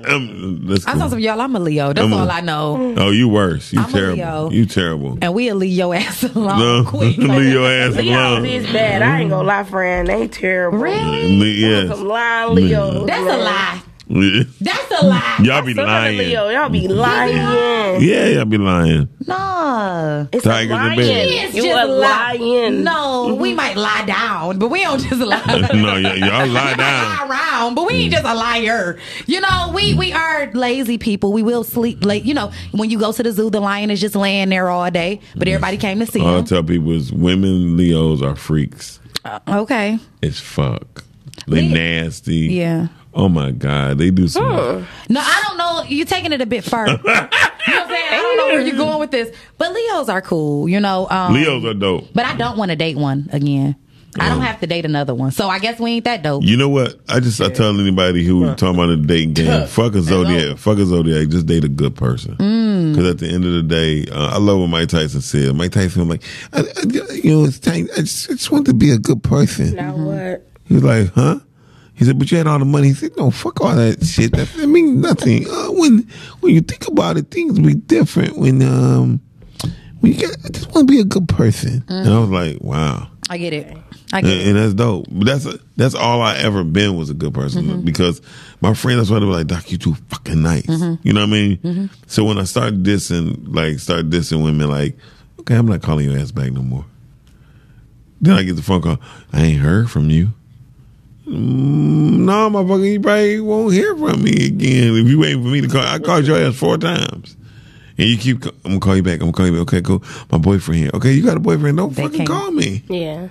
C: um, let's
D: I saw some of y'all. I'm a Leo. That's
C: I'm a-
D: all I
G: Mm.
D: know.
C: Oh, you worse. You
D: I'm a
C: terrible.
D: Leo.
C: You terrible.
D: And we'll leave your ass alone
C: No,
D: quick.
C: leave your ass
G: Leo's
C: alone.
G: is bad. I ain't gonna lie, friend. They terrible.
D: Really?
C: Le- yes.
G: Some lying Leos.
D: That's a
G: man.
D: lie.
C: Yeah.
D: That's a lie.
C: Y'all be
G: Some of the
C: lying.
G: Leo, y'all be lying.
C: Yeah, y'all be lying.
D: No.
G: It's
C: Tigers
G: a
C: are bad.
G: lying.
D: It's
G: You Mm-hmm.
D: just
G: are
D: lie.
G: lying.
D: No, we might lie down, but we don't just lie.
C: no, y- y'all lie
D: lie
C: down.
D: around, but we ain't just a liar. You know, we
C: Mm.
D: we are lazy people. We will sleep late. You know, when you go to the zoo, the lion is just laying there all day, but everybody came to see
C: All I
D: him.
C: tell people is women Leos are freaks.
D: okay.
C: It's fuck. They
D: Le-
C: nasty.
D: Yeah.
C: Oh my god, they do some.
D: No, I don't know. You're taking it a bit far. you know what I'm saying? I don't know where you're going with this, but Leos are cool. You know, um,
C: Leos are dope.
D: But I don't want to date one again. I don't have to date another one, so I guess we ain't that dope.
C: You know what? I just I tell anybody who talking about a dating game, fuck a zodiac, fuck a zodiac. Just date a good person.
D: Mm.
C: Because at the end of the day, uh, I love what Mike Tyson said. Mike Tyson was like, I, I- you know, it's time. I just, I just want to be a good person.
G: Now what?
C: He was like, huh? He said, but you had all the money. He said, no, fuck all that shit. That, that means nothing. Uh, when when you think about it, things be different. When um when you get, I just want to be a good person. And I was like, wow.
D: I get it. I get
C: And,
D: it.
C: and that's dope. But that's that's all I ever been was a good person
D: Mm-hmm.
C: because my friend that's why they were like, Doc, you too fucking nice.
D: Mm-hmm.
C: You know what I mean? So when I start dissing, like start dissing women, like, okay, I'm not calling your ass back no more. Then I get the phone call, I ain't heard from you. Mm, no, motherfucker, you probably won't hear from me again if you waiting for me to call. I called your ass four times. And you keep, ca- I'm gonna call you back. I'm gonna call you back. Okay, cool. My boyfriend here. Okay, you got a boyfriend. Don't
D: They
C: fucking
D: can't-
C: call me.
G: Yeah.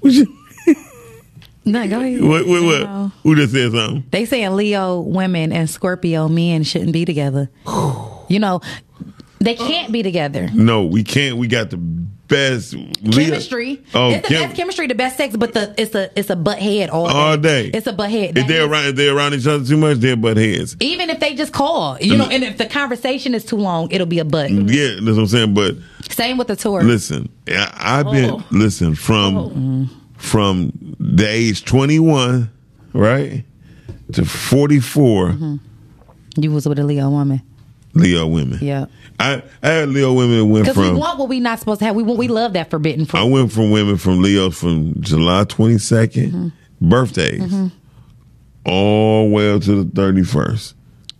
C: What you-
D: No, go ahead.
C: Wait, wait, wait.
D: No.
C: Who just said something?
D: They saying Leo women and Scorpio men shouldn't be together. you know, they can't be together.
C: No, we can't. We got the best Leah-
D: Chemistry.
C: Oh,
D: it's the
C: chem-
D: best chemistry, the best sex, but the it's a it's a butt head all,
C: all day.
D: It's a butt head.
C: If
D: That
C: they're
D: is-
C: around, if they're around each other too much, they're butt heads.
D: Even if they just call, you know, and if the conversation is too long, it'll be a butt.
C: Yeah, that's what I'm saying. But
D: Same with the tour.
C: listen, I, I've been
D: Oh.
C: listen from Mm-hmm. from the age 21, right, to 44
D: Mm-hmm. You was with a Leo woman.
C: Leo women.
D: Yeah.
C: I, I had Leo women that went
D: Because we
C: from.
D: want what we not supposed to have. We want, we love that forbidden fruit.
C: I went from women from Leo from July 22nd, birthdays, all the way up to the 31st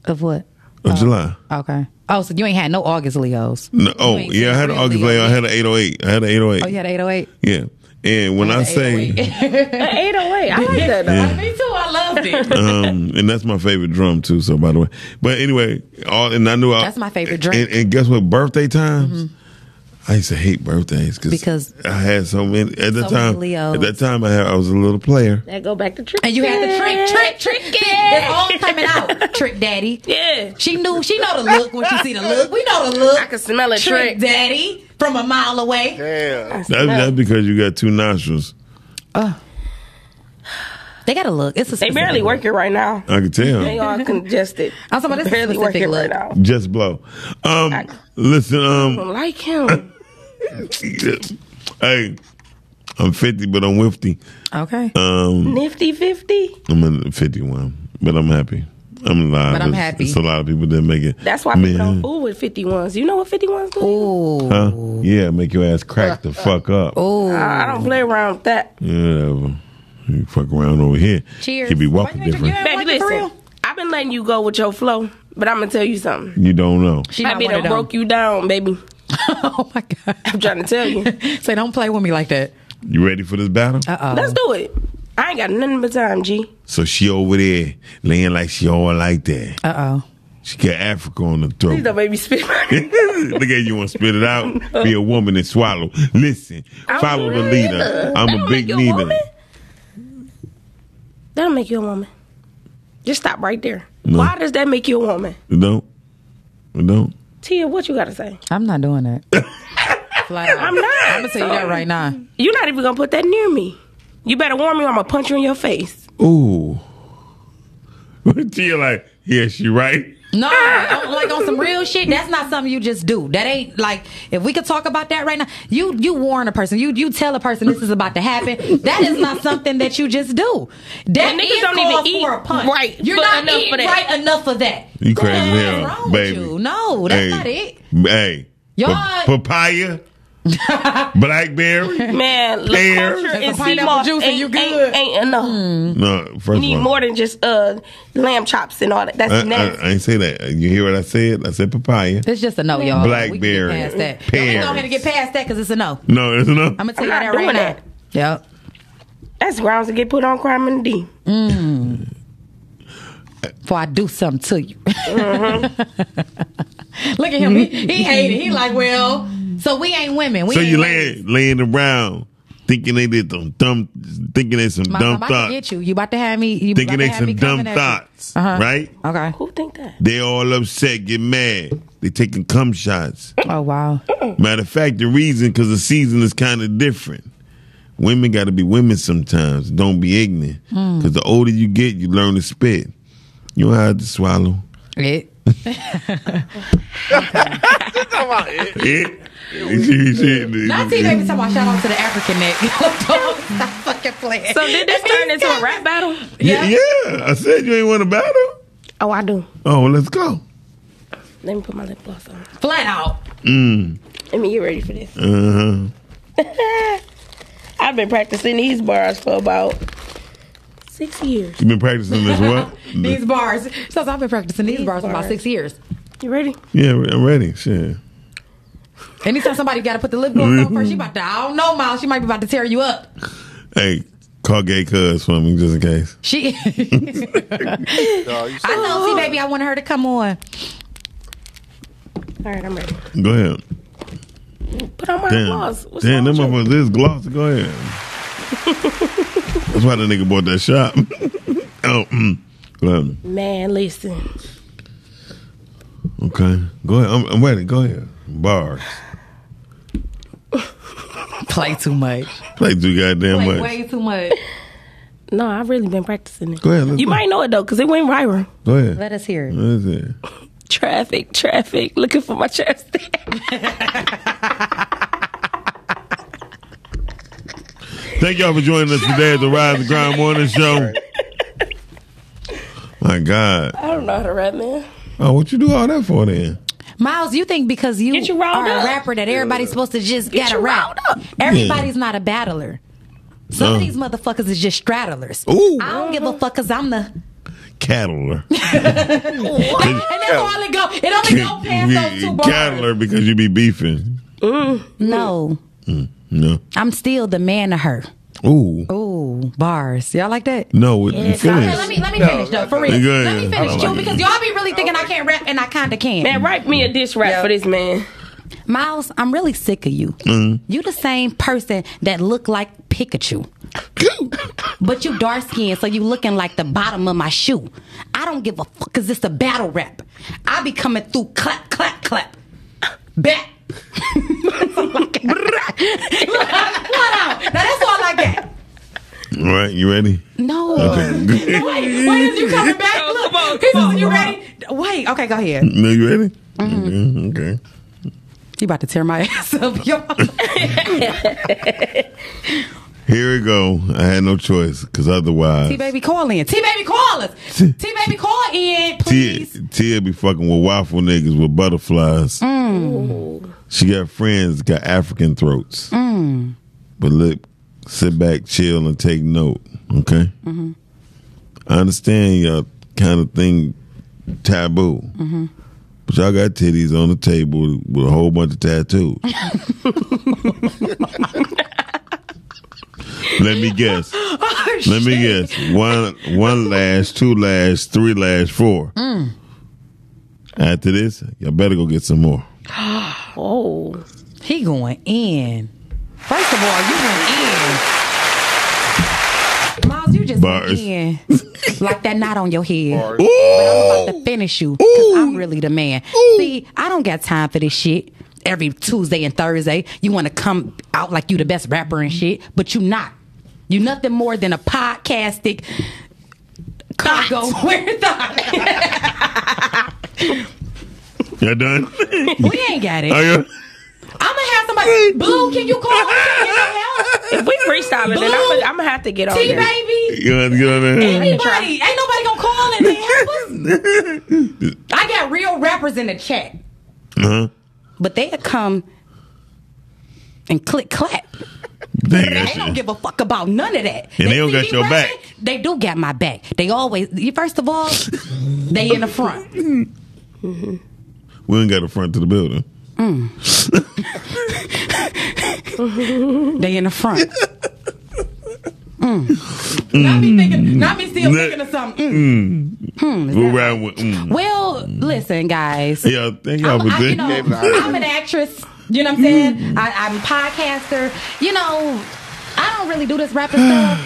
D: of what?
C: of July.
D: Okay. Oh, so you ain't had no August Leos.
C: No, oh,
D: ain't
C: yeah, I
D: seen
C: had an
D: real
C: August
D: Leo.
C: Leo. I had an 808. I had an 808.
D: Oh, you had 808?
C: Yeah. And when I
D: The
C: say,
D: 808.
G: An 808. I like that though.
D: Me too. I loved it.
C: um, and that's my favorite drum too. So by the way, but anyway, all and I knew I,
D: That's my favorite drink.
C: And, and guess what? Birthday times, I used to hate birthdays cause
D: Because-
C: I had so many at that
I: So many
C: time.
I: Leos.
C: At that time, I, had, I was a little player.
G: That go back to trick.
D: And you had the trick, trick, trick it. It's all coming out. Trick daddy.
G: Yeah.
D: She knew she know the look when she see the look. We know the look.
G: I can smell a
D: trick
G: trick.
D: daddy from a mile away.
E: Damn.
C: That, that's because you got two nostrils.
D: They got a look. It's a
G: They
D: specific
G: barely
D: look.
G: working right now.
C: I could
G: They
C: tell.
G: all congested.
D: I'm talking about this
G: barely
D: specific
G: working
D: look.
G: right now.
C: Just blow. Um, listen. Um,
G: Don't like him.
C: hey, I'm 50, but I'm wifty.
D: Okay.
C: Um,
G: Nifty fifty.
C: I'm in 51, but I'm happy. I'm alive.
D: But I'm
C: It's-
D: happy.
C: It's a lot of people that make it.
G: That's why
C: Man.
G: people don't fool with fifty ones. You know what fifty ones do?
D: Ooh.
C: Huh? Yeah, make your ass crack the fuck up.
D: Ooh.
G: I don't play around with that.
C: Yeah, whatever. You fuck around over here.
D: Cheers.
C: You be
D: Why
C: walking
D: you ain't
C: different.
D: drink-
G: Baby,
D: Like, for
G: listen.
D: real?
G: I've been letting you go with your flow, but I'm gonna tell you something.
C: You don't know.
D: She
G: I
D: not
G: be
D: one of
G: done
D: them.
G: broke you down, baby.
D: oh my god.
G: I'm trying to tell you.
D: Say don't play with me like that.
C: You ready for this battle?
D: Uh oh.
G: Let's do it. I ain't got nothing but time, G.
C: So she over there laying like she all like that.
D: Uh oh.
C: She got Africa on the
G: Please
C: throat.
G: don't make me spit.
C: Look at you want to spit it out. Be a woman and swallow. Listen, follow the leader. I'm a big leader.
G: That'll make you a woman. Just stop right there.
C: No.
G: Why does that make you a woman?
C: You don't. You don't.
G: Tia, what you gotta say?
D: I'm not doing that. Flat out.
G: I'm not.
D: I'm gonna tell you that right now.
G: You're not even gonna put that near me. You better warn me or I'm gonna punch you in your face.
C: Ooh. Tia like, yeah, she right.
D: No, on- like on some real shit. That's not something you just do. That ain't like if we could talk about that right now. You you warn a person. You you tell a person this is about to happen. That is not something that you just do. That
G: And niggas
D: is
G: don't even
D: called
G: eat
D: for a punch.
G: right
D: You're
G: for-
D: not
G: enough
D: eating
G: for that.
D: right enough for that.
C: You crazy as
D: What is
C: hell,
D: wrong
C: baby.
D: With you? No, that's
C: hey,
D: not it.
C: Hey,
D: Y'all-
C: pa- papaya, blackberry.
G: Man, the
C: Pear.
G: culture
C: That's
G: and
D: some pineapple
G: sea
D: juice
G: moss
D: and
G: ain't,
D: you good. Hmm.
G: ain't, ain't enough.
C: No, first
G: You need
C: of all,
G: more than just uh lamb chops and all that. That's
C: I, I,
G: nasty.
C: I ain't say that. You hear what I said? I said papaya.
D: It's just a no, y'all. We can get
C: Blackberry,
D: past that. No, we
C: pears.
D: go ahead and get past that because it's a no.
C: No, it's enough.
D: I'm gonna tell
G: I'm
D: you
G: not
D: that right
G: doing
D: now.
G: that.
D: Yep.
G: That's grounds to get put on crime and D.
D: before I do something to you. Mm-hmm. Look at him. He, he hated. He like, well, so we ain't women. We
C: so
D: ain't
C: you
D: ladies.
C: laying laying around, thinking they did some dumb, thinking they some
D: My,
C: dumb
D: I'm about to
C: thoughts,
D: get you. You about to have me. You
C: thinking
D: about to
C: they
D: have me
C: some dumb
D: coming at you.
C: thoughts,
D: Uh-huh.
C: right?
D: Okay.
G: Who think that?
C: They all upset, get mad. They taking cum shots.
D: Oh wow.
C: Matter of fact, the reason because the season is kind of different. Women got to be women sometimes. Don't be ignorant.
D: Hmm.
C: Because the older you get, you learn to spit. You don't have to swallow.
D: It.
C: It. She- she-
D: Not T. Davis talking about shout out to the African neck. Don't stop fucking playing.
G: So did this turn into a rap battle?
C: yeah. yeah, I said you ain't want to battle.
G: Oh, I do.
C: Oh, let's go.
G: Let me put my lip gloss on.
D: Flat out.
G: Let me get ready for this.
C: Mm, Uh-huh.
G: I've been practicing these bars for about six years.
C: You been practicing this what?
D: These bars. So I've been practicing these, bars for about
G: bars.
D: six years.
G: You ready?
C: yeah, I'm ready. Shit.
D: Anytime somebody got to put the lip gloss on first,
C: Mm-hmm.
D: she about to. I don't know, Miles. She might be about to tear you up.
C: Hey, call gay cuz for me just in case.
D: She.
E: Dog, you
D: I
E: said-
D: know. See, baby, I wanted her to come on.
G: All right, I'm ready.
C: Go ahead.
G: Put on my
C: Damn,
G: gloss. What's
C: damn, them
G: wrong with
C: motherfuckers is glossy. Go ahead. That's why the nigga bought that shop. oh, mm. Well,
G: you? Man, listen.
C: okay. Go ahead. I'm, I'm ready. Go ahead. Bars.
D: Play too much.
C: Play too goddamn
D: Play
C: much.
D: way too much.
G: No, I've really been practicing it.
C: Go ahead. Let's
G: You
C: go.
G: might know it though, because it went viral.
C: Go ahead.
D: Let us hear it.
C: What is it?
G: Traffic, traffic, looking for my chapstick.
C: Thank y'all for joining us today at the Rise and Grind Morning Show. My God.
G: I don't know how to rap, man.
C: Oh, what you do all that for then?
D: Miles, you think because you,
G: Get you riled
D: are a
G: up.
D: rapper that everybody's supposed to just get
G: you
D: a rap.
G: riled up.
D: Everybody's not a battler. Some
C: No.
D: of these motherfuckers is just straddlers.
C: Ooh.
D: I don't give a fuck because I'm the. And
C: Cattler.
D: that's all it go. It only go past those two bars.
C: Cattler because you be beefing.
D: No,
C: No.
D: I'm still the man to her.
C: Ooh.
D: Ooh, bars. Y'all like that?
C: No, with
D: Okay, let
C: feelings.
D: me let me finish though. For real,
C: Go ahead.
D: let me
C: I don't
D: finish,
C: like
D: Joe,
C: it.
D: because y'all be really thinking I can't rap, and I kinda can.
G: Man, write me a diss rap for this man.
D: Miles, I'm really sick of you. You the same person that look like Pikachu. but you dark skinned, so you looking like the bottom of my shoe. I don't give a fuck, cause it's a battle rap. I be coming through clap, clap, clap. Back. what out? Now that's all I get.
C: All right, you ready?
D: No.
C: Okay.
D: Wait, wait, is you coming back?
G: Oh,
D: Look,
G: come on,
D: he
G: come
D: said,
G: on,
D: you
G: come
D: ready? Wait, okay, go ahead.
C: No, you ready?
D: Mm-hmm.
C: Okay. okay.
D: You about to tear my ass up, yo.
C: Here we go. I had no choice because otherwise,
D: T baby call in. T baby call us. T baby call
C: Tia,
D: in, please.
C: Tia be fucking with waffle niggas with butterflies. She got friends that got African throats. But look, sit back, chill, and take note. Okay. I understand y'all kind of thing taboo, but y'all got titties on the table with a whole bunch of tattoos. Let me guess. Let me guess. One one lash, two lash, three lash, four.
D: Hmm.
C: After this, y'all better go get some more.
G: Oh,
D: He going in. First of all, you went in. Miles, you just
C: Bars.
D: went in. like that knot on your head. I'm about to finish you.
C: Ooh.
D: Cause I'm really the man. See, I don't got time for this shit. Every Tuesday and Thursday, you want to come out like you the best rapper and shit, but you not. You nothing more than a podcastic cargo wearing thought.
C: Y'all done?
D: We ain't got it.
C: Are
D: I'm
C: you?
D: gonna have somebody. Blue, can you call? Can you
G: if we freestyling, then I'm gonna, I'm gonna have to get on
D: T
G: there.
D: baby.
C: You gonna have to get on there?
D: Anybody, ain't nobody gonna call in and help us. I got real rappers in the chat,
C: Huh?
D: but they'll come and click clap.
C: They
D: They don't
C: got you.
D: give a fuck about none of that.
C: And they don't
D: see
C: got
D: me
C: your
D: rapping,
C: back.
D: They do got my back. They always, you- first of all, they in the front.
C: We ain't got a front to the building.
D: They in the front. Mm. Not me
C: Mm.
D: thinking, not me still thinking of something. Mm.
C: We're riding with. Mm.
D: Well, listen, guys.
C: Yeah, thank y'all
D: I'm,
C: for
D: I,
C: this.
D: you know,
E: Gave it an
D: I'm an actress. You know what I'm saying? I, I'm a podcaster. You know, I don't really do this rapping stuff,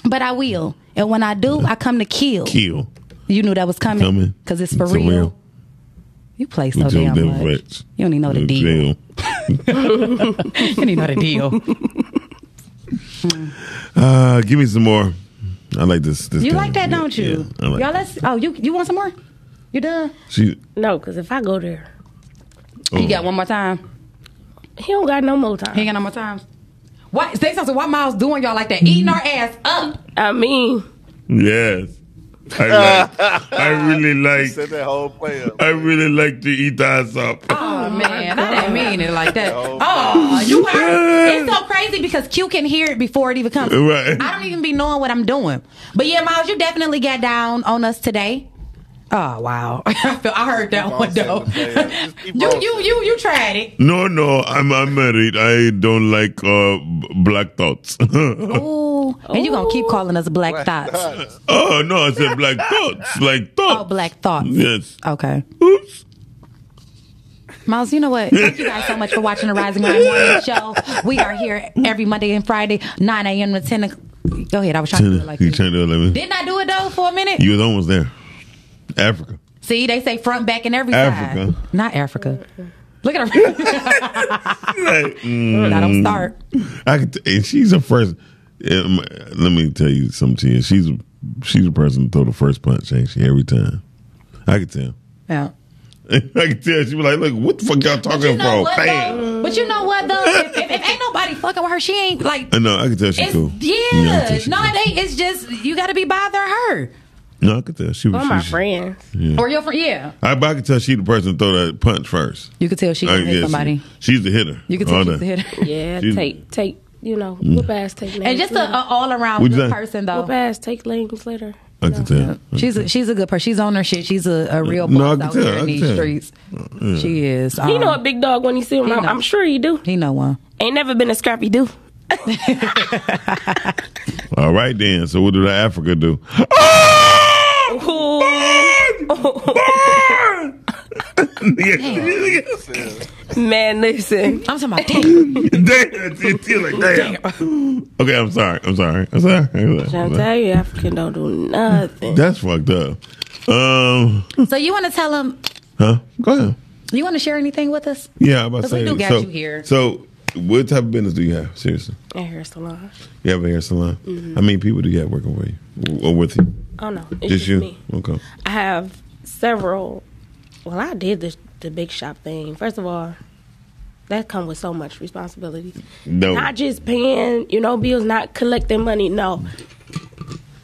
D: but I will. And when I do, I come to kill.
C: Kill.
D: You knew that was coming
C: Coming.
D: because it's for
C: It's a
D: real.
C: real.
D: You play so
C: We do
D: damn
C: them
D: much.
C: rich.
D: You don't even know the
C: We
D: deal.
C: chill.
D: You don't even know the deal.
C: Uh, give me some more. I like this. this
D: You
C: time.
D: like that,
C: Yeah,
D: don't you?
C: Yeah, I like
D: Y'all,
C: that.
D: let's. Oh, you you want some more? You done?
C: She,
G: No, because if I go there,
C: Oh.
D: You got one more time.
G: he don't got no more
D: He
G: time.
D: ain't got no more times. Why? Say something. Why Miles doing y'all like that? Eating our ass up.
G: I mean,
C: Yes. I like. I really
E: Set
C: like.
E: that whole play up.
C: I really like to eat thighs up.
D: Oh man, I didn't mean it like that. Oh, you heard? It's so crazy because Q can hear it before it even comes.
C: Right.
D: I don't even be knowing what I'm doing. But yeah, Miles, you definitely got down on us today. Oh wow, I, feel, I heard that
E: on
D: one though.
E: saying it, man. Just keep
D: you
E: on
D: you you you tried it.
C: No, no, I'm I'm married. I don't like uh, b- black thoughts. oh
D: Ooh, and you gonna keep calling us black thoughts?
E: Done.
C: Oh, no, I said black thoughts, like thoughts.
D: Oh, black thoughts.
C: Yes.
D: Okay.
C: Oops.
D: Miles, you know what? Thank you guys so much for watching the Rising Ground Morning Show. We are here every Monday and Friday, 9 a.m. to 10 o'clock. Go ahead. I was trying to do it like
C: you
D: this.
C: trying to let me?
D: Didn't I do it though for a minute?
C: You was almost there. Africa.
D: See, they say front, back, and every
C: Africa.
D: side. Not Africa. Look at her.
C: Like, mm,
D: now don't start.
C: I could, and she's a first. yeah, my- let me tell you something to you. She's a, she's a person to throw the first punch, ain't she? Every time, I could tell.
D: Yeah.
C: I could tell. She was like, "Look, what the fuck y'all talking
D: You
C: about?"
D: know what,
C: Bam.
D: though? But you know what though? If, if, if ain't nobody fucking with her, she ain't like.
C: Uh, No, I could tell she
D: It's,
C: cool. I could
D: yeah,
C: tell she
D: no,
C: cool.
D: it ain't. It's just you got to be bothering her
C: No, I could tell she was.
G: all my
C: she-
G: friends.
D: or your friend. Yeah,
C: I, but I could tell she the person to throw that punch first.
D: you could tell she
C: I
D: gonna hit
C: guess
D: somebody.
C: she's the hitter.
D: You could
C: All
D: tell she's
C: that.
D: a hitter.
G: Yeah,
C: She's-
G: take take you know
C: Mm.
G: whoop ass take names
D: and just a,
G: later.
D: a all around
C: What'd you
D: good
C: say?
D: person
G: whoop
D: though.
G: ass take names later.
C: I could tell.
D: She's a, she's a good person. She's on her shit. She's a, a real
C: No, I
D: boss
C: can
D: out
C: tell. I
D: here in
C: can
D: these
C: tell.
D: streets. She is. Um,
G: He know a big dog when Uh-huh. he see him.
D: he
G: I'm,
D: know.
G: I'm sure he do.
D: He know one.
G: Ain't never been a scrappy do.
C: All right, then. So what did Africa do?
G: Ooh.
C: Yeah.
G: Man, listen.
D: I'm talking about damn.
C: damn, you're like, damn. Okay, I'm sorry. I'm sorry. I'm sorry. I'm
G: I'm
C: sorry.
G: telling you, African don't do nothing.
C: That's fucked up. Um,
D: so you want to tell them?
C: huh? Go ahead.
D: You want to share anything with us?
C: Yeah, I'm about to
D: But we
C: say. that.
D: do got
C: so,
D: you here.
C: so, what type of business do you have? Seriously,
G: And hair salon.
C: you have a hair salon.
G: Mm-hmm.
C: How many people do you have working for you or with you?
G: Oh no, it's
C: Just
G: just
C: you?
G: me.
C: Okay.
G: I have several. Well, I did the the big shop thing. First of all, that come with so much responsibility.
C: No.
G: Not just paying, you know, bills, not collecting money. No.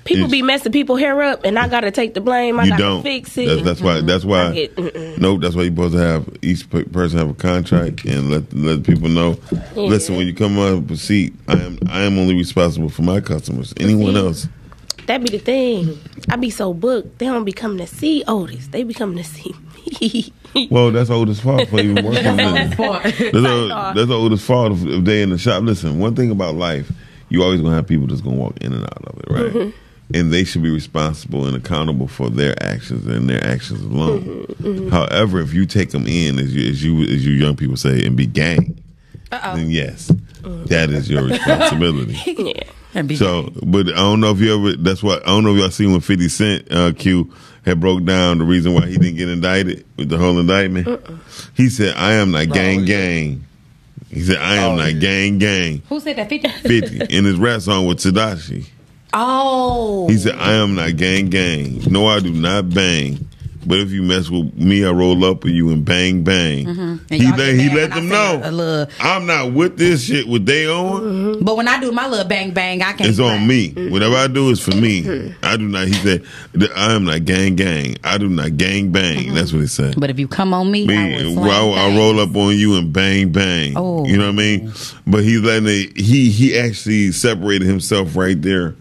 G: People
C: It's-
G: be messing people hair up, and I gotta take the blame. I
C: you
G: gotta
C: don't.
G: fix it.
C: That's, that's why. That's
G: I
C: why.
G: get- mm-mm. Mm-hmm.
C: Nope. That's why you're supposed to have each pe- person have a contract and let let people know. Listen, when you come up, see, I am I am only responsible for my customers. Anyone else?
G: that be the thing. I be so booked, they don't be coming to see Otis. E They be coming to see me.
C: Well, that's oldest fault for you working. that's the- that's the oldest fault if, if they in the shop. Listen, one thing about life, you always gonna have people that's gonna walk in and out of it, right? And they should be responsible and accountable for their actions and their actions alone. However, if you take them in, as you as you as you young people say, and be gang, then yes, that is your responsibility.
G: yeah.
D: And be
C: So, but I don't know if you ever. That's what I don't know if y'all seen when Fifty Cent uh, Q had broke down the reason why he didn't get indicted with the whole indictment.
D: Uh-uh.
C: He said, "I am not gang gang." He said, "I am
E: Oh,
C: not
E: yeah.
C: gang gang."
D: who said that? Fifty.
C: Fifty in his rap song with Tadashi.
D: Oh,
C: He said, "I am not gang gang. No, I do not bang." But if you mess with me, I roll up with you and bang bang.
D: Mm-hmm. And
C: He
D: y'all
C: let
D: get
C: he
D: mad
C: let
D: when
C: them
D: I say a
C: know
D: little-
C: I'm not with this shit. What they on,
D: but when I do my little bang bang, I can't.
C: It's
D: clap.
C: on me.
D: Mm-hmm.
C: Whatever I do is for me. I do not. He said, "I am not gang gang. I do not gang bang." That's what he said.
D: Mm-hmm. But if you come on me,
C: Me,
D: I will
C: I,
D: slang
C: I
D: bang.
C: roll up on you and bang bang.
D: Oh.
C: You know what I mean? But he's letting it, he he actually separated himself right there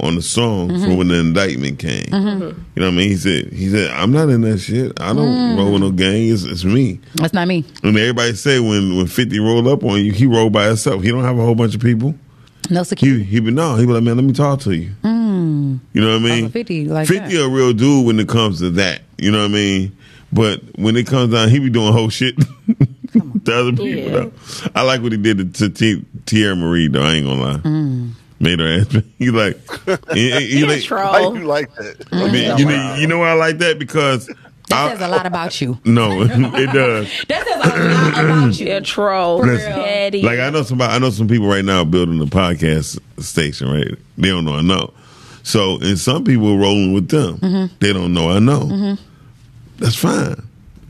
C: on the song
D: Mm-hmm.
C: for when the indictment came. You know what I mean? He said he said I'm not in that shit. I don't
D: Mm.
C: roll with no gang. It's, it's me.
D: That's not me.
C: And everybody say when when Fifty roll up on you, he roll by himself. He don't have a whole bunch of people.
D: No
C: He
D: security.
C: he be no. He be like, man, let me talk to you. You know what I mean?
D: Oh, 50 like
C: Fifty
D: that.
C: a real dude when it comes to that. You know what I mean? But when it comes down, he be doing whole shit. to other people.
G: Yeah.
C: though. I like what he did to, T- Tierra Marie though. I ain't gonna lie.
D: Hmm.
C: Made her ass. He like he, he- he
G: He a
C: like-
E: How
G: troll.
E: you like that?
C: I mean, you know you know why I like that because
D: That
C: I-
D: says a lot about you.
C: no it does.
D: That says a lot about
G: He
C: Mm.
G: a
D: you.
G: troll.
C: Listen.
G: Petty.
C: Like I know somebody, I know some people right now building a podcast station. Right, they don't know I know. So and some people are rolling with them. They don't know I know. That's fine,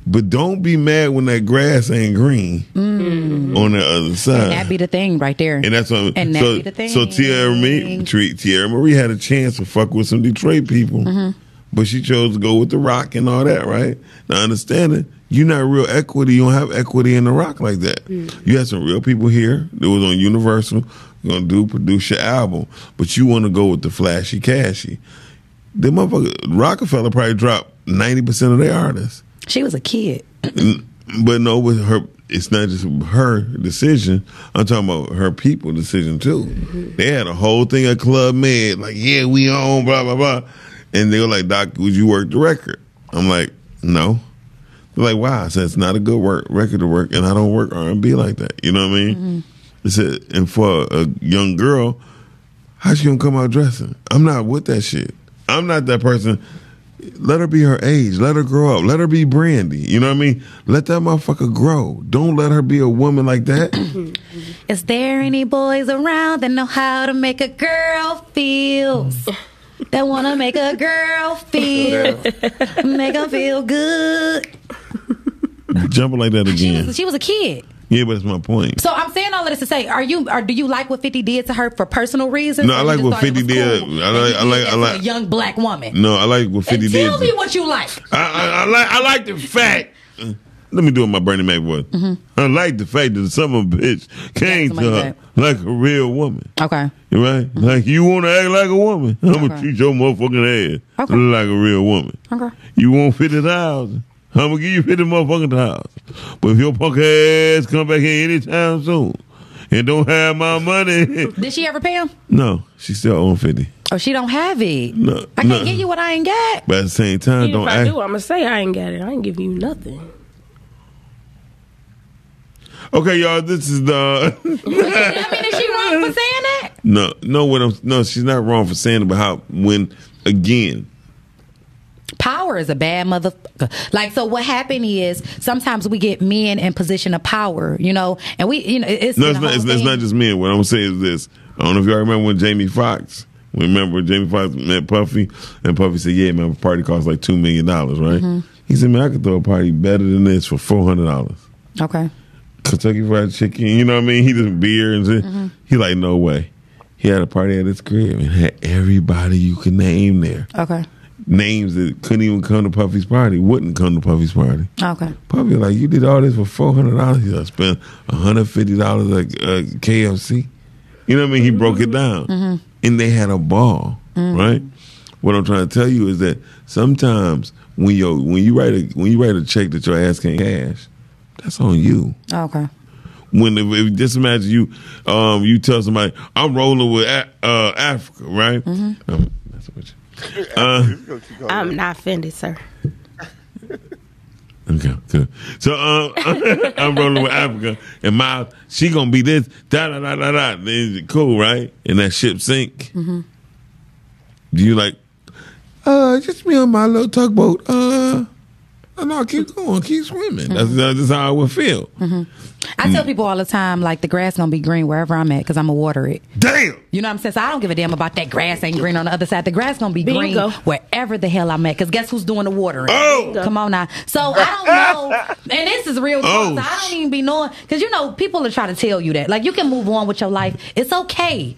C: but don't be mad when that grass ain't green on the other side.
D: That be the thing right there.
C: And that's what
D: And that
C: so,
D: be the thing.
C: So Tierra Marie, treat Tierra Marie had a chance to fuck with some Detroit people,
D: Mm-hmm.
C: but she chose to go with the Rock and all that. Right now, understand it. You're not real equity. You don't have equity in the Rock like that.
D: Mm.
C: You had some real people here that was on Universal gonna do produce your album, but you want to go with the flashy cashy. The motherfucker Rockefeller probably dropped ninety percent of their artists.
D: she was a kid.
C: But no, with her, it's not just her decision. I'm talking about her people decision too. They had a whole thing at Club Med, like, yeah, we own, blah blah blah, and they were like, Doc, would you work the record? I'm like, no. They're like, why? I said it's not a good work record to work, and I don't work R and B like that. You know what I mean? I said, and for a young girl, how she gonna come out dressing? I'm not with that shit. I'm not that person. Let her be her age. Let her grow up. Let her be Brandy. You know what I mean? Let that motherfucker grow. Don't let her be a woman like that.
I: Is there any boys around that know how to make a girl feel? That wanna make a girl feel, make her feel good.
C: Jumping like that
D: She
C: again.
D: was, she was a kid.
C: Yeah, but that's my point.
D: So I'm saying all of this to say, are you or do you like what 50 did to her for personal reasons?
C: No, I
D: Or you
C: like
D: just
C: what
D: thought it
C: 50
D: was
C: did.
D: cool
C: I
D: and
C: like-
D: you
C: I
D: did
C: like-
D: that
C: I
D: to
C: like-
D: a young black woman.
C: No, I like what Fifty
D: and
C: did.
D: tell me what you like.
C: I, I, I like. I like the fact. Let me do it my Bernie Mac voice.
D: Mm-hmm.
C: I like the fact that some of a bitch came
D: something
C: to
D: like
C: her like a real woman.
D: Okay.
C: You Right? Like you want to act like a woman? I'm gonna
D: Mm-hmm. Okay.
C: treat your motherfucking ass
D: Okay.
C: like a real woman.
D: Okay.
C: You want fifty thousand? I'm gonna give you fifty motherfucking thousand. But if your punk ass come back here anytime soon and don't have my money,
D: Did she ever pay him?
C: no, she still own fifty.
D: Oh, she don't have it.
C: No,
D: I can't
C: no.
D: get you what I ain't got.
C: But at the same time,
G: Even
C: don't
G: if I
C: act.
G: do, I'm gonna say I ain't got it. I ain't giving you nothing.
C: Okay, y'all, this is the
D: I mean, is she wrong for saying that?
C: no, no. What I'm no, she's not wrong for saying about how when again.
D: power is a bad motherfucker. Like, so what happened is sometimes we get men in position of power, you know, and we, you know, it- it's
C: No,
D: been
C: it's
D: a
C: not.
D: whole
C: It's, it's
D: thing.
C: not just men. What I'm saying is this. I don't know if y'all remember when Jamie Foxx. Remember when Jamie Foxx met Puffy, and Puffy said, "Yeah, man, a party costs like two million dollars, right?"
D: Mm-hmm.
C: He said, "Man, I could throw a party better than this for four hundred dollars."
D: okay.
C: Kentucky Fried Chicken. You know what I mean? He just beer and shit.
D: Mm-hmm.
C: He like no way. He had a party at his crib and had everybody you could name there.
D: Okay.
C: Names that couldn't even come to Puffy's party wouldn't come to Puffy's party.
D: Okay.
C: Puffy like you did all this for four hundred dollars. He like spent hundred fifty dollars at uh, KFC. You know what I mean? He broke it down, and they had a ball, right? What I'm trying to tell you is that sometimes when you when you write a when you write a check that your ass can't cash, that's on you
D: Okay.
C: when if, if just imagine you um you tell somebody I'm rolling with A- uh Africa, right? Um, that's what you-
G: I'm not offended, sir.
C: okay, good. So um, I'm rolling with Africa, and my she gonna be this da da da da da. Then cool, right? And that ship sink.
D: Mm-hmm.
C: Do you like? Uh, just me on my little tugboat. Uh. No, keep going, keep swimming. That's,
D: Mm-hmm.
C: that's how I would feel.
D: I tell people all the time, like, the grass gonna be green wherever I'm at because I'm gonna water it.
C: Damn,
D: You know what I'm saying? So I don't give a damn about that grass ain't green on the other side. The grass gonna be
G: Bingo.
D: green wherever the hell I'm at. Cause guess who's doing the watering?
C: Oh!
D: Come on now. So I don't know. And this is real talk.
C: Oh,
D: so I don't even be knowing. Cause you know, people are trying to tell you that. Like you can move on with your life. It's okay.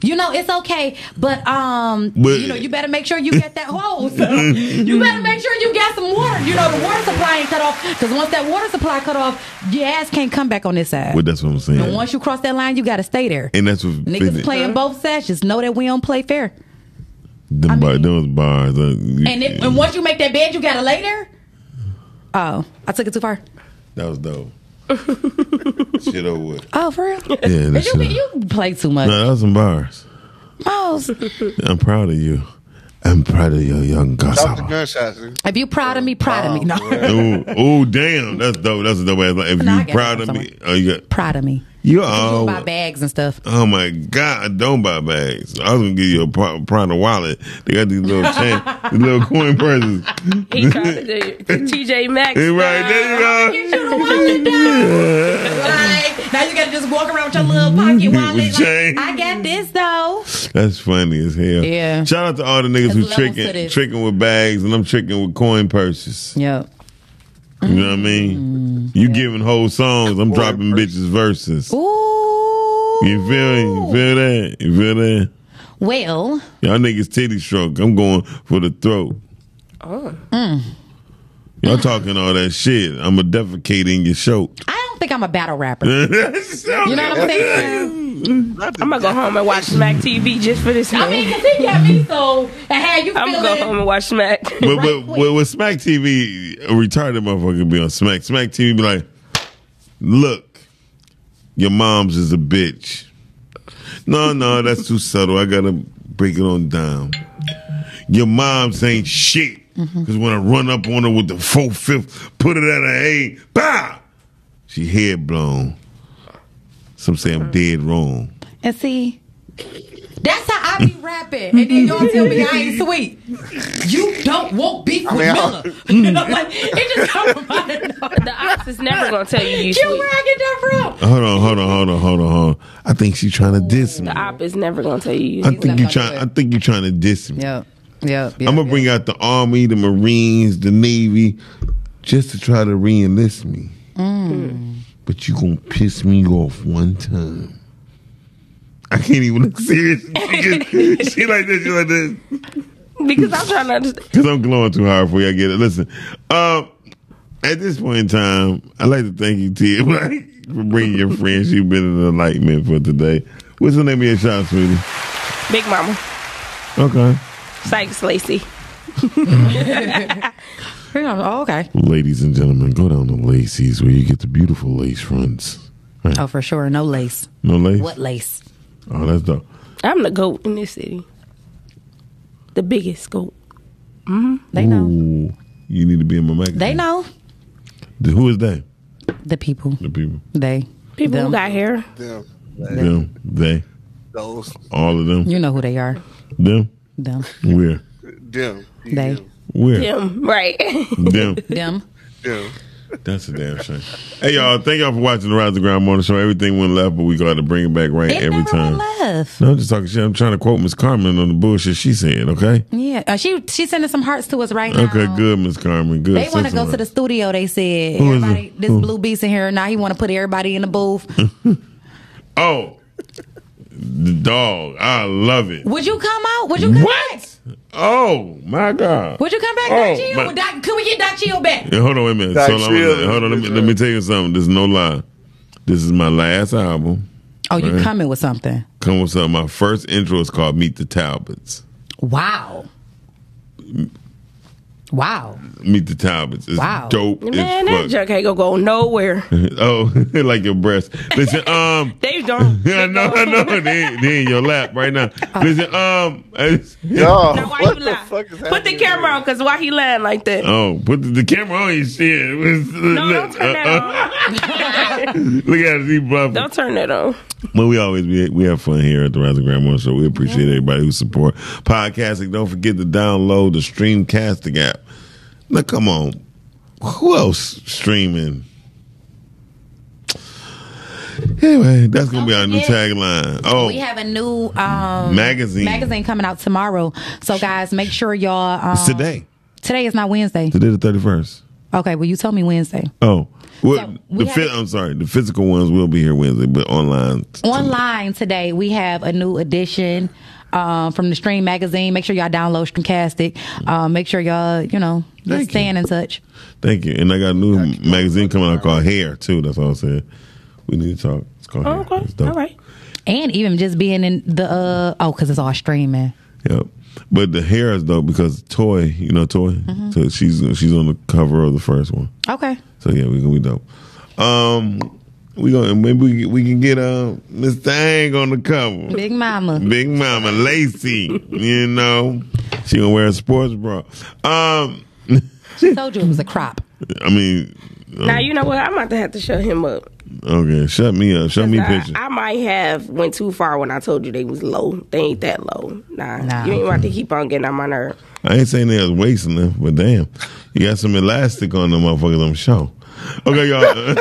D: You know, it's okay. But um
C: But-
D: you know, you better make sure you get that hose. you better make sure you got some water. You know, the water supply ain't cut off. Cause once that water supply cut off, your ass can't come back on this side.
C: well, that's what I'm saying.
D: and once you cross that line, you gotta stay there.
C: And that's what
D: Niggas playing both sides. Just know that we don't play fair.
C: Them bar, those bars. uh, you-
D: And if, and once you make that bed, you gotta lay there. Oh, I took it too far.
C: That was dope. shit over with.
D: Oh, for real?
C: Yeah, that
D: you,
C: shit.
D: you play too much.
C: no, that was some bars.
D: Miles,
C: I'm proud of you. I'm proud of your young
E: Stop the
C: cassava.
E: gunshots. man.
D: if you proud of me, proud of me. No,
C: Oh, oh, damn, that's dope. That's a dope ass. Like, if
D: No, I
C: you
D: got
C: proud
D: it
C: of me, oh, you got
D: proud of me.
C: you
D: Oh.
C: all.
D: buy bags and stuff.
C: Oh my God! Don't buy bags. I was gonna give you a pro- Prada wallet. They got these little chain, these little coin purses.
G: He tried to do the TJ Maxx.
C: They right
G: style.
C: there, you
D: You the wallet though. Like, now you gotta just walk around with your little pocket wallet.
C: Jane.
D: Like, I got this though.
C: go. That's funny as hell.
D: Yeah.
C: Shout out to all the niggas
D: There's
C: who
D: levels to
C: tricking,
D: this.
C: tricking with bags, and I'm tricking with coin purses.
D: Yep.
C: You know what I
D: Mm.
C: mean? You giving whole songs. I'm dropping bitches verses.
D: Ooh.
C: You feel me? You feel that? You feel that?
D: Well,
C: Y'all niggas titty stroke. I'm going for the throat.
D: Mm.
C: Y'all talking all that shit. I'm going to defecate in your throat.
D: I don't think I'm a battle rapper. You know what I'm saying?
G: I'm gonna go home and watch Smack TV just for this.
D: I mean, 'cause he got me so and how you
G: I'm
D: feeling?
G: gonna go home and watch Smack.
C: But, but, but with Smack TV, a retarded motherfucker be on Smack. Smack TV be like, look, your mom's is a bitch. No, no, that's too subtle. I gotta break it on down. Your mom's ain't shit. Cause when I run up on her with the four fifth, put it at her head, bah! She head blown. Some say I'm dead wrong.
D: and see. That's how I be rapping, and then y'all tell me I ain't sweet. You don't want beef with
E: mean, I-
D: Miller.
C: mm.
D: You know, like it just come from out of nowhere.
G: the ox is never gonna tell you you
D: You
G: sweet.
D: where I get that from?
C: Hold on, hold on, hold on, hold on, hold on. I think she trying to diss me.
G: The
C: I
G: op is never gonna tell
E: Uh,
G: you you sweet.
C: think you
D: not gonna
C: trying.
D: do
C: I
D: it.
C: think you trying to diss me.
D: Yep, yep.
C: I'm gonna bring out the army, the marines, the navy, just to try to re-enlist me. But you gonna piss me off one time. I can't even look serious. she just- she like this. She like this.
G: because I'm trying to understand.
C: Cause I'm glowing too hard for you. I get it. Listen, um, at this point in time, I'd like to thank you, Tia, like, for bringing your friends. You've been an enlightenment for today. What's the name of your shop, sweetie?
G: Big Mama,
C: Okay.
G: Sykes Lacey.
D: Oh, okay.
C: Ladies and gentlemen, go down to Lacey's where you get the beautiful lace fronts.
D: Oh, for sure. No lace.
C: No lace?
D: What lace?
C: Oh, that's dope.
G: I'm the goat in this city. The biggest goat.
D: They know.
C: Ooh, you need to be in my magazine.
D: They know.
C: Who is that?
D: The people.
C: The people.
D: They.
G: People
D: them.
G: who got hair.
E: Them,
C: Them. They.
E: those,
C: All of them.
D: You know who they are.
C: Them.
D: Them.
C: Where?
E: them, you,
D: They.
E: them,
C: Where?
G: Them, right.
C: Them.
D: Them.
E: them.
C: That's a damn shame. Hey y'all, thank y'all for watching the Rise of Ground Morning Show. Everything went left, but we got to bring it back right
D: It
C: every
D: never
C: time.
D: left.
C: No, I'm just talking shit. I'm trying to quote Miss Carmen on the bullshit she said. Okay.
D: Yeah. Uh, she she's sending some hearts to us right now.
C: Okay. Good, Miss Carmen. Good.
D: They want
C: Send
D: to
C: some
D: go to the
C: love.
D: studio. They said
C: Who is
D: everybody.
C: it?
D: This
C: Who?
D: blue beast in here now. He want to put everybody in the booth.
C: Oh, the dog. I love it.
D: Would you come out? Would you come back?
C: Oh my god.
D: Would you come back,
C: Oh,
D: Doc Chill?
C: my-
D: Would Doc- could we get Doc Chill back?
C: Yeah, hold on, wait a minute.
E: Doc
C: So long,
E: Chill.
C: hold on. Let me, let me tell you something. This is no lie. This is my last album.
D: Oh, you
C: Right.
D: coming with something?
C: Come with something. My first intro is called Meet the Talbots.
D: Wow. Wow.
C: Meet the Talbots. It's
D: Wow.
C: dope.
G: Man,
C: as
G: that
C: fuck.
G: junk ain't gonna go nowhere.
C: Oh, like your breast. Listen, um,
G: They don't.
C: I know, I know. They, ain't- they in your lap right now.
G: Oh.
C: Listen, um, I-
E: Y'all,
G: Now, why
E: what
G: you
E: the
G: lying?
E: fuck is
G: Put the
E: happening
G: camera
E: here? Uh,
G: on, cause why he lying like that?
C: oh, put the, the camera on your shit.
G: no, don't turn
E: uh,
G: that on.
C: Look at us, he bluffing.
G: Don't turn that on.
C: But we always we, we have fun here at the Rising Grandma Show. We appreciate everybody who support podcasting. Don't forget to download the Streamcasting app. Now, come on, who else streaming? Anyway, that's gonna be our new tagline. Oh,
D: We have a new um,
C: Magazine.
D: magazine coming out tomorrow. So guys, make sure y'all. Um,
C: it's today.
D: Today is not Wednesday.
C: Today the thirty first.
D: Okay, well you told me Wednesday.
C: Oh, well,
D: So, we
C: the
D: have-
C: phy- I'm sorry, the physical ones will be here Wednesday, but online.
D: Online today we have a new edition um, from the Stream magazine. Make sure y'all download Streamcastic. Um, make sure y'all you know
C: Thank you.
D: just staying in touch.
C: Thank you. And I got a new magazine coming out called Hair too. That's all I'm saying. We need to talk. It's called Hair.
G: Oh, Okay,
C: It's
G: all
C: dope.
G: right.
D: And even just being in the uh, oh, because it's all streaming.
C: Yep. But the hair is dope because Toy, you know Toy,
G: Mm-hmm.
C: so she's she's on the cover of the first one.
D: Okay.
C: So yeah, we gonna be dope. Um, we gonna maybe we, we can get uh Miss Thang on the cover.
D: Big Mama.
C: Big Mama Lacey, you know, she gonna wear a sports bra. Um,
D: told you it was a crop.
C: I mean, Um,
G: Now you know what? I'm about to have to shut him up.
C: okay, shut me up, shut me
G: I,
C: picture.
G: I might have went too far when I told you they was low. They ain't that low. Nah,
D: Nah.
G: you ain't about to keep on getting on my nerve.
C: I ain't saying they was wasting them, but damn, you got some elastic on them motherfuckers. I'm sure. Okay, y'all.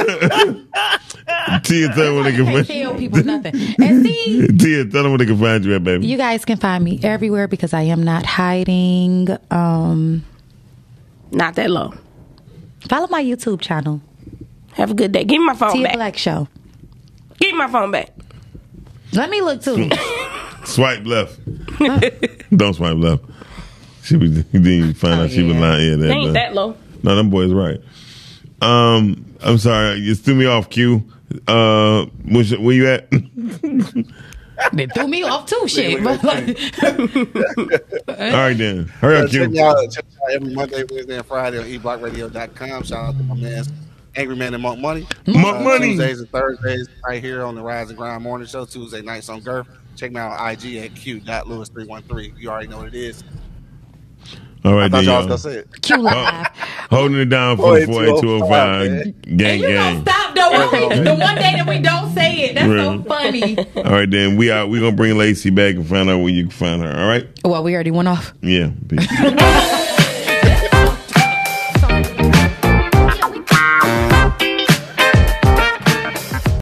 C: Tia, tell them where they can
D: Tell people nothing. And see,
C: find. Tia, tell them where they can find you at, baby.
D: you guys can find me everywhere because I am not hiding. Um,
G: Not that low.
D: follow my YouTube channel,
G: Have a good day. Give me my phone
D: Tia
G: back.
D: Black Show.
G: Give me my phone back.
D: Let me look too.
C: Swipe left. Don't swipe left. She was then you find
D: Oh,
C: out she was
D: yeah.
C: lying. Yeah,
G: They
C: that,
G: ain't
C: uh,
G: that low.
C: No, them boys right. Um, I'm sorry, you threw me off. Q. Uh, where's your- where you at?
D: They threw me off too. Shit. But like,
C: All right then, hurry up,
E: Uh, Check
C: Q.
E: me out, check me out every Monday, Wednesday, and Friday on eblockradio.com. Shout out to my man, Angry Man and Monk Money.
C: Monk
E: Uh,
C: Money.
E: Tuesdays and Thursdays, right here on the Rise and Grind Morning Show. Tuesday nights on GURF. Check me out on IG at Q.Lewis313. You already know what it is.
C: All right
E: I thought
C: then,
E: y'all was
C: y'all.
E: going to say it.
D: Q Live.
C: Oh. holding it down for the
E: 48205, man.
C: 48205 gang
D: And you
C: gang.
D: gonna stop though. the one day that we don't say it. That's
C: Really?
D: so funny.
C: All right, then we are we gonna bring Lacey back and find out where you can find her. All right,
D: Well, we already went off.
C: yeah. Peace.